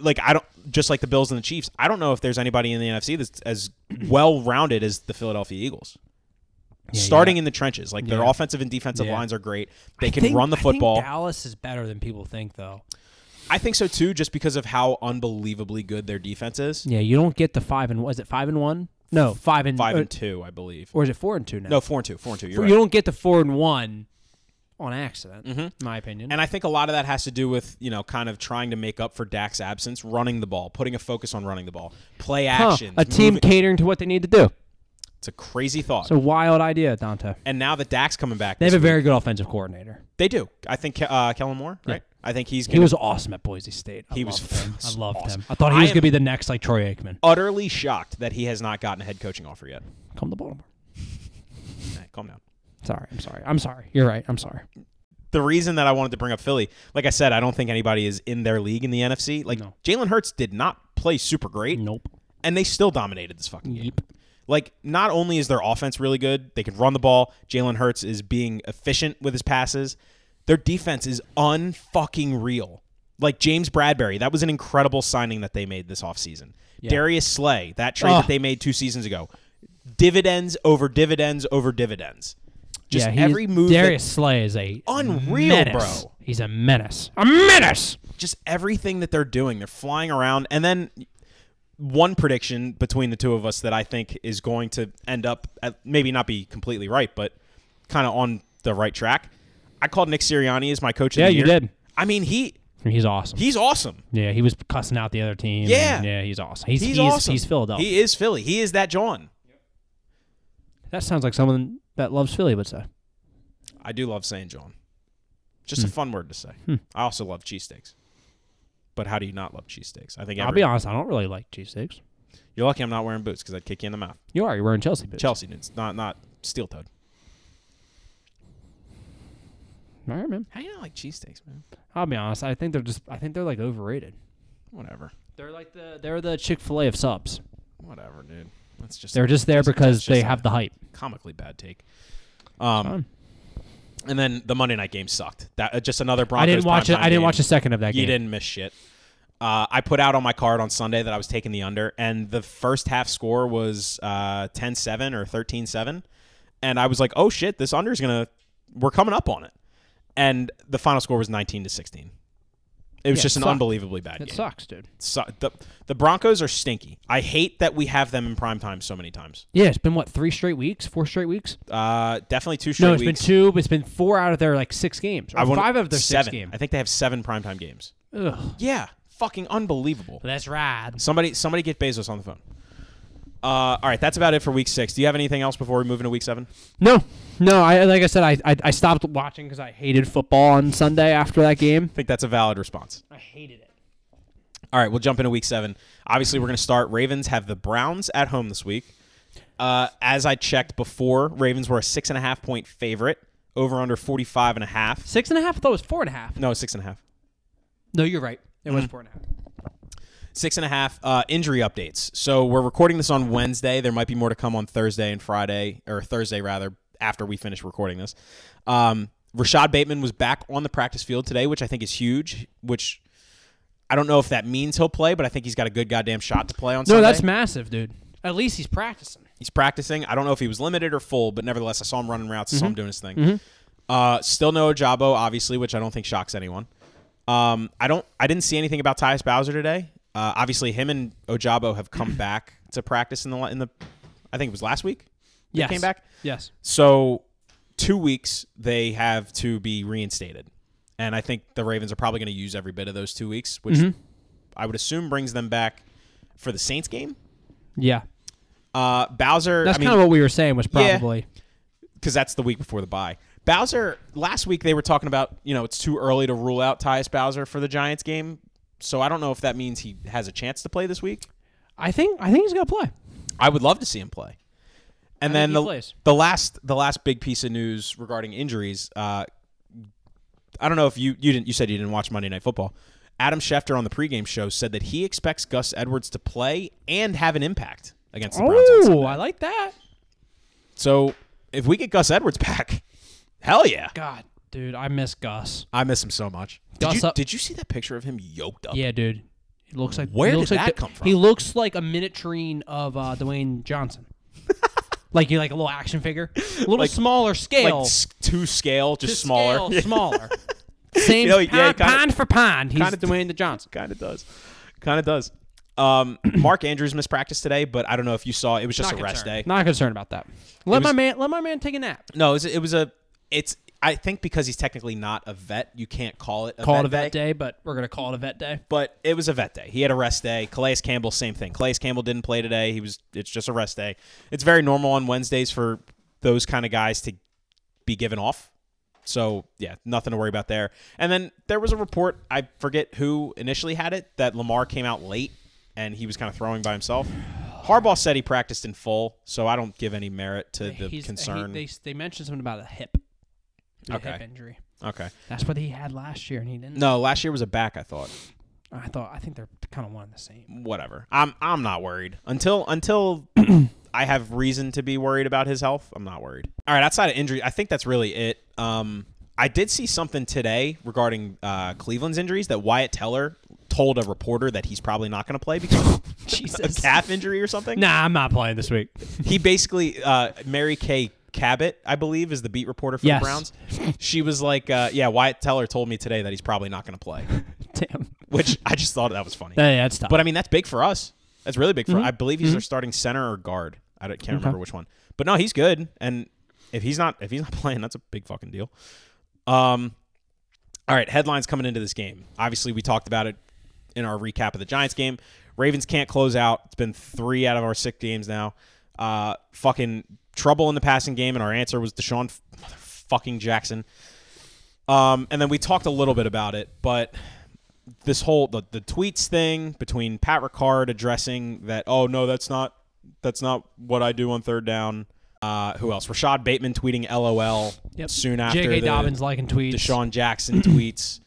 Speaker 1: like I don't just like the Bills and the Chiefs. I don't know if there's anybody in the NFC that's as well rounded as the Philadelphia Eagles.
Speaker 2: Yeah,
Speaker 1: Starting in the trenches, like their
Speaker 2: Yeah.
Speaker 1: offensive and defensive
Speaker 2: Yeah.
Speaker 1: lines are great. They
Speaker 2: I
Speaker 1: can
Speaker 2: think-
Speaker 1: run the
Speaker 2: I think
Speaker 1: football.
Speaker 2: Dallas is better than people think though.
Speaker 1: I think so too, just because of how unbelievably good their defense is.
Speaker 2: Yeah, you don't get the five and was it five and one? No, five and
Speaker 1: Five
Speaker 2: or,
Speaker 1: and two, I believe.
Speaker 2: or is it four and two now?
Speaker 1: No, four and two, four and two. You're
Speaker 2: you
Speaker 1: right. Mm-hmm.
Speaker 2: don't get the Uh, four and one on accident, in my opinion.
Speaker 1: And I think a lot of that has to do with, you know, kind of trying to make up for Dak's absence, running the ball, putting a focus on running the ball, play
Speaker 2: Huh,
Speaker 1: actions.
Speaker 2: a team
Speaker 1: moving-
Speaker 2: catering to what they need to do.
Speaker 1: It's a crazy thought.
Speaker 2: It's a wild idea, Dante.
Speaker 1: and now that Dak's coming back,
Speaker 2: They have
Speaker 1: this
Speaker 2: a
Speaker 1: week-
Speaker 2: very good offensive coordinator.
Speaker 1: They do. I think Ke- uh, Kellen Moore, right? I think he's
Speaker 2: He
Speaker 1: going to
Speaker 2: was awesome at Boise State. I
Speaker 1: He was
Speaker 2: loved him. I loved
Speaker 1: awesome.
Speaker 2: him. I thought he
Speaker 1: I
Speaker 2: was
Speaker 1: am-
Speaker 2: going to be the next like Troy Aikman.
Speaker 1: utterly shocked that he has not gotten a head coaching offer yet.
Speaker 2: Come to Baltimore.
Speaker 1: Nah, calm down.
Speaker 2: Sorry, I'm sorry. I'm sorry. You're right. I'm sorry.
Speaker 1: The reason that I wanted to bring up Philly, like I said, I don't think anybody is in their league in the NFC. Like
Speaker 2: No.
Speaker 1: Jalen Hurts did not play super great,
Speaker 2: Nope.
Speaker 1: and they still dominated this fucking game.
Speaker 2: Yep.
Speaker 1: Like, not only is their offense really good, they can run the ball. Jalen Hurts is being efficient with his passes. Their defense is unfucking real. Like James Bradbury, that was an incredible signing that they made this offseason. Darius Slay, that trade
Speaker 2: Ugh.
Speaker 1: that they made two seasons ago. Dividends over dividends over dividends. Just
Speaker 2: yeah, he's-
Speaker 1: every move that-
Speaker 2: Darius Slay is a
Speaker 1: Unreal,
Speaker 2: menace.
Speaker 1: bro.
Speaker 2: He's a menace. A menace.
Speaker 1: just everything that they're doing. They're flying around. And then one prediction between the two of us that I think is going to end up at, maybe not be completely right, but kind of on the right track. I called Nick Sirianni as my coach.
Speaker 2: Yeah,
Speaker 1: of the
Speaker 2: you
Speaker 1: year.
Speaker 2: did.
Speaker 1: I mean, he
Speaker 2: He's awesome.
Speaker 1: he's awesome.
Speaker 2: yeah, he was cussing out the other team.
Speaker 1: Yeah.
Speaker 2: yeah, he's awesome. He's
Speaker 1: He's,
Speaker 2: he's,
Speaker 1: awesome.
Speaker 2: he's Philadelphia.
Speaker 1: He is Philly. He is that John.
Speaker 2: that sounds like someone that loves Philly would say.
Speaker 1: I do love saying John. Just
Speaker 2: Hmm.
Speaker 1: a fun word to say. I also love cheesesteaks. But how do you not love cheesesteaks? I think
Speaker 2: I'll
Speaker 1: every,
Speaker 2: be honest. I don't really like G6.
Speaker 1: you're lucky I'm not wearing boots because I'd kick you in the mouth.
Speaker 2: You are. You're wearing Chelsea boots.
Speaker 1: Chelsea boots, not not steel toed.
Speaker 2: All right, man.
Speaker 1: How do you not like cheesesteaks, man?
Speaker 2: I'll be honest. I think they're just. I think they're like overrated.
Speaker 1: Whatever.
Speaker 2: They're like the they're the Chick Fil A of subs.
Speaker 1: Whatever, dude. That's just
Speaker 2: They're just there
Speaker 1: that's
Speaker 2: because they
Speaker 1: just
Speaker 2: have the hype.
Speaker 1: comically bad take. Um, and then the Monday night game sucked. That uh, just another Broncos.
Speaker 2: I didn't watch it.
Speaker 1: primetime
Speaker 2: I didn't
Speaker 1: game.
Speaker 2: watch a second of that
Speaker 1: You
Speaker 2: game.
Speaker 1: didn't miss shit. Uh, I put out on my card on Sunday that I was taking the under, and the first half score was uh, 10-7 or 13-7. And I was like, oh shit, this under is going to, we're coming up on it. And the final score was 19 to 16. It was
Speaker 2: Yeah,
Speaker 1: just
Speaker 2: it
Speaker 1: an
Speaker 2: sucked.
Speaker 1: unbelievably bad
Speaker 2: It
Speaker 1: game.
Speaker 2: sucks, dude.
Speaker 1: Su- the, the Broncos are stinky. I hate that we have them in prime time so many times.
Speaker 2: Yeah, it's been what three straight weeks, four straight weeks.
Speaker 1: Uh, definitely two straight
Speaker 2: No, it's
Speaker 1: weeks.
Speaker 2: been two. but It's been four out of their like six games, or
Speaker 1: I want-
Speaker 2: five out of their
Speaker 1: seven.
Speaker 2: six games.
Speaker 1: I think they have seven primetime games.
Speaker 2: Ugh,
Speaker 1: Yeah, fucking unbelievable.
Speaker 2: that's rad.
Speaker 1: Somebody, somebody, get Bezos on the phone. Uh, all right, that's about it for week six. Do you have anything else before we move into week seven?
Speaker 2: No, no. I like I said, I I, I stopped watching because I hated football on Sunday after that game.
Speaker 1: I think that's a valid response.
Speaker 2: I hated it.
Speaker 1: All right, we'll jump into week seven. Obviously, we're going to start. Ravens have the Browns at home this week. Uh, as I checked before, Ravens were a six and a half point favorite. Over under 45 and a half.
Speaker 2: Six and a half. I thought it was four and a half. Mm.
Speaker 1: No, six and a half.
Speaker 2: No, you're right. It was four and a half.
Speaker 1: Six and a half uh, injury updates. So we're recording this on Wednesday. There might be more to come on Thursday and Friday, or Thursday rather, after we finish recording this. Um, Rashad Bateman was back on the practice field today, which I think is huge. Which I don't know if that means he'll play, but I think he's got a good goddamn shot to play on.
Speaker 2: No,
Speaker 1: Sunday.
Speaker 2: that's massive, dude. At least he's practicing.
Speaker 1: he's practicing. I don't know if he was limited or full, but nevertheless, I saw him running routes. I saw him doing his thing. Uh, still no Ojabo, obviously, which I don't think shocks anyone. Um, I don't. I didn't see anything about Tyus Bowser today. Uh, obviously, him and Ojabo have come back to practice in the in the. I think it was last week. they
Speaker 2: Yes.
Speaker 1: came back.
Speaker 2: Yes.
Speaker 1: So, two weeks they have to be reinstated, and I think the Ravens are probably going to use every bit of those two weeks, which I would assume brings them back for the Saints game.
Speaker 2: Yeah.
Speaker 1: Uh, Bowser.
Speaker 2: That's
Speaker 1: I mean,
Speaker 2: kind of what we were saying was
Speaker 1: Yeah.
Speaker 2: probably.
Speaker 1: because that's the week before the bye. Bowser last week they were talking about you know it's too early to rule out Tyus Bowser for the Giants game, so I don't know if that means he has a chance to play this week.
Speaker 2: I think I think he's gonna play.
Speaker 1: I would love to see him play. And
Speaker 2: I
Speaker 1: then
Speaker 2: think he
Speaker 1: the
Speaker 2: plays.
Speaker 1: the last the last big piece of news regarding injuries. Uh, I don't know if you you didn't you said you didn't watch Monday Night Football. Adam Schefter on the pregame show said that he expects Gus Edwards to play and have an impact against the Browns. on
Speaker 2: Oh,
Speaker 1: Sunday.
Speaker 2: I like that.
Speaker 1: So if we get Gus Edwards back, hell yeah.
Speaker 2: God, dude, I miss Gus.
Speaker 1: I miss him so much. Did
Speaker 2: Gus
Speaker 1: you,
Speaker 2: up-
Speaker 1: did you see that picture of him yoked up?
Speaker 2: Yeah, dude. He looks like
Speaker 1: Where
Speaker 2: he looks
Speaker 1: did
Speaker 2: like
Speaker 1: that
Speaker 2: the-
Speaker 1: come from?
Speaker 2: He looks like a miniaturine of uh, Dwayne Johnson. like you like a little action figure, a little
Speaker 1: Like-
Speaker 2: smaller
Speaker 1: Like
Speaker 2: scale,
Speaker 1: s- to scale, just
Speaker 2: To
Speaker 1: smaller.
Speaker 2: scale, smaller. Same
Speaker 1: You know, yeah,
Speaker 2: pound,
Speaker 1: kinda-
Speaker 2: pound for pound. He's
Speaker 1: kinda-
Speaker 2: Dwayne the Johnson.
Speaker 1: kind of does. Kind of does. Um, Mark Andrews mispracticed today, but I don't know if you saw. It was just
Speaker 2: Not
Speaker 1: a rest
Speaker 2: concerned.
Speaker 1: day.
Speaker 2: Not concerned about that. Let my
Speaker 1: was-
Speaker 2: man. Let my man take a nap.
Speaker 1: No, it was, it was a. It's. I think because he's technically not a vet, you can't call it a
Speaker 2: Call
Speaker 1: vet
Speaker 2: it a vet day, but we're gonna call it a vet day.
Speaker 1: But it was a vet day. He had a rest day. Calais Campbell, same thing. Calais Campbell didn't play today. He was. It's just a rest day. It's very normal on Wednesdays for those kind of guys to be given off. So yeah, nothing to worry about there. And then there was a report. I forget who initially had it that Lamar came out late and he was kind of throwing by himself. Harbaugh said he practiced in full, so I don't give any merit to the
Speaker 2: He's- he-
Speaker 1: concern.
Speaker 2: they, they mentioned something about a hip. A hip
Speaker 1: Okay.
Speaker 2: injury.
Speaker 1: okay.
Speaker 2: That's what he had last year, and he didn't.
Speaker 1: No, last year was a back. I thought.
Speaker 2: I thought I think they're kind of one and the same.
Speaker 1: whatever. I'm I'm not worried until until I have reason to be worried about his health. I'm not worried. All right, outside of injury, I think that's really it. Um, I did see something today regarding uh, Cleveland's injuries that Wyatt Teller told a reporter that he's probably not going to play because of a
Speaker 2: Jesus.
Speaker 1: calf injury or something.
Speaker 2: Nah, I'm not playing this week.
Speaker 1: He basically uh, Mary Kay Cabot, I believe, is the beat reporter for
Speaker 2: Yes.
Speaker 1: the Browns. She was like, uh, "Yeah, Wyatt Teller told me today that he's probably not going to play,"
Speaker 2: Damn.
Speaker 1: which I just thought that was funny.
Speaker 2: Yeah, yeah, that's tough.
Speaker 1: But I mean, that's big for us. That's really big for. I believe he's their starting center or guard. I don't- can't remember which one. But no, he's good. And if he's not, if he's not playing, that's a big fucking deal. Um, all right, headlines coming into this game. Obviously, we talked about it in our recap of the Giants game. Ravens can't close out. It's been three out of our six games now. Uh, fucking trouble in the passing game, and our answer was Deshaun fucking Jackson. Um, and then we talked a little bit about it, but this whole the, the tweets thing between Pat Ricard addressing that oh no that's not that's not what I do on third down. Uh, who else? Rashad Bateman tweeting LOL
Speaker 2: Yep.
Speaker 1: soon after
Speaker 2: J.K.
Speaker 1: the
Speaker 2: Dobbins liking tweets.
Speaker 1: Deshaun Jackson tweets.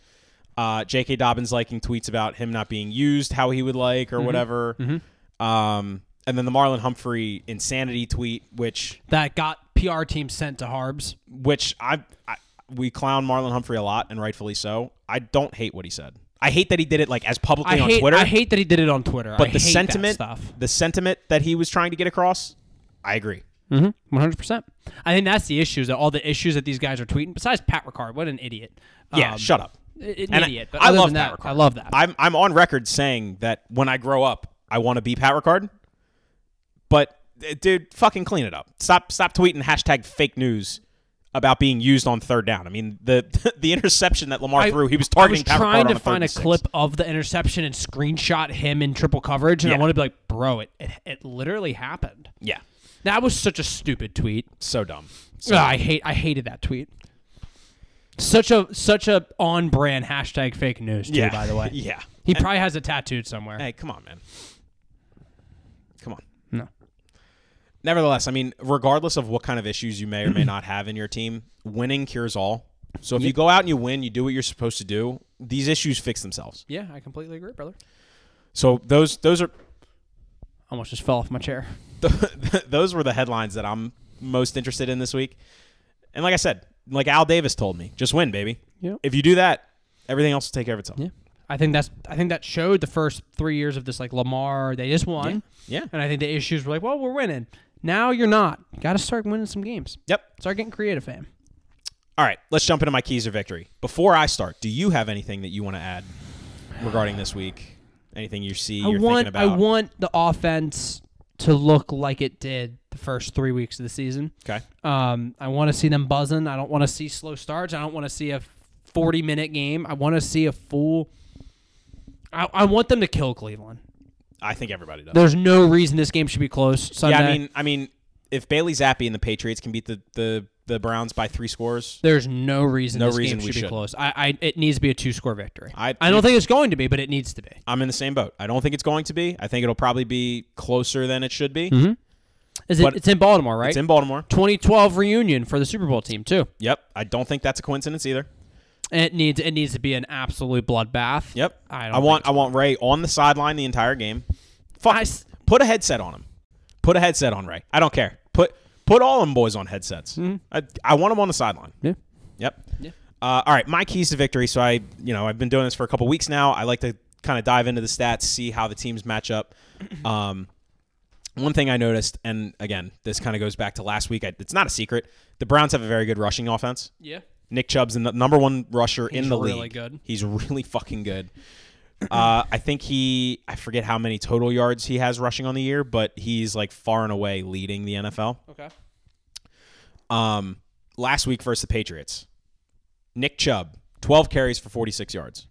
Speaker 1: Uh, J.K. Dobbins liking tweets about him not being used how he would like
Speaker 2: Mm-hmm.
Speaker 1: or whatever. Um, and then the Marlon Humphrey insanity tweet, which
Speaker 2: That got PR team sent to Harbs.
Speaker 1: which I, I we clown Marlon Humphrey a lot and rightfully so. I don't hate what he said. I hate that he did it like as publicly
Speaker 2: I
Speaker 1: on
Speaker 2: hate,
Speaker 1: Twitter.
Speaker 2: I hate that he did it on Twitter.
Speaker 1: but
Speaker 2: I
Speaker 1: the
Speaker 2: hate that
Speaker 1: sentiment,
Speaker 2: stuff.
Speaker 1: the sentiment that he was trying to get across, I agree.
Speaker 2: Mm-hmm. 100%. I think that's the issues that all the issues that these guys are tweeting, besides Pat Ricard, what an idiot.
Speaker 1: Yeah,
Speaker 2: Um,
Speaker 1: shut up.
Speaker 2: an
Speaker 1: And I-
Speaker 2: idiot. but
Speaker 1: I
Speaker 2: other
Speaker 1: love
Speaker 2: than
Speaker 1: Pat
Speaker 2: that,
Speaker 1: Ricard.
Speaker 2: I love that.
Speaker 1: I'm I'm on record saying that when I grow up, I want to be Pat Ricard. But eh, dude, fucking clean it up. Stop stop tweeting hashtag fake news about being used on third down. I mean the the interception that Lamar
Speaker 2: I-
Speaker 1: threw, he was
Speaker 2: I
Speaker 1: targeting
Speaker 2: was
Speaker 1: Pat
Speaker 2: trying
Speaker 1: Ricard on
Speaker 2: to
Speaker 1: a
Speaker 2: find a
Speaker 1: 36.
Speaker 2: clip of the interception and screenshot him in triple coverage, and I
Speaker 1: Yeah.
Speaker 2: want to be like, bro, it, it it literally happened.
Speaker 1: Yeah,
Speaker 2: That was such a stupid tweet.
Speaker 1: so dumb. So,
Speaker 2: Ugh, I hate I hated that tweet. Such a such a on brand hashtag fake news too.
Speaker 1: yeah,
Speaker 2: By the way,
Speaker 1: yeah.
Speaker 2: he probably has it tattooed somewhere.
Speaker 1: Hey, come on, man. Come on.
Speaker 2: No.
Speaker 1: Nevertheless, I mean, regardless of what kind of issues you may or may not have in your team, winning cures all. So if you go out and you win, you do what you're supposed to do, these issues fix themselves.
Speaker 2: Yeah, I completely agree, brother.
Speaker 1: So those those are
Speaker 2: Almost just fell off my chair.
Speaker 1: those were the headlines that I'm most interested in this week. And like I said, like Al Davis told me, just win, baby.
Speaker 2: Yeah.
Speaker 1: If you do that, everything else will take care of itself.
Speaker 2: Yeah, I think that's I think that showed the first three years of this like Lamar. They just won.
Speaker 1: Yeah.
Speaker 2: And I think the issues were like, well, we're winning. Now you're not. Got to start winning some games.
Speaker 1: Yep.
Speaker 2: Start getting creative, fam.
Speaker 1: All right, let's jump into my keys or victory. Before I start, do you have anything that you want to add regarding this week? Anything you see
Speaker 2: I
Speaker 1: you're
Speaker 2: want
Speaker 1: thinking about?
Speaker 2: I want the offense to look like it did the first three weeks of the season.
Speaker 1: okay.
Speaker 2: Um, I want to see them buzzing. I don't want to see slow starts. I don't want to see a 40 minute game. I want to see a full. I, I want them to kill Cleveland.
Speaker 1: I think everybody does.
Speaker 2: There's no reason this game should be close. Sunday.
Speaker 1: yeah, I mean, I mean, if Bailey Zappi and the Patriots can beat the the, the Browns by three scores,
Speaker 2: There's no reason
Speaker 1: No
Speaker 2: this
Speaker 1: reason
Speaker 2: game
Speaker 1: we
Speaker 2: should be
Speaker 1: should.
Speaker 2: close. I, I it needs to be a two score victory.
Speaker 1: I-
Speaker 2: I don't think it's going to be, but it needs to be.
Speaker 1: I'm in the same boat. I don't think it's going to be. I think it'll probably be closer than it should be.
Speaker 2: Mhm. Is it,
Speaker 1: But-
Speaker 2: it's in Baltimore, right?
Speaker 1: It's in Baltimore.
Speaker 2: 2012 reunion for the Super Bowl team too.
Speaker 1: Yep. I don't think that's a coincidence either.
Speaker 2: And it needs it needs to be an absolute bloodbath.
Speaker 1: Yep.
Speaker 2: I don't
Speaker 1: I want I want Ray on the sideline the entire game. Fuck.
Speaker 2: I s-
Speaker 1: put a headset on him. Put a headset on Ray. I don't care. Put put all them boys on headsets. I, I want them on the sideline.
Speaker 2: Yeah.
Speaker 1: Yep. Uh, all right, my keys to victory. So I, you know, I've been doing this for a couple weeks now. I like to kind of dive into the stats, see how the teams match up. Um, one thing I noticed, and again, this kind of goes back to last week. I, it's not a secret. The Browns have a very good rushing offense.
Speaker 2: Yeah.
Speaker 1: Nick Chubb's the n- number one rusher
Speaker 2: He's
Speaker 1: in the
Speaker 2: really
Speaker 1: league.
Speaker 2: good.
Speaker 1: He's really fucking good. Uh, I think he, I forget how many total yards he has rushing on the year, but he's like far and away leading the NFL.
Speaker 2: Okay.
Speaker 1: Um, last week versus the Patriots, Nick Chubb, 12 carries for 46 yards.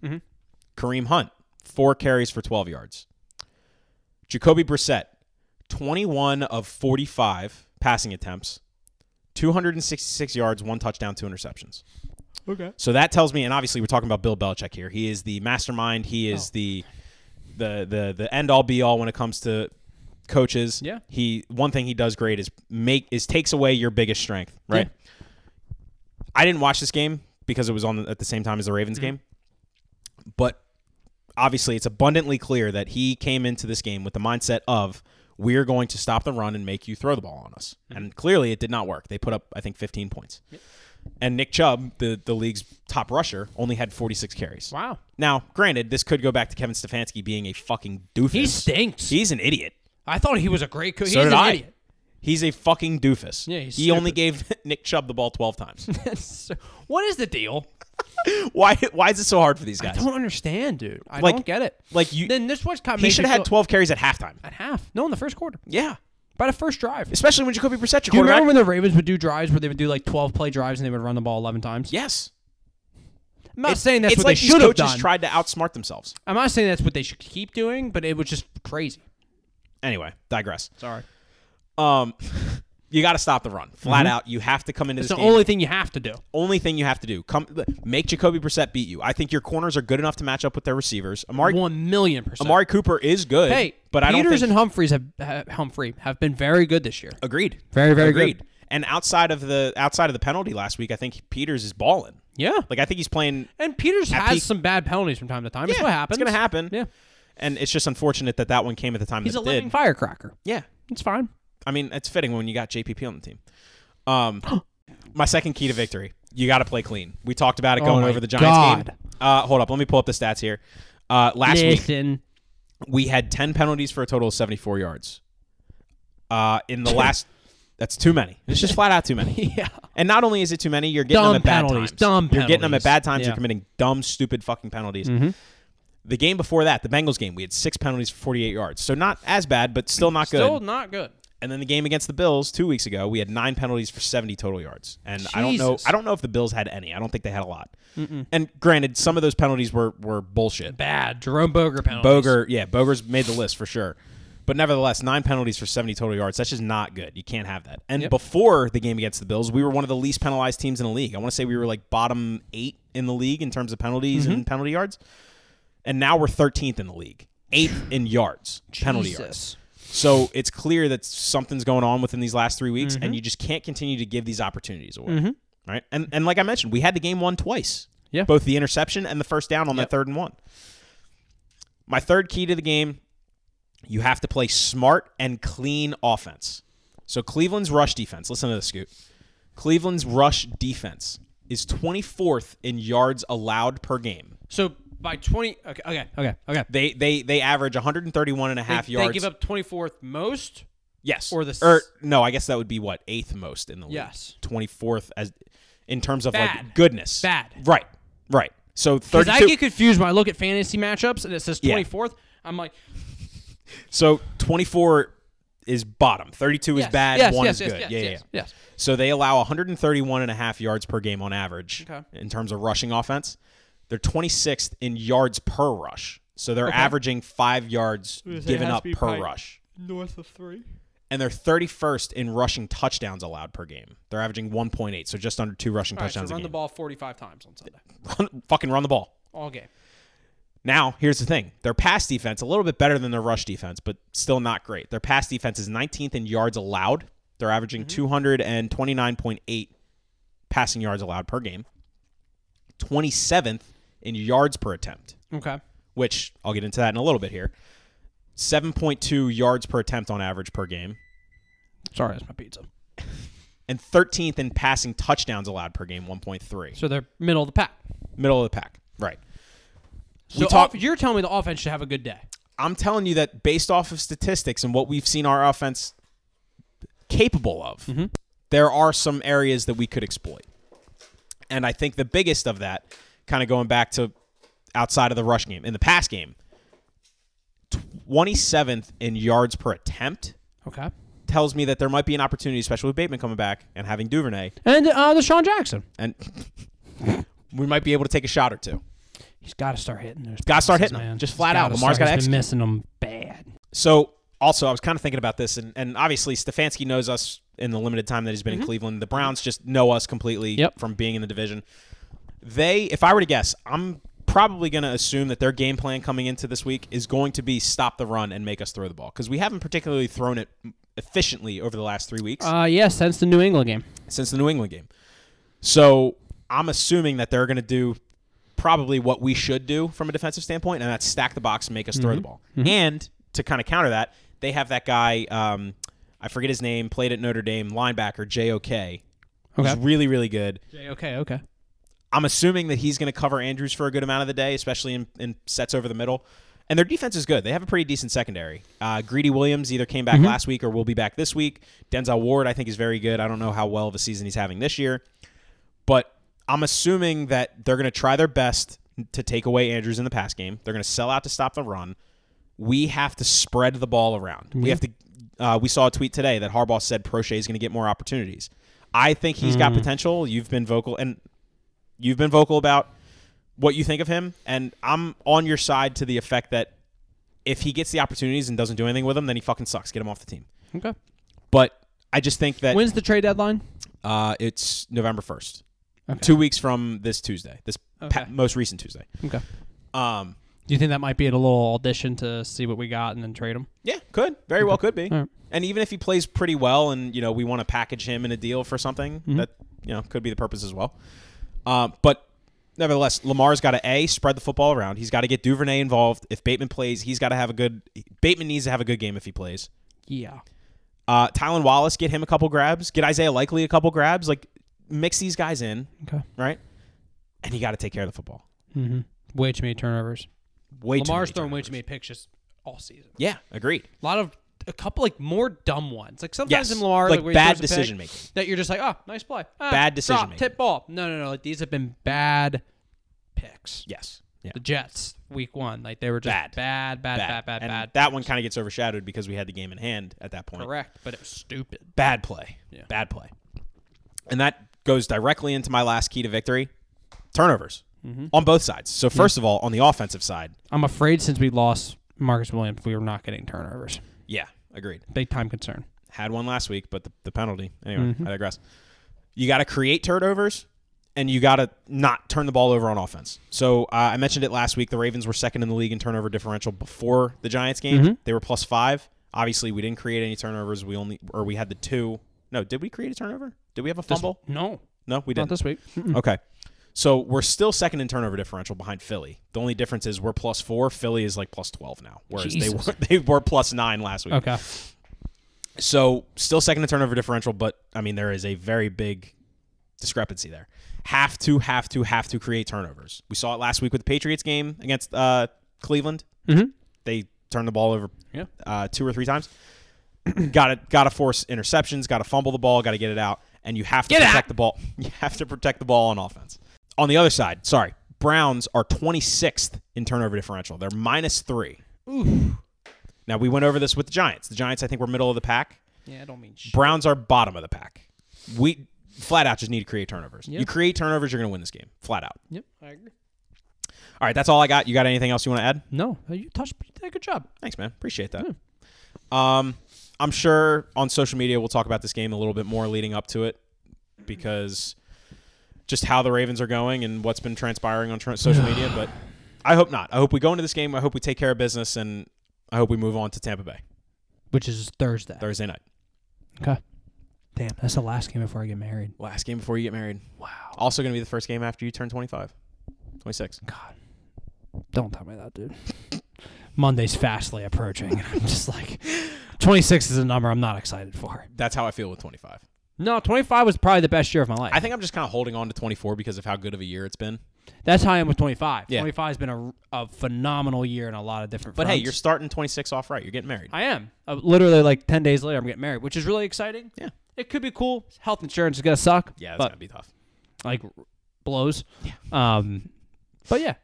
Speaker 1: Kareem Hunt, four carries for 12 yards. Jacoby Brissett, 21 of 45 passing attempts, 266 yards, one touchdown, two interceptions.
Speaker 2: Okay.
Speaker 1: So that tells me, and obviously we're talking about Bill Belichick here. He is the mastermind. He
Speaker 2: Oh.
Speaker 1: is the the the the end all be all when it comes to coaches.
Speaker 2: Yeah.
Speaker 1: He one thing he does great is make is takes away your biggest strength. Right. I didn't watch this game because it was on at the same time as the Ravens
Speaker 2: Mm-hmm.
Speaker 1: game, but obviously it's abundantly clear that he came into this game with the mindset of we're going to stop the run and make you throw the ball on us.
Speaker 2: Mm-hmm.
Speaker 1: And clearly it did not work. They put up I think 15 points. And Nick Chubb, the the league's top rusher, only had 46 carries.
Speaker 2: Wow.
Speaker 1: Now, granted, this could go back to Kevin Stefanski being a fucking doofus.
Speaker 2: He stinks.
Speaker 1: He's an idiot.
Speaker 2: I thought he was a great coach.
Speaker 1: So
Speaker 2: He's
Speaker 1: did
Speaker 2: an
Speaker 1: I.
Speaker 2: idiot.
Speaker 1: He's a fucking doofus.
Speaker 2: Yeah, he's
Speaker 1: he only gave Nick Chubb the ball 12 times.
Speaker 2: So- what is the deal?
Speaker 1: why why is it so hard for these
Speaker 2: I
Speaker 1: guys?
Speaker 2: don't understand, dude. I
Speaker 1: Like-
Speaker 2: don't get it.
Speaker 1: Like you
Speaker 2: then this was kind of
Speaker 1: he should have had 12 carries at halftime.
Speaker 2: at half. No, in the first quarter,
Speaker 1: Yeah.
Speaker 2: by the first drive.
Speaker 1: Especially when Jacoby Brissett, your
Speaker 2: Do you
Speaker 1: quarterback.
Speaker 2: remember when the Ravens would do drives where they would do like 12 play drives and they would run the ball 11 times?
Speaker 1: yes.
Speaker 2: I'm not saying that's
Speaker 1: it's
Speaker 2: what
Speaker 1: like
Speaker 2: they
Speaker 1: these
Speaker 2: should have
Speaker 1: coaches
Speaker 2: done.
Speaker 1: tried to outsmart themselves.
Speaker 2: I'm not saying that's what they should keep doing, but it was just crazy.
Speaker 1: Anyway, digress.
Speaker 2: Sorry.
Speaker 1: Um, you got to stop the run, flat out. You have to come into
Speaker 2: Mm-hmm. It's
Speaker 1: this
Speaker 2: the
Speaker 1: game.
Speaker 2: only thing you have to do.
Speaker 1: only thing you have to do. Come make Jacoby Brissett beat you. I think your corners are good enough to match up with their receivers. Amari
Speaker 2: One million percent.
Speaker 1: Amari Cooper is good.
Speaker 2: hey,
Speaker 1: but I don't
Speaker 2: Peters
Speaker 1: think
Speaker 2: and Humphreys have, have Humphrey have been very good this year.
Speaker 1: agreed.
Speaker 2: Very, very
Speaker 1: agreed.
Speaker 2: good.
Speaker 1: And outside of the outside of the penalty last week, I think Peters is balling.
Speaker 2: Yeah.
Speaker 1: Like I think he's playing.
Speaker 2: And Peters
Speaker 1: At
Speaker 2: has
Speaker 1: peak-
Speaker 2: some bad penalties from time to time.
Speaker 1: Yeah,
Speaker 2: it's what happens.
Speaker 1: It's gonna happen.
Speaker 2: Yeah.
Speaker 1: And it's just unfortunate that that one came at the time
Speaker 2: He's
Speaker 1: that
Speaker 2: a
Speaker 1: it
Speaker 2: living
Speaker 1: did.
Speaker 2: firecracker.
Speaker 1: yeah.
Speaker 2: It's fine.
Speaker 1: I mean, it's fitting when you got JPP on the team. Um, my second key to victory: you got to play clean. We talked about it
Speaker 2: Oh
Speaker 1: going
Speaker 2: my
Speaker 1: over the Giants
Speaker 2: God.
Speaker 1: game. Uh, hold up, let me pull up the stats here. Uh, last week
Speaker 2: Listen.
Speaker 1: we had ten penalties for a total of seventy-four yards. Uh, in the last, that's too many. It's just flat out too many.
Speaker 2: Yeah.
Speaker 1: And not only is it too many, you're getting
Speaker 2: Dumb
Speaker 1: them at bad
Speaker 2: penalties,
Speaker 1: times.
Speaker 2: dumb
Speaker 1: you're getting them at
Speaker 2: penalties.
Speaker 1: bad times.
Speaker 2: Yeah. Mm-hmm.
Speaker 1: You're committing dumb, stupid, fucking penalties. The game before that, the Bengals game, we had six penalties for 48 yards. So not as bad, but still Oh, not good.
Speaker 2: Still not good.
Speaker 1: And then the game against the Bills two weeks ago, we had nine penalties for seventy total yards. And I don't know,
Speaker 2: Jesus.
Speaker 1: I don't know if the Bills had any. I don't think they had a lot. And granted, some of those penalties were were bullshit.
Speaker 2: Bad. Jerome Boger penalties.
Speaker 1: Boger, yeah, Boger's made the list for sure. But nevertheless, nine penalties for seventy total yards. That's just not good. You can't have that. And before the game against the Bills, we were one of the least penalized teams in the league. I want to say we were like bottom eight in the league in terms of penalties
Speaker 2: Mm-hmm.
Speaker 1: and penalty yards. And now we're thirteenth in the league, eighth in yards, penalty yards.
Speaker 2: Jesus.
Speaker 1: So it's clear that something's going on within these last three weeks,
Speaker 2: Mm-hmm.
Speaker 1: and you just can't continue to give these opportunities away. Right. And and like I mentioned, we had the game won twice.
Speaker 2: Yeah.
Speaker 1: Both the interception and the first down on that third and one. My third key to the game, you have to play smart and clean offense. So Cleveland's rush defense, listen to this scoot. Cleveland's rush defense is 24th in yards allowed per game.
Speaker 2: So by 20. Okay. Okay. Okay. Okay.
Speaker 1: They they they average 131 and a half
Speaker 2: they,
Speaker 1: yards.
Speaker 2: They give up 24th most.
Speaker 1: Yes.
Speaker 2: Or the
Speaker 1: or
Speaker 2: s-
Speaker 1: no, I guess that would be what eighth most in the league.
Speaker 2: Yes.
Speaker 1: twenty fourth as in terms of like
Speaker 2: Bad.
Speaker 1: goodness.
Speaker 2: Bad.
Speaker 1: Right. Right. So
Speaker 2: Because
Speaker 1: thirty
Speaker 2: I
Speaker 1: two.
Speaker 2: get confused when I look at fantasy matchups and it says
Speaker 1: Yeah.
Speaker 2: 24th. I'm like,
Speaker 1: so twenty four is bottom. Thirty two
Speaker 2: yes,
Speaker 1: is bad.
Speaker 2: Yes,
Speaker 1: one
Speaker 2: yes,
Speaker 1: is
Speaker 2: yes,
Speaker 1: good.
Speaker 2: Yes,
Speaker 1: yeah, yeah,
Speaker 2: yes,
Speaker 1: yeah.
Speaker 2: yes.
Speaker 1: So they allow 131 and a half yards per game on average
Speaker 2: Okay.
Speaker 1: in terms of rushing offense. They're 26th in yards per rush. So they're averaging five yards
Speaker 2: say it
Speaker 1: given
Speaker 2: has
Speaker 1: up per
Speaker 2: to be probably-
Speaker 1: rush.
Speaker 2: North of three.
Speaker 1: and they're 31st in rushing touchdowns allowed per game. They're averaging 1.8, so just under two rushing
Speaker 2: All right, so
Speaker 1: touchdowns
Speaker 2: run
Speaker 1: a
Speaker 2: the
Speaker 1: game.
Speaker 2: ball 45 times on Sunday.
Speaker 1: Run, fucking run the ball.
Speaker 2: All game.
Speaker 1: Now, here's the thing. Their pass defense, a little bit better than their rush defense, but still not great. Their pass defense is 19th in yards allowed. They're averaging 229.8 passing yards allowed per game. 27th in yards per attempt,
Speaker 2: Okay.
Speaker 1: which I'll get into that in a little bit here. 7.2 yards per attempt on average per game.
Speaker 2: Sorry, that's my pizza.
Speaker 1: and 13th in passing touchdowns allowed per game, 1.3.
Speaker 2: So they're middle of the pack.
Speaker 1: Middle of the pack. Right.
Speaker 2: So
Speaker 1: talk-
Speaker 2: off- you're telling me the offense should have a good day.
Speaker 1: I'm telling you that based off of statistics and what we've seen our offense capable of,
Speaker 2: Mm-hmm.
Speaker 1: there are some areas that we could exploit. And I think the biggest of that, kind of going back to outside of the rush game, in the pass game, 27th in yards per attempt
Speaker 2: Okay.
Speaker 1: tells me that there might be an opportunity, especially with Bateman coming back and having Duvernay,
Speaker 2: And uh, the Sean Jackson.
Speaker 1: and we might be able to take a shot or two.
Speaker 2: He's got to start hitting those.
Speaker 1: Gotta start
Speaker 2: passes,
Speaker 1: hitting 'em.
Speaker 2: man.
Speaker 1: Just
Speaker 2: He's
Speaker 1: flat out.
Speaker 2: gotta
Speaker 1: Lamar's
Speaker 2: start.
Speaker 1: gotta
Speaker 2: He's been missing them bad.
Speaker 1: So also, I was kind of thinking about this, and, and obviously Stefanski knows us in the limited time that he's been in Cleveland. The Browns just know us completely
Speaker 2: Yep.
Speaker 1: from being in the division. They, if I were to guess, I'm probably going to assume that their game plan coming into this week is going to be stop the run and make us throw the ball because we haven't particularly thrown it efficiently over the last three weeks
Speaker 2: Uh, yes, since the New England game.
Speaker 1: since the New England game. So I'm assuming that they're going to do probably what we should do from a defensive standpoint, and that's stack the box and make us throw the ball. And to kind of counter that, they have that guy, um, I forget his name, played at Notre Dame, linebacker, JOK, who's
Speaker 2: Okay.
Speaker 1: really, really good.
Speaker 2: Okay. Okay.
Speaker 1: I'm assuming that he's going to cover Andrews for a good amount of the day, especially in, in sets over the middle. And their defense is good. They have a pretty decent secondary. Uh, Greedy Williams either came back last week or will be back this week. Denzel Ward, I think, is very good. I don't know how well of a season he's having this year, but I'm assuming that they're going to try their best to take away Andrews in the pass game. They're going to sell out to stop the run. We have to spread the ball around. We have to. Uh, we saw a tweet today that Harbaugh said Prochet is going to get more opportunities. I think he's got potential. You've been vocal, and you've been vocal about what you think of him, and I'm on your side to the effect that if he gets the opportunities and doesn't do anything with them, then he fucking sucks. Get him off the team.
Speaker 2: Okay.
Speaker 1: But I just think that
Speaker 2: When's the trade deadline?
Speaker 1: uh, it's November first,
Speaker 2: Okay.
Speaker 1: two weeks from this Tuesday, this pa-
Speaker 2: Okay.
Speaker 1: most recent Tuesday.
Speaker 2: Okay.
Speaker 1: Um,
Speaker 2: Do you think that might be at a little audition to see what we got and then trade him?
Speaker 1: yeah, could very well could be.
Speaker 2: All right.
Speaker 1: And even if he plays pretty
Speaker 2: Mm-hmm.
Speaker 1: well, and you know we want to package him in a deal for something, that you know could be the purpose as well. Um, but nevertheless, Lamar's got to a spread the football around. He's got to get Duvernay involved. If Bateman plays, he's got to have a good. Bateman needs to have a good game if he plays.
Speaker 2: Yeah.
Speaker 1: Uh, Tylen Wallace, get him a couple grabs. Get Isaiah Likely a couple grabs. Like mix these guys in,
Speaker 2: Okay.
Speaker 1: right? And you got to take care of the football.
Speaker 2: Mm-hmm. Way too many turnovers.
Speaker 1: Way too
Speaker 2: Lamar's
Speaker 1: many
Speaker 2: throwing way
Speaker 1: turnovers.
Speaker 2: too many pictures all season.
Speaker 1: Yeah, agreed.
Speaker 2: A lot of a couple like more dumb ones. Like sometimes
Speaker 1: Yes.
Speaker 2: in Lamar,
Speaker 1: Like,
Speaker 2: like, where he
Speaker 1: bad
Speaker 2: throws a pick
Speaker 1: decision making.
Speaker 2: That you're just like, oh, nice play. Ah,
Speaker 1: Bad decision
Speaker 2: drop,
Speaker 1: making.
Speaker 2: Tip ball. No, no, no. Like these have been bad picks.
Speaker 1: Yes. Yeah.
Speaker 2: The Jets, week one, like they were just
Speaker 1: Bad.
Speaker 2: bad, bad, bad, bad, bad,
Speaker 1: and
Speaker 2: bad.
Speaker 1: that one kind of gets overshadowed because we had the game in hand at that point.
Speaker 2: correct, but it was stupid.
Speaker 1: Bad play.
Speaker 2: Yeah.
Speaker 1: Bad play. And that goes directly into my last key to victory turnovers
Speaker 2: Mm-hmm.
Speaker 1: on both sides. So, first of all, on the offensive side,
Speaker 2: I'm afraid since we lost Marcus Williams, we were not getting turnovers.
Speaker 1: yeah, agreed.
Speaker 2: Big time concern.
Speaker 1: Had one last week, but the, the penalty. Anyway,
Speaker 2: Mm-hmm.
Speaker 1: I digress. You got to create turnovers and you got to not turn the ball over on offense. So, uh, I mentioned it last week. The Ravens were second in the league in turnover differential before the Giants game,
Speaker 2: Mm-hmm.
Speaker 1: they were plus five. Obviously, we didn't create any turnovers. We only, or we had the two. No, did we create a turnover? Did we have a fumble?
Speaker 2: No,
Speaker 1: No, we didn't.
Speaker 2: not this week.
Speaker 1: Okay. So we're still second in turnover differential behind Philly. The only difference is we're plus four. Philly is like plus twelve now, whereas
Speaker 2: Jesus.
Speaker 1: they were they were plus nine last week.
Speaker 2: Okay.
Speaker 1: So still second in turnover differential, but I mean there is a very big discrepancy there. Have to, have to, have to create turnovers. We saw it last week with the Patriots game against uh, Cleveland.
Speaker 2: Mhm.
Speaker 1: They turned the ball over
Speaker 2: Yeah.
Speaker 1: uh, two or three times. got to got to force interceptions. Got to fumble the ball. Got to get it out. And you have to
Speaker 2: Get it
Speaker 1: protect
Speaker 2: out.
Speaker 1: the ball. You have to protect the ball on offense. On the other side, sorry, Browns are 26th in turnover differential. They're minus three.
Speaker 2: Oof.
Speaker 1: Now we went over this with the Giants. The Giants, I think, were middle of the pack.
Speaker 2: Yeah, I don't mean shit.
Speaker 1: Browns are bottom of the pack. We flat out just need to create turnovers.
Speaker 2: Yeah.
Speaker 1: You create turnovers, you're going to win this game. Flat out.
Speaker 2: Yep, I agree.
Speaker 1: All right, that's all I got. You got anything else you want to add?
Speaker 2: No, you touched. You did a good job.
Speaker 1: Thanks, man. Appreciate that. Um, I'm sure on social media we'll talk about this game a little bit more leading up to it because just how the Ravens are going and what's been transpiring on tr- social media. But I hope not. I hope we go into this game. I hope we take care of business, and I hope we move on to Tampa Bay
Speaker 2: Which is Thursday.
Speaker 1: Thursday night.
Speaker 2: Okay. Damn, that's the last game before I get married.
Speaker 1: Last game before you get married.
Speaker 2: Wow.
Speaker 1: Also going to be the first game after you turn 25, 26.
Speaker 2: God. Don't tell me that, dude. Monday's fastly approaching. I'm just like, 26 is a number I'm not excited for.
Speaker 1: That's how I feel with 25.
Speaker 2: No, 25 was probably the best year of my life.
Speaker 1: I think I'm just kind of holding on to 24 because of how good of a year it's been.
Speaker 2: That's how I am with 25.
Speaker 1: Yeah.
Speaker 2: 25 has been a, a phenomenal year in a lot of different.
Speaker 1: But hey,
Speaker 2: fronts.
Speaker 1: you're starting 26 off right. You're getting married.
Speaker 2: I am uh, literally like 10 days later. I'm getting married, which is really exciting.
Speaker 1: Yeah.
Speaker 2: It could be cool. Health insurance is gonna suck.
Speaker 1: Yeah, that's
Speaker 2: but
Speaker 1: going to be tough.
Speaker 2: like blows. Yeah. Um, but yeah,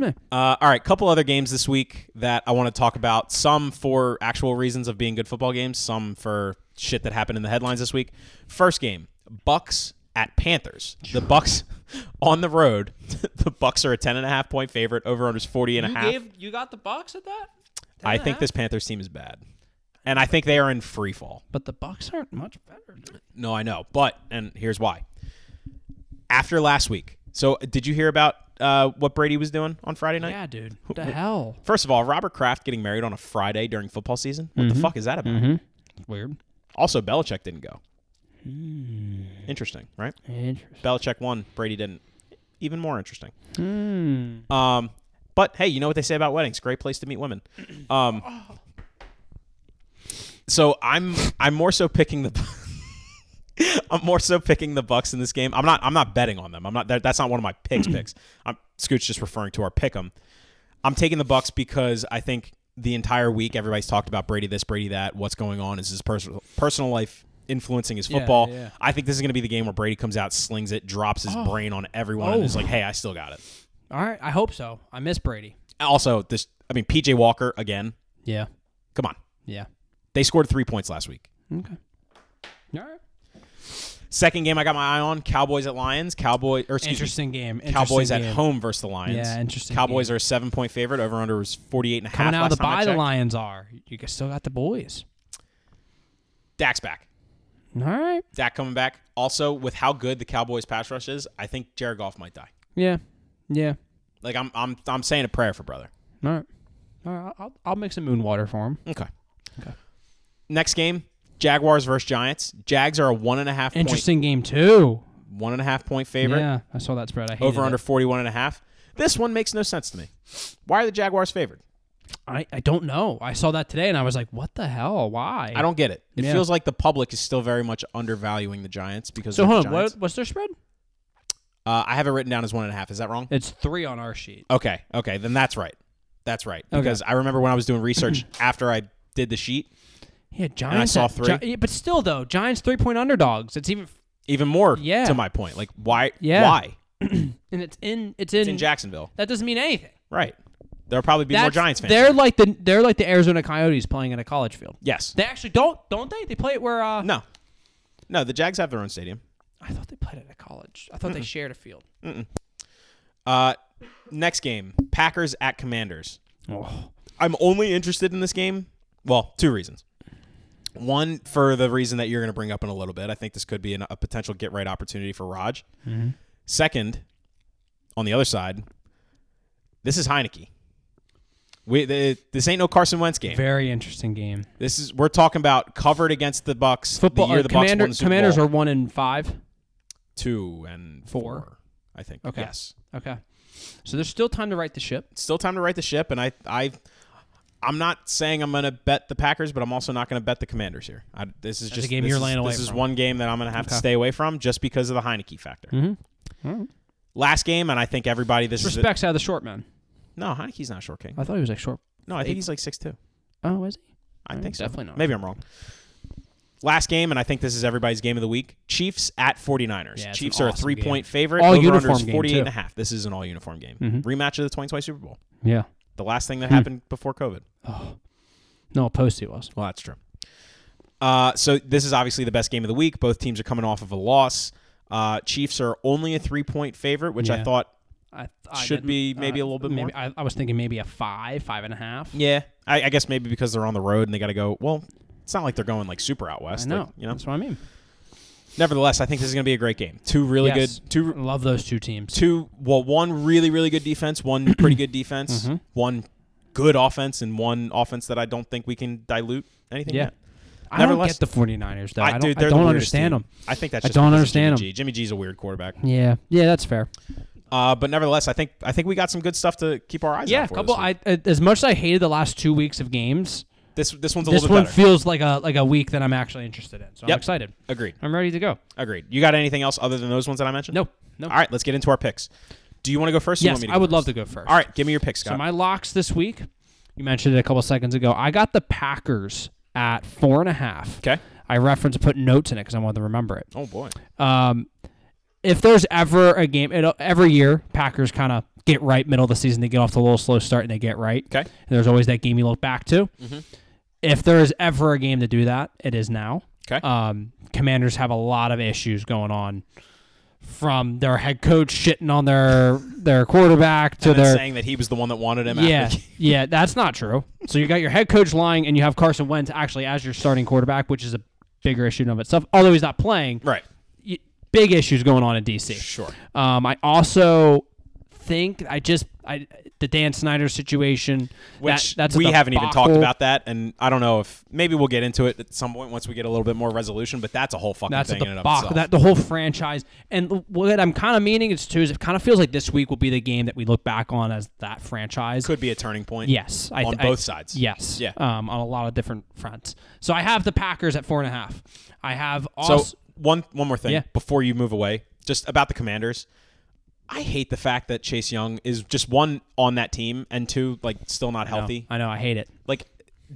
Speaker 1: Uh, all right, couple other games this week that I want to talk about. Some for actual reasons of being good football games, some for shit that happened in the headlines this week. First game, Bucks at Panthers. The Bucks on the road. the Bucks are a ten and a half point favorite. Over under is forty and a
Speaker 2: you
Speaker 1: half.
Speaker 2: gave you got the box at that.
Speaker 1: I think this Panthers team is bad, and I think they are in free fall.
Speaker 2: But the Bucks aren't much better.
Speaker 1: No, I know, but and here's why. After last week, so did you hear about uh, what Brady was doing on Friday night?
Speaker 2: Yeah, dude. the hell?
Speaker 1: First of all, Robert Kraft getting married on a Friday during football season. What the fuck is that about?
Speaker 2: Weird.
Speaker 1: Also, Belichick didn't go. Interesting, right?
Speaker 2: Interesting.
Speaker 1: Belichick won, Brady didn't. Even more interesting.
Speaker 2: Hmm.
Speaker 1: Um, but hey, you know what they say about weddings? Great place to meet women. Um, so I'm I'm more so picking the. I'm more so picking the Bucks in this game. I'm not. I'm not betting on them. I'm not. That, that's not one of my picks. picks. I'm Scooch just referring to our pick 'em. I'm taking the Bucks because I think the entire week everybody's talked about Brady this, Brady that. What's going on? Is his personal personal life influencing his
Speaker 2: Yeah,
Speaker 1: football?
Speaker 2: yeah.
Speaker 1: I think this is going to be the game where Brady comes out, slings it, drops his brain on everyone, and
Speaker 2: Oh.
Speaker 1: is like, "Hey, I still got it."
Speaker 2: All right. I hope so. I miss Brady.
Speaker 1: Also, this. I mean, PJ Walker again.
Speaker 2: Yeah.
Speaker 1: Come on,
Speaker 2: Yeah.
Speaker 1: they scored three points last week.
Speaker 2: Okay. All right.
Speaker 1: Second game I got my eye on: Cowboys at Lions. Cowboy or excuse me,
Speaker 2: Interesting game. Interesting
Speaker 1: Cowboys at
Speaker 2: game.
Speaker 1: home versus the Lions.
Speaker 2: Yeah, interesting
Speaker 1: Cowboys are a seven point favorite. Over under was 48 and a half.
Speaker 2: Coming out
Speaker 1: last
Speaker 2: of the
Speaker 1: time I
Speaker 2: bye, the
Speaker 1: checked.
Speaker 2: Lions are. You guys still got the boys.
Speaker 1: Dak's back.
Speaker 2: All right.
Speaker 1: Dak coming back. Also, with how good the Cowboys pass rush is, I think Jared Goff might die.
Speaker 2: Yeah. Yeah.
Speaker 1: Like I'm I'm I'm saying a prayer for brother.
Speaker 2: All right. All right. I'll, I'll make some moon water for him.
Speaker 1: Okay. Next game, Jaguars versus Giants. Jags are a one and a half point
Speaker 2: Interesting game too.
Speaker 1: one and a half point favorite.
Speaker 2: Yeah, I saw that spread. I hated
Speaker 1: over
Speaker 2: it.
Speaker 1: under 41 and a half. This one makes no sense to me. Why are the Jaguars favored?
Speaker 2: I, I don't know. I saw that today and I was like, what the hell? Why?
Speaker 1: I don't get it. It
Speaker 2: Yeah.
Speaker 1: feels like the public is still very much undervaluing the Giants because
Speaker 2: So
Speaker 1: they're
Speaker 2: hold
Speaker 1: the
Speaker 2: on.
Speaker 1: Giants.
Speaker 2: What, what's their spread?
Speaker 1: Uh, I have it written down as one and a half. Is that wrong?
Speaker 2: It's three on our sheet.
Speaker 1: Okay, okay, then that's right. That's right
Speaker 2: Okay.
Speaker 1: because I remember when I was doing research after I did the sheet,
Speaker 2: Yeah, Giants.
Speaker 1: saw
Speaker 2: at-
Speaker 1: three.
Speaker 2: Gi- yeah, but still though, Giants three point underdogs. It's even
Speaker 1: even more
Speaker 2: Yeah.
Speaker 1: to my point. Like why?
Speaker 2: Yeah.
Speaker 1: Why?
Speaker 2: and it's in it's in,
Speaker 1: It's in Jacksonville,
Speaker 2: that doesn't mean anything.
Speaker 1: right? There'll probably be more
Speaker 2: That's-
Speaker 1: Giants fans.
Speaker 2: They're like the they're like the Arizona Coyotes playing in a college field.
Speaker 1: yes.
Speaker 2: They actually don't don't they? They play it where uh,
Speaker 1: No. No. The Jags have their own stadium.
Speaker 2: I thought they played it at a college. I thought they shared a field.
Speaker 1: Uh, next game: Packers at Commanders.
Speaker 2: Oh.
Speaker 1: I'm only interested in this game. Well, two reasons. One, for the reason that you're going to bring up in a little bit. I think this could be an, a potential get right opportunity for Raj.
Speaker 2: Mm-hmm.
Speaker 1: Second, on the other side, this is Heineke. We, th this ain't no Carson Wentz game.
Speaker 2: Very interesting game.
Speaker 1: This is we're talking about covered against the Bucks.
Speaker 2: Football.
Speaker 1: the year
Speaker 2: or
Speaker 1: the
Speaker 2: commander,
Speaker 1: Bucks won the Super
Speaker 2: commanders
Speaker 1: Bowl.
Speaker 2: are one in five.
Speaker 1: two and
Speaker 2: Four.
Speaker 1: four. I think.
Speaker 2: Okay.
Speaker 1: Yes.
Speaker 2: Okay, so there's still time to right the ship.
Speaker 1: still time to right the ship, and I I I'm not saying I'm going to bet the Packers, but I'm also not going to bet the Commanders here. I, this is just
Speaker 2: a game
Speaker 1: this
Speaker 2: you're
Speaker 1: is-
Speaker 2: laying away
Speaker 1: This is
Speaker 2: from.
Speaker 1: one game that I'm going to have to
Speaker 2: Okay.
Speaker 1: stay away from just because of the Heineke factor.
Speaker 2: Mm-hmm.
Speaker 1: Last game, and I think everybody this is
Speaker 2: Respects out of the short man.
Speaker 1: a, no Heineke's not short king.
Speaker 2: I thought he was like short.
Speaker 1: No, I think he's like six two.
Speaker 2: Oh, is he?
Speaker 1: I
Speaker 2: Mm,
Speaker 1: think so.
Speaker 2: definitely not.
Speaker 1: Maybe I'm wrong. Last game, and I think this is everybody's game of the week. Chiefs at 49ers.
Speaker 2: Yeah, it's an
Speaker 1: Chiefs are a
Speaker 2: awesome
Speaker 1: three point favorite.
Speaker 2: All
Speaker 1: Over under
Speaker 2: uniform
Speaker 1: is
Speaker 2: game,
Speaker 1: 48
Speaker 2: too. Mm-hmm.
Speaker 1: and a half. This is an all uniform game. Rematch of the 2020 Super Bowl.
Speaker 2: Yeah.
Speaker 1: The last thing that
Speaker 2: Hmm.
Speaker 1: happened before COVID.
Speaker 2: No, post he was.
Speaker 1: Well, that's true. Uh, so this is obviously the best game of the week. Both teams are coming off of a loss. Uh, Chiefs are only a three-point favorite, which I
Speaker 2: Yeah.
Speaker 1: thought,
Speaker 2: I,
Speaker 1: Should
Speaker 2: didn't- uh,
Speaker 1: be maybe a little bit
Speaker 2: maybe,
Speaker 1: more.
Speaker 2: I, I was thinking maybe a five, five and a half.
Speaker 1: yeah, I, I guess maybe because they're on the road and they got to go. Well, it's not like they're going like super out
Speaker 2: I
Speaker 1: west.
Speaker 2: know.
Speaker 1: like, you know.
Speaker 2: That's what I mean.
Speaker 1: Nevertheless, I think this is going to be a great game. Two really
Speaker 2: Yes.
Speaker 1: good, two
Speaker 2: Love those two teams.
Speaker 1: two well one really really good defense one pretty good defense one good offense and one offense that i don't think we can dilute anything
Speaker 2: Yeah.
Speaker 1: yet.
Speaker 2: I don't
Speaker 1: Nevertheless-
Speaker 2: get the 49ers, though. I, don't,
Speaker 1: dude,
Speaker 2: I
Speaker 1: they're the
Speaker 2: don't
Speaker 1: weirdest
Speaker 2: understand
Speaker 1: team.
Speaker 2: them.
Speaker 1: i think that's
Speaker 2: I
Speaker 1: just
Speaker 2: don't
Speaker 1: because of
Speaker 2: understand 'em.
Speaker 1: jimmy g jimmy g's a weird quarterback
Speaker 2: Yeah. Yeah, that's fair.
Speaker 1: uh, but nevertheless i think i think we got some good stuff to keep our eyes
Speaker 2: Yeah,
Speaker 1: out
Speaker 2: a
Speaker 1: for
Speaker 2: couple.
Speaker 1: this, week.
Speaker 2: I, I- as much as I hated the last two weeks of games,
Speaker 1: this this one's a
Speaker 2: this
Speaker 1: little bit
Speaker 2: one
Speaker 1: better
Speaker 2: feels like a like a week that I'm actually interested in. So
Speaker 1: Yep.
Speaker 2: I'm excited.
Speaker 1: agreed
Speaker 2: I'm ready to go.
Speaker 1: agreed you got anything else other than those ones that i mentioned
Speaker 2: No, no.
Speaker 1: all right let's get into our picks do you want to go first or you
Speaker 2: yes,
Speaker 1: want me to
Speaker 2: I
Speaker 1: go
Speaker 2: would love
Speaker 1: first?
Speaker 2: to go first.
Speaker 1: all right give me your picks scott
Speaker 2: So my locks this week, you mentioned it a couple seconds ago. I got the Packers at four and a half.
Speaker 1: okay
Speaker 2: I referenced put notes in it because I wanted to remember it.
Speaker 1: oh boy
Speaker 2: Um, if there's ever a game, it, every year Packers kind of get right middle of the season. They get off to a little slow start and they get right.
Speaker 1: okay Mm-hmm.
Speaker 2: And there's always that game you look back to. If there is ever a game to do that, it is now.
Speaker 1: okay
Speaker 2: Um, commanders have a lot of issues going on, from their head coach shitting on their their quarterback to
Speaker 1: and then
Speaker 2: their
Speaker 1: saying that he was the one that wanted him
Speaker 2: yeah,
Speaker 1: after.
Speaker 2: yeah, that's not true. So you got your head coach lying, and you have Carson Wentz actually as your starting quarterback, which is a bigger issue in and of itself. Although he's not playing,
Speaker 1: right
Speaker 2: y- big issues going on in DC.
Speaker 1: sure
Speaker 2: Um, I also think I just I the Dan Snyder situation,
Speaker 1: which
Speaker 2: that, that's a
Speaker 1: we haven't even talked
Speaker 2: debacle.
Speaker 1: about that, and I don't know if maybe we'll get into it at some point once we get a little bit more resolution. But that's a whole fucking
Speaker 2: That's a
Speaker 1: thing in and of
Speaker 2: debacle.
Speaker 1: itself.
Speaker 2: That the whole franchise, and l- what I'm kind of meaning is too is it kind of feels like this week will be the game that we look back on as that franchise.
Speaker 1: could be a turning point.
Speaker 2: Yes, I,
Speaker 1: on
Speaker 2: I-
Speaker 1: both sides.
Speaker 2: Yes,
Speaker 1: Yeah.
Speaker 2: um, on a lot of different fronts. So I have the Packers at four and a half. I have
Speaker 1: So
Speaker 2: also
Speaker 1: one one more thing
Speaker 2: Yeah.
Speaker 1: before you move away, just about the Commanders. I hate the fact that Chase Young is just one on that team, and two like still not healthy.
Speaker 2: I know I hate it.
Speaker 1: Like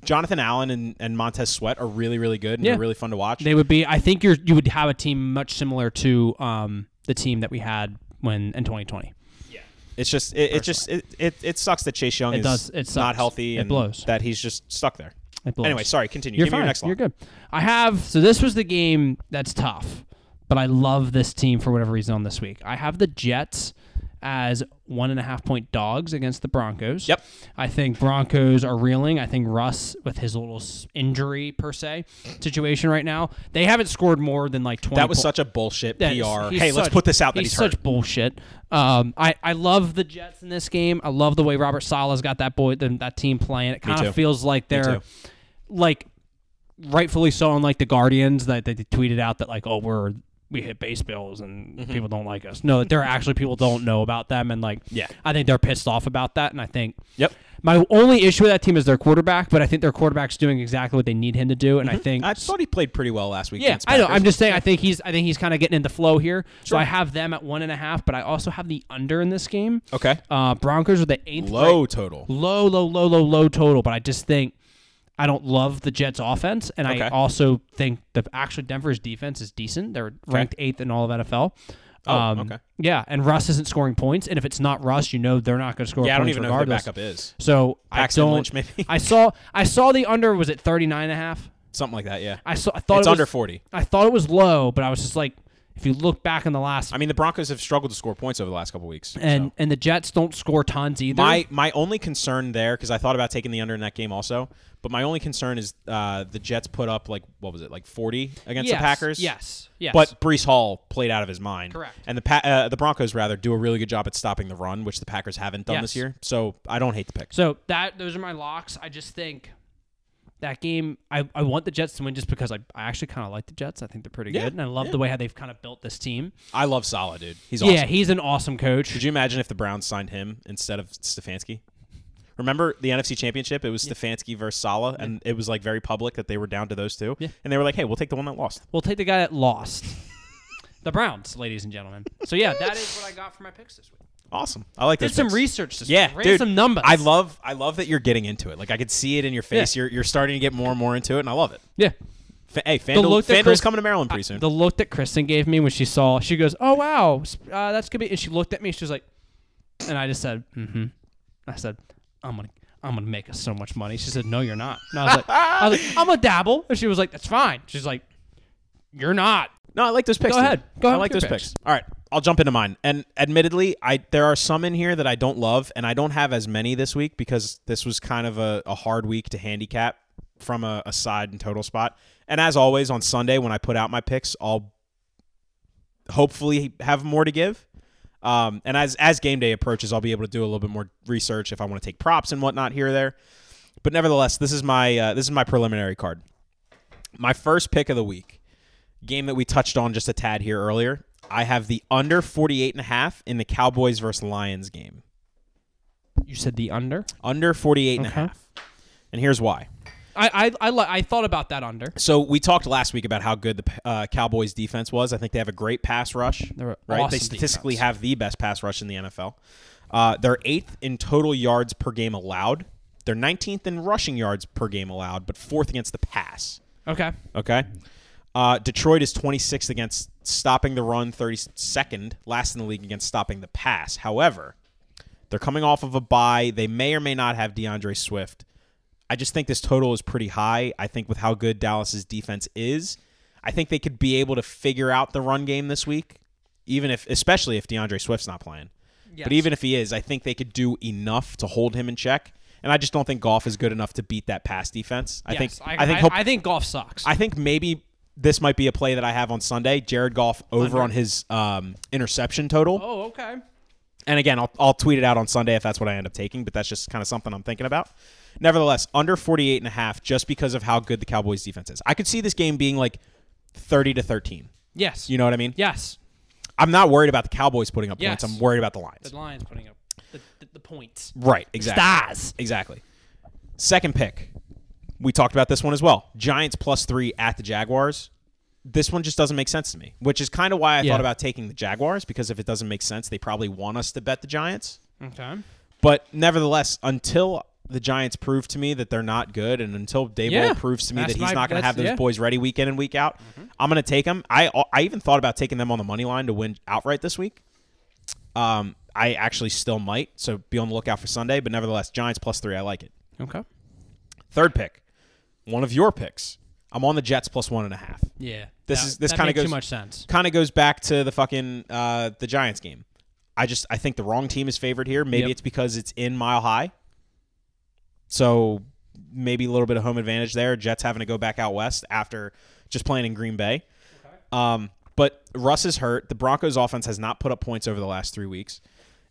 Speaker 1: Jonathan Allen and, and Montez Sweat are really really good and
Speaker 2: Yeah.
Speaker 1: they're really fun to watch.
Speaker 2: They would be. I think you're you would have a team much similar to um, the team that we had when in 2020.
Speaker 1: It's just it, it just it, it, it sucks that Chase Young is
Speaker 2: does- it
Speaker 1: not
Speaker 2: sucks.
Speaker 1: healthy
Speaker 2: It
Speaker 1: and
Speaker 2: blows.
Speaker 1: that he's just stuck there.
Speaker 2: It blows.
Speaker 1: Anyway, sorry. Continue.
Speaker 2: You're
Speaker 1: Give
Speaker 2: fine.
Speaker 1: me your next lock.
Speaker 2: You're good. I have. So this was the game that's tough, but I love this team for whatever reason on this week. I have the Jets as one and a half point dogs against the Broncos.
Speaker 1: Yep.
Speaker 2: I think Broncos are reeling. I think Russ with his little s- injury per se situation right now, they haven't scored more than like 20
Speaker 1: That was
Speaker 2: po-
Speaker 1: such a bullshit
Speaker 2: that is-
Speaker 1: PR.
Speaker 2: he's
Speaker 1: Hey, let's
Speaker 2: such-
Speaker 1: put this out that he's, hurt.
Speaker 2: such bullshit. Um, I, I love the Jets in this game. I love the way Robert Sala's got that boy them- that team playing. It kind
Speaker 1: too.
Speaker 2: of feels like
Speaker 1: too.
Speaker 2: they're like rightfully so unlike the Guardians that they tweeted out that like oh we're we hit base bills and
Speaker 1: Mhm.
Speaker 2: people don't like us. No, there are actually people don't know about them and like
Speaker 1: Yeah.
Speaker 2: I think they're pissed off about that and I think
Speaker 1: Yep.
Speaker 2: my only issue with that team is their quarterback, but I think their quarterback's doing exactly what they need him to do and I think
Speaker 1: Mm-hmm. I thought he played pretty well last week.
Speaker 2: yeah,
Speaker 1: against
Speaker 2: I know.
Speaker 1: Packers.
Speaker 2: I'm just saying. I think he's. I think he's kind of getting into flow here. So
Speaker 1: Sure.
Speaker 2: I have them at one and a half, but I also have the under in this game.
Speaker 1: okay.
Speaker 2: Uh, Broncos are the eighth
Speaker 1: Low total.
Speaker 2: low, low, low, low, low total. But I just think I don't love the Jets' offense, and I
Speaker 1: Okay.
Speaker 2: also think the actually Denver's defense is decent. They're ranked eighth in all of NFL.
Speaker 1: Oh,
Speaker 2: um,
Speaker 1: okay.
Speaker 2: Yeah, and Russ isn't scoring points, and if it's not Russ, you know they're not going to score.
Speaker 1: Yeah, I don't
Speaker 2: points
Speaker 1: even know who the
Speaker 2: regardless.
Speaker 1: backup is.
Speaker 2: So
Speaker 1: Paxton
Speaker 2: I don't.
Speaker 1: Lynch, maybe?
Speaker 2: I saw. I saw the under was at 39 and a half.
Speaker 1: Something like that. Yeah.
Speaker 2: I saw. I thought
Speaker 1: it's
Speaker 2: it was,
Speaker 1: under 40.
Speaker 2: I thought it was low, but I was just like, if you look back in the last
Speaker 1: I mean, the Broncos have struggled to score points over the last couple weeks.
Speaker 2: and
Speaker 1: so.
Speaker 2: and the Jets don't score tons either.
Speaker 1: my my only concern there, because I thought about taking the under in that game also, but my only concern is uh, the Jets put up like what was it, like 40 against
Speaker 2: yes,
Speaker 1: the Packers.
Speaker 2: yes, yes,
Speaker 1: But Brees Hall played out of his mind.
Speaker 2: Correct.
Speaker 1: And the pa- uh, the Broncos rather do a really good job at stopping the run, which the Packers haven't done
Speaker 2: Yes.
Speaker 1: this year. So I don't hate the pick.
Speaker 2: so that those are my locks. I just think that game. I, I want the Jets to win just because I, I actually kind of like the Jets. I think they're pretty
Speaker 1: Yeah,
Speaker 2: good, and I love the way how they've kind of built this team.
Speaker 1: I love Salah, dude. He's
Speaker 2: Yeah,
Speaker 1: awesome.
Speaker 2: he's an awesome coach.
Speaker 1: Could you imagine if the Browns signed him instead of Stefanski? Remember the NFC Championship? It was Stefanski versus Salah, and it was like very public that they were down to those two.
Speaker 2: Yeah.
Speaker 1: And they were like, "Hey, we'll take the one that lost."
Speaker 2: we'll take the guy that lost. The Browns, ladies and gentlemen. So yeah, that is what I got for my picks this week.
Speaker 1: Awesome. I like
Speaker 2: Did
Speaker 1: those
Speaker 2: some
Speaker 1: picks.
Speaker 2: research this
Speaker 1: Yeah,
Speaker 2: week. Ran
Speaker 1: dude,
Speaker 2: some numbers.
Speaker 1: I love, I love that you're getting into it. Like I could see it in your face. You're, you're starting to get more and more into it, and I love it.
Speaker 2: yeah.
Speaker 1: Fa- hey, FanDuel,
Speaker 2: look that
Speaker 1: FanDuel's
Speaker 2: Chris-
Speaker 1: coming to Maryland pretty soon.
Speaker 2: The look that Kristen gave me when she saw, she goes, "Oh wow, s- uh, that's gonna be." And she looked at me. She was like, and I just said, "Mm-hmm." I said, "I'm gonna, I'm gonna make us so much money." She said, "No, you're not." And I was like, I was like "I'm gonna dabble," and she was like, "That's fine." She's like, "You're not."
Speaker 1: No, I like those picks.
Speaker 2: Go
Speaker 1: dude.
Speaker 2: ahead. Go ahead
Speaker 1: I like
Speaker 2: with
Speaker 1: those
Speaker 2: your
Speaker 1: picks. All right, I'll jump into mine. And admittedly, I there are some in here that I don't love, and I don't have as many this week because this was kind of a, a hard week to handicap from a, a side and total spot. And as always, on Sunday when I put out my picks, I'll hopefully have more to give. Um, and as as game day approaches, I'll be able to do a little bit more research if I want to take props and whatnot here or there. But nevertheless, this is my uh, this is my preliminary card. My first pick of the week game that we touched on just a tad here earlier. I have the under 48 and a half in the Cowboys versus Lions game.
Speaker 2: You said the under.
Speaker 1: Under 48 and a
Speaker 2: Okay.
Speaker 1: half. And here's why.
Speaker 2: I, I, I, li- I thought about that under.
Speaker 1: So we talked last week about how good the uh, Cowboys defense was. I think they have a great pass rush.
Speaker 2: They're a
Speaker 1: right? they
Speaker 2: awesome
Speaker 1: statistically
Speaker 2: defense.
Speaker 1: have the best pass rush in the NFL. Uh, they're eighth in total yards per game allowed. They're 19th in rushing yards per game allowed, but fourth against the pass.
Speaker 2: Okay.
Speaker 1: Okay. Uh, Detroit is 26th against stopping the run, 32nd, last in the league against stopping the pass. However, they're coming off of a bye. They may or may not have DeAndre Swift. I just think this total is pretty high. I think with how good Dallas's defense is, I think they could be able to figure out the run game this week, even if, especially if DeAndre Swift's not playing.
Speaker 2: Yes.
Speaker 1: But even if he is, I think they could do enough to hold him in check. And I just don't think golf is good enough to beat that pass defense. I
Speaker 2: Yes,
Speaker 1: think I, think
Speaker 2: I,
Speaker 1: hope,
Speaker 2: I think golf sucks.
Speaker 1: I think maybe this might be a play that I have on Sunday. Jared Goff over
Speaker 2: Under.
Speaker 1: on his um, interception total.
Speaker 2: oh, okay.
Speaker 1: And again, I'll, I'll tweet it out on Sunday if that's what I end up taking, but that's just kind of something I'm thinking about. Nevertheless, under 48 and a half just because of how good the Cowboys defense is. I could see this game being like 30 to 13.
Speaker 2: Yes.
Speaker 1: You know what I mean?
Speaker 2: yes.
Speaker 1: I'm not worried about the Cowboys putting up
Speaker 2: Yes.
Speaker 1: points. I'm worried about the Lions.
Speaker 2: The Lions putting up the, the, the points.
Speaker 1: right, exactly.
Speaker 2: Stars.
Speaker 1: Exactly. Second pick. We talked about this one as well. Giants plus three at the Jaguars. This one just doesn't make sense to me, which is kind of why I
Speaker 2: Yeah.
Speaker 1: thought about taking the Jaguars because if it doesn't make sense, they probably want us to bet the Giants.
Speaker 2: Okay.
Speaker 1: But nevertheless, until the Giants prove to me that they're not good, and until Dable
Speaker 2: Yeah.
Speaker 1: proves to me
Speaker 2: That's
Speaker 1: that he's
Speaker 2: my-
Speaker 1: not going to
Speaker 2: that's-
Speaker 1: have those
Speaker 2: yeah.
Speaker 1: boys ready week in and week out, I'm going to take them. I I even thought about taking them on the money line to win outright this week. Um, I actually still might, so be on the lookout for Sunday. But nevertheless, Giants plus three, I like it.
Speaker 2: Okay.
Speaker 1: Third pick, one of your picks. I'm on the Jets plus one and a half.
Speaker 2: Yeah.
Speaker 1: This
Speaker 2: is
Speaker 1: is- this kinda
Speaker 2: too
Speaker 1: goes-
Speaker 2: much sense.
Speaker 1: Kind of goes back to the fucking uh, the Giants game. I just I think the wrong team is favored here. Maybe
Speaker 2: Yep.
Speaker 1: it's because it's in Mile High, so maybe a little bit of home advantage there. Jets having to go back out west after just playing in Green Bay. Um, but Russ is hurt. The Broncos offense has not put up points over the last three weeks.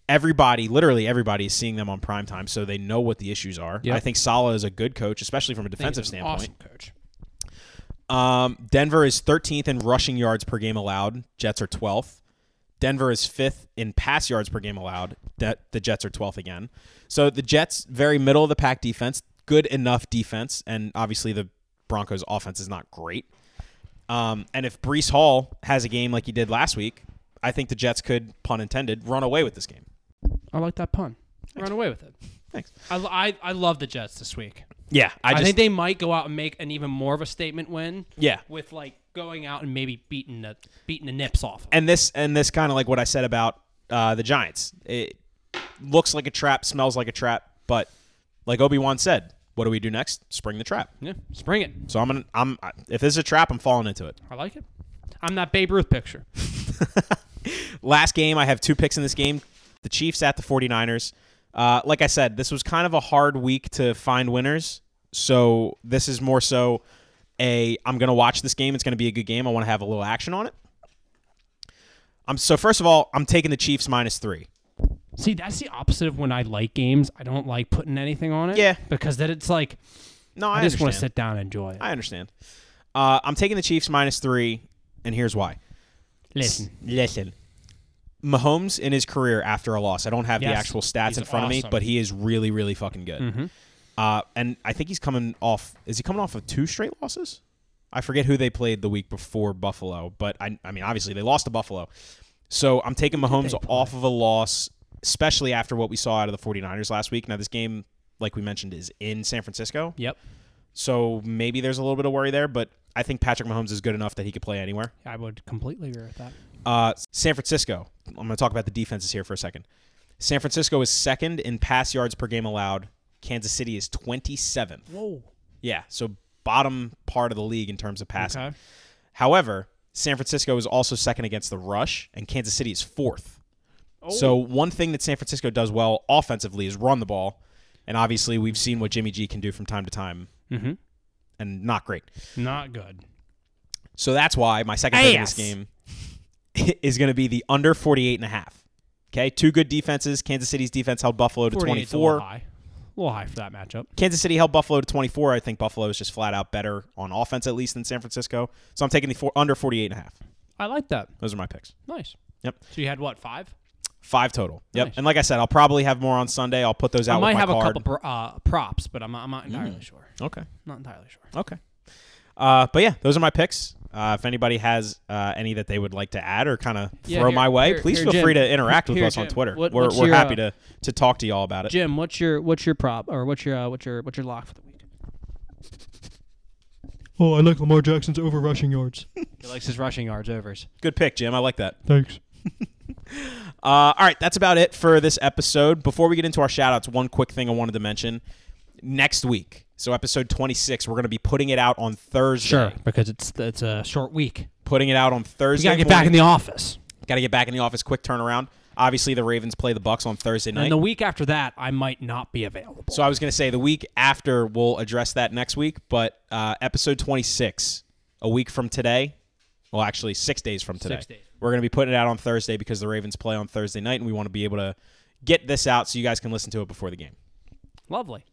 Speaker 1: Everybody, literally everybody, is seeing them on prime time, so they know what the issues are.
Speaker 2: Yep.
Speaker 1: I think Sala is a good coach, especially from a defensive
Speaker 2: He's an
Speaker 1: standpoint.
Speaker 2: Awesome coach.
Speaker 1: Um, Denver is 13th in rushing yards per game allowed. Jets are 12th. Denver is fifth in pass yards per game allowed. That the Jets are 12th again. So the Jets very middle of the pack defense, good enough defense, and obviously the Broncos offense is not great. Um, and if Brees Hall has a game like he did last week, I think the Jets could, pun intended, run away with this game.
Speaker 2: I like that pun. Run away with it.
Speaker 1: Thanks.
Speaker 2: I, I, I love the Jets this week.
Speaker 1: Yeah, I
Speaker 2: I,
Speaker 1: just
Speaker 2: think they might go out and make an even more of a statement win
Speaker 1: yeah.
Speaker 2: with like going out and maybe beating the beating the nips off.
Speaker 1: and this and this kind of like what I said about uh, the Giants. It looks like a trap, smells like a trap, but like Obi Wan said, what do we do next? Spring the trap.
Speaker 2: Yeah, spring it.
Speaker 1: So I'm gonna I'm I- if this is a trap, I'm falling into it.
Speaker 2: I like it. I'm that Babe Ruth picture.
Speaker 1: Last game, I have two picks in this game. The Chiefs at the 49ers. Uh, like I said, this was kind of a hard week to find winners. So this is more so a I'm gonna watch this game. It's gonna be a good game. I want to have a little action on it. I'm so first of all, I'm taking the Chiefs minus three.
Speaker 2: See, that's the opposite of when I like games. I don't like putting anything on it.
Speaker 1: Yeah.
Speaker 2: Because then it's like
Speaker 1: No,
Speaker 2: I,
Speaker 1: I,
Speaker 2: just want to
Speaker 1: understand.
Speaker 2: sit down and enjoy it.
Speaker 1: I understand. Uh, I'm taking the Chiefs minus three, and here's why.
Speaker 2: Listen,
Speaker 1: Listen. Mahomes in his career after a loss. I don't have the
Speaker 2: Yes.
Speaker 1: actual stats
Speaker 2: He's
Speaker 1: in front of me,
Speaker 2: awesome. Mm-hmm.
Speaker 1: but he is really, really fucking good. Uh, and I think he's coming off. Is he coming off of two straight losses? I forget who they played the week before Buffalo, but I, I mean, obviously they lost to Buffalo. So I'm taking Mahomes off of a loss, especially after what we saw out of the 49ers last week. Now, this game, like we mentioned, is in San Francisco.
Speaker 2: yep,
Speaker 1: So maybe there's a little bit of worry there, but I think Patrick Mahomes is good enough that he could play anywhere.
Speaker 2: I would completely agree with that.
Speaker 1: Uh, San Francisco. I'm going to talk about the defenses here for a second. San Francisco is second in pass yards per game allowed. Kansas City is 27th.
Speaker 2: Whoa.
Speaker 1: Yeah, so bottom part of the league in terms of passing.
Speaker 2: Okay.
Speaker 1: However, San Francisco is also second against the rush, and Kansas City is fourth. So one thing that San Francisco does well offensively is run the ball, and obviously we've seen what Jimmy G can do from time to time,
Speaker 2: Mhm.
Speaker 1: and not great.
Speaker 2: Not good.
Speaker 1: So that's why my second pick in this
Speaker 2: Ass.
Speaker 1: game is going to be the under 48 and a half. Okay, two good defenses. Kansas City's defense held Buffalo to
Speaker 2: 48's A little
Speaker 1: 24.
Speaker 2: high. A little high for that matchup.
Speaker 1: Kansas City held Buffalo to 24. I think Buffalo is just flat out better on offense at least than San Francisco. So I'm taking the four, under 48 and a half.
Speaker 2: I like that.
Speaker 1: Those are my picks.
Speaker 2: Nice.
Speaker 1: Yep.
Speaker 2: So you had what five?
Speaker 1: Five total. Yep.
Speaker 2: Nice.
Speaker 1: And like I said, I'll probably have more on Sunday. I'll put those out
Speaker 2: I might
Speaker 1: with my
Speaker 2: have
Speaker 1: card. Mm.
Speaker 2: a couple pro- uh, props, but I'm, I'm not entirely sure.
Speaker 1: Okay.
Speaker 2: Not entirely sure.
Speaker 1: Okay. Uh, but yeah, those are my picks. Uh, if anybody has uh, any that they would like to add or kind of
Speaker 2: Yeah,
Speaker 1: throw
Speaker 2: here-
Speaker 1: my way,
Speaker 2: here-
Speaker 1: please
Speaker 2: here,
Speaker 1: feel free
Speaker 2: Jim.
Speaker 1: to interact with
Speaker 2: Here,
Speaker 1: us on
Speaker 2: Jim.
Speaker 1: Twitter.
Speaker 2: What-
Speaker 1: we're
Speaker 2: what's
Speaker 1: we're
Speaker 2: your,
Speaker 1: happy
Speaker 2: uh,
Speaker 1: to, to talk to y'all about it.
Speaker 2: Jim, what's your what's your prop or what's your uh, what's your what's your lock for the week?
Speaker 3: Oh, I like Lamar Jackson's over rushing yards.
Speaker 2: He likes his rushing yards overs.
Speaker 1: Good pick, Jim. I like that.
Speaker 3: Thanks.
Speaker 1: Uh, all right, that's about it for this episode. Before we get into our shout outs, one quick thing I wanted to mention. Next week, so episode 26, we're going to be putting it out on Thursday.
Speaker 2: Sure, because it's it's a short week.
Speaker 1: Putting it out on
Speaker 2: You
Speaker 1: Thursday.
Speaker 2: gotta get back in the office.
Speaker 1: Got to get back in the office. Quick turnaround. Obviously, the Ravens play the Bucks on Thursday night.
Speaker 2: And the week after that, I might not be available.
Speaker 1: So I was going to say the week after we'll address that next week, but uh, episode 26, a week from today, well, actually six days from today,
Speaker 2: Six days.
Speaker 1: we're going to be putting it out on Thursday because the Ravens play on Thursday night, and we want to be able to get this out so you guys can listen to it before the game.
Speaker 2: Lovely.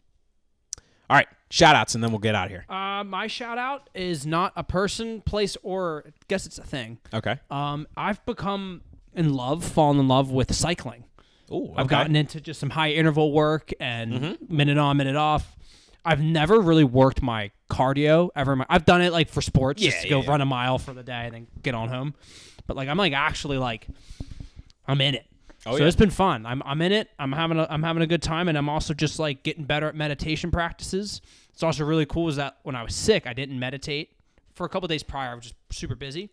Speaker 1: All right, shout outs, and then we'll get out of here.
Speaker 2: Uh, my shout out is not a person, place, or I guess it's a thing.
Speaker 1: Okay.
Speaker 2: Um, I've become in love, fallen in love with cycling.
Speaker 1: Ooh, okay. Mm-hmm.
Speaker 2: I've gotten into just some high interval work and minute on, minute off. I've never really worked my cardio ever. in my- I've done it like for sports,
Speaker 1: Yeah,
Speaker 2: just to go
Speaker 1: yeah, yeah.
Speaker 2: run a mile for the day and then get on home. But like I'm like actually like I'm in it.
Speaker 1: Oh,
Speaker 2: so
Speaker 1: yeah.
Speaker 2: it's been fun. I'm I'm in it. I'm having a I'm having a good time and I'm also just like getting better at meditation practices. It's also really cool is that when I was sick, I didn't meditate for a couple days prior. I was just super busy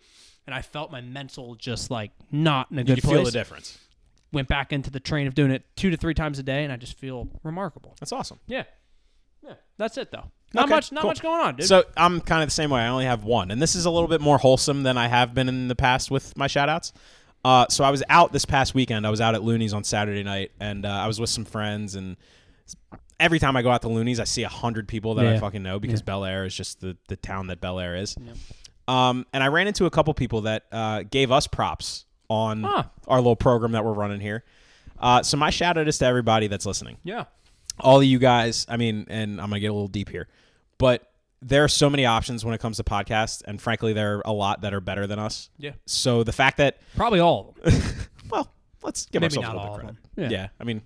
Speaker 2: and I felt my mental just like not in a good
Speaker 1: You
Speaker 2: place
Speaker 1: feel the difference.
Speaker 2: went back into the train of doing it two to three times a day, and I just feel remarkable.
Speaker 1: That's awesome.
Speaker 2: Yeah, yeah, that's it though. Not
Speaker 1: Okay,
Speaker 2: much, not
Speaker 1: cool.
Speaker 2: much going on, dude.
Speaker 1: So I'm kind of the same way. I only have one, and this is a little bit more wholesome than I have been in the past with my shout outs. Uh, so I was out this past weekend. I was out at Looney's on Saturday night, and uh, I was with some friends. And every time I go out to Looney's, I see a hundred people that I
Speaker 2: Yeah.
Speaker 1: fucking know because Bel Air is just the, the town that Bel Air is. Um, and I ran into a couple people that uh, gave us props on
Speaker 2: Huh.
Speaker 1: our little program that we're running here. Uh, so my shout out is to everybody that's listening
Speaker 2: yeah,
Speaker 1: all of you guys, I mean, and I'm gonna get a little deep here, but there are so many options when it comes to podcasts, and frankly, there are a lot that are better than us.
Speaker 2: Yeah.
Speaker 1: So the fact that,
Speaker 2: Probably all of them.
Speaker 1: well, let's give
Speaker 2: Maybe
Speaker 1: ourselves
Speaker 2: not
Speaker 1: a little
Speaker 2: all
Speaker 1: bit
Speaker 2: of
Speaker 1: credit.
Speaker 2: them. Yeah.
Speaker 1: yeah, I mean,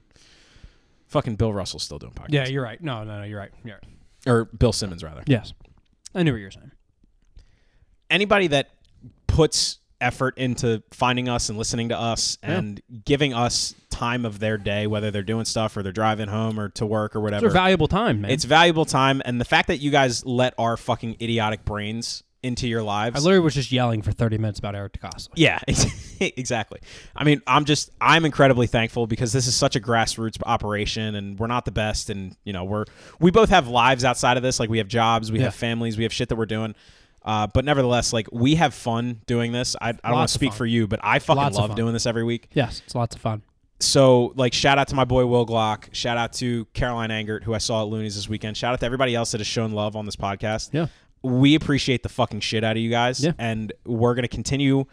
Speaker 1: fucking Bill Russell's still doing podcasts.
Speaker 2: Yeah, you're right. No, no, no, you're right. You're right.
Speaker 1: or Bill Simmons rather.
Speaker 2: Yes. I knew what you were saying.
Speaker 1: Anybody that puts effort into finding us and listening to us
Speaker 2: Yeah.
Speaker 1: and giving us time of their day, whether they're doing stuff or they're driving home or to work or
Speaker 2: Those are
Speaker 1: whatever,
Speaker 2: valuable time, man.
Speaker 1: it's valuable time. And the fact that you guys let our fucking idiotic brains into your lives,
Speaker 2: I literally was just yelling for 30 minutes about Eric DaCosta.
Speaker 1: Yeah, exactly. I mean, I'm just I'm incredibly thankful because this is such a grassroots operation and we're not the best and you know, we're we both have lives outside of this, like we have jobs, we
Speaker 2: Yeah.
Speaker 1: have families, we have shit that we're doing. Uh, but nevertheless, like we have fun doing this. I, I don't want
Speaker 2: Lots
Speaker 1: to
Speaker 2: of
Speaker 1: speak
Speaker 2: fun.
Speaker 1: for you, but I fucking
Speaker 2: Lots of
Speaker 1: love
Speaker 2: fun.
Speaker 1: doing this every week.
Speaker 2: Yes, it's lots of fun.
Speaker 1: So, like, shout out to my boy Will Glock. Shout out to Caroline Angert, who I saw at Looney's this weekend. Shout out to everybody else that has shown love on this podcast
Speaker 2: Yeah.
Speaker 1: we appreciate the fucking shit out of you guys
Speaker 2: Yeah.
Speaker 1: and we're going to continue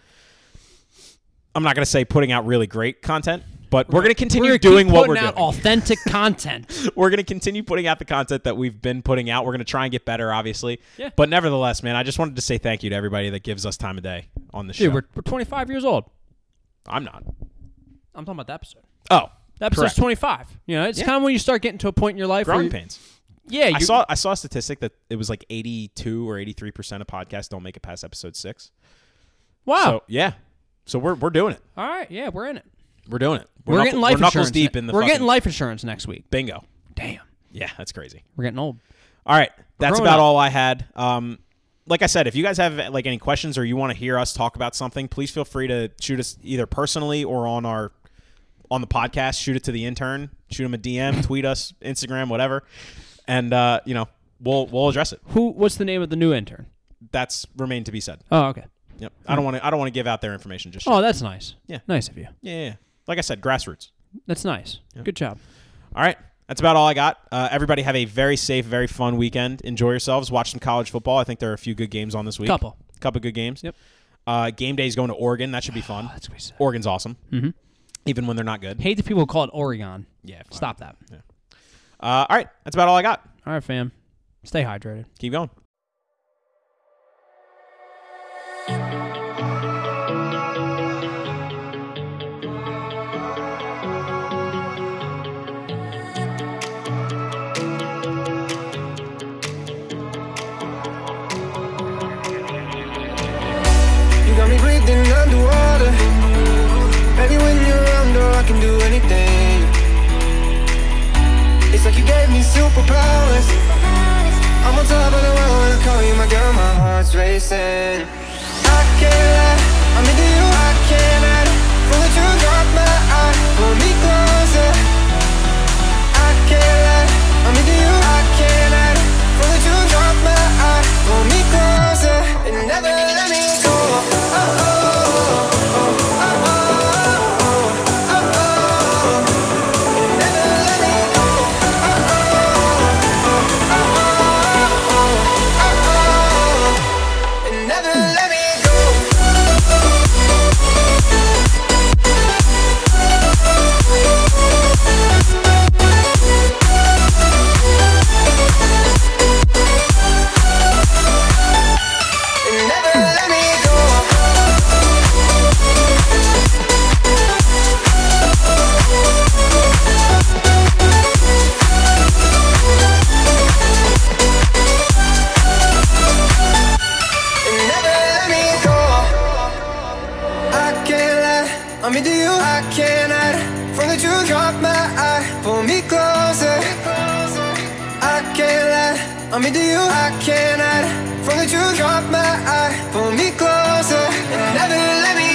Speaker 1: i'm not going to say putting out really great content but we're going to continue
Speaker 2: We're
Speaker 1: doing what we're
Speaker 2: putting out
Speaker 1: doing
Speaker 2: authentic content.
Speaker 1: we're going to continue putting out the content that we've been putting out we're going to try and get better obviously
Speaker 2: Yeah.
Speaker 1: but nevertheless man i just wanted to say thank you to everybody that gives us time of day on the show
Speaker 2: Dude, we're, we're 25 years old.
Speaker 1: i'm not
Speaker 2: I'm talking about that episode.
Speaker 1: oh
Speaker 2: That episode's
Speaker 1: Correct.
Speaker 2: 25. You know, it's kind of when you start getting to a point in your life where
Speaker 1: growing
Speaker 2: you-
Speaker 1: pains
Speaker 2: Yeah, you
Speaker 1: i saw i saw a statistic that it was like 82 or 83 percent of podcasts don't make it past episode six
Speaker 2: Wow.
Speaker 1: so Oh, yeah so we're, we're doing it
Speaker 2: All right, yeah, we're in it.
Speaker 1: we're doing it
Speaker 2: We're,
Speaker 1: knuckle-
Speaker 2: getting life
Speaker 1: we're knuckles
Speaker 2: insurance.
Speaker 1: deep
Speaker 2: ne-
Speaker 1: in the
Speaker 2: we're
Speaker 1: fucking
Speaker 2: getting life insurance next week.
Speaker 1: bingo
Speaker 2: Damn.
Speaker 1: Yeah, that's crazy.
Speaker 2: We're getting old.
Speaker 1: All right, that's
Speaker 2: growing
Speaker 1: about
Speaker 2: up.
Speaker 1: all I had. Um, like I said, if you guys have like any questions or you want to hear us talk about something, please feel free to shoot us either personally or on our on the podcast. Shoot it to the intern. Shoot him a DM. tweet us, Instagram, whatever, and uh, you know we'll we'll address it.
Speaker 2: Who what's the name of the new intern?
Speaker 1: That's remained to be said.
Speaker 2: Oh, okay.
Speaker 1: Yep. I don't want to I don't want to give out their information just yet.
Speaker 2: Oh, that's nice.
Speaker 1: Yeah.
Speaker 2: Nice of you.
Speaker 1: Yeah, yeah, yeah. Like I said, grassroots.
Speaker 2: That's nice. Good job.
Speaker 1: All right. That's about all I got. Uh, everybody have a very safe, very fun weekend. Enjoy yourselves. Watch some college football. I think there are a few good games on this week.
Speaker 2: Couple.
Speaker 1: Couple good games.
Speaker 2: Yep. Oh,
Speaker 1: Uh, game day is going to Oregon. That should be fun.
Speaker 2: That's what he said.
Speaker 1: Oregon's awesome. Mm-hmm. Even when they're not good.
Speaker 2: Hate the people who call it Oregon.
Speaker 1: Yeah. fine.
Speaker 2: Stop that.
Speaker 1: Uh, all right. That's about all I got.
Speaker 2: All right, fam. Stay hydrated.
Speaker 1: Keep going.
Speaker 4: You got me breathing underwater. Baby, when you're under, I can do anything. It's like you gave me superpowers. I'm on top of the world when I call you my girl. My heart's racing. I can't lie, I'm into you. I can't hide. Pull the trigger, drop my eye, pull me closer. I can't lie, I'm into you. I can't hide. Pull the trigger, drop my eye, pull me closer, and never let me go. and never let me go. And never let me go. And never let me go. I can't lie, I'm into you. I can't hide from the truth. Drop my eye, pull me closer. I can't lie, I'm into you. I can't hide from the truth. Drop my eye, pull me closer, and never let me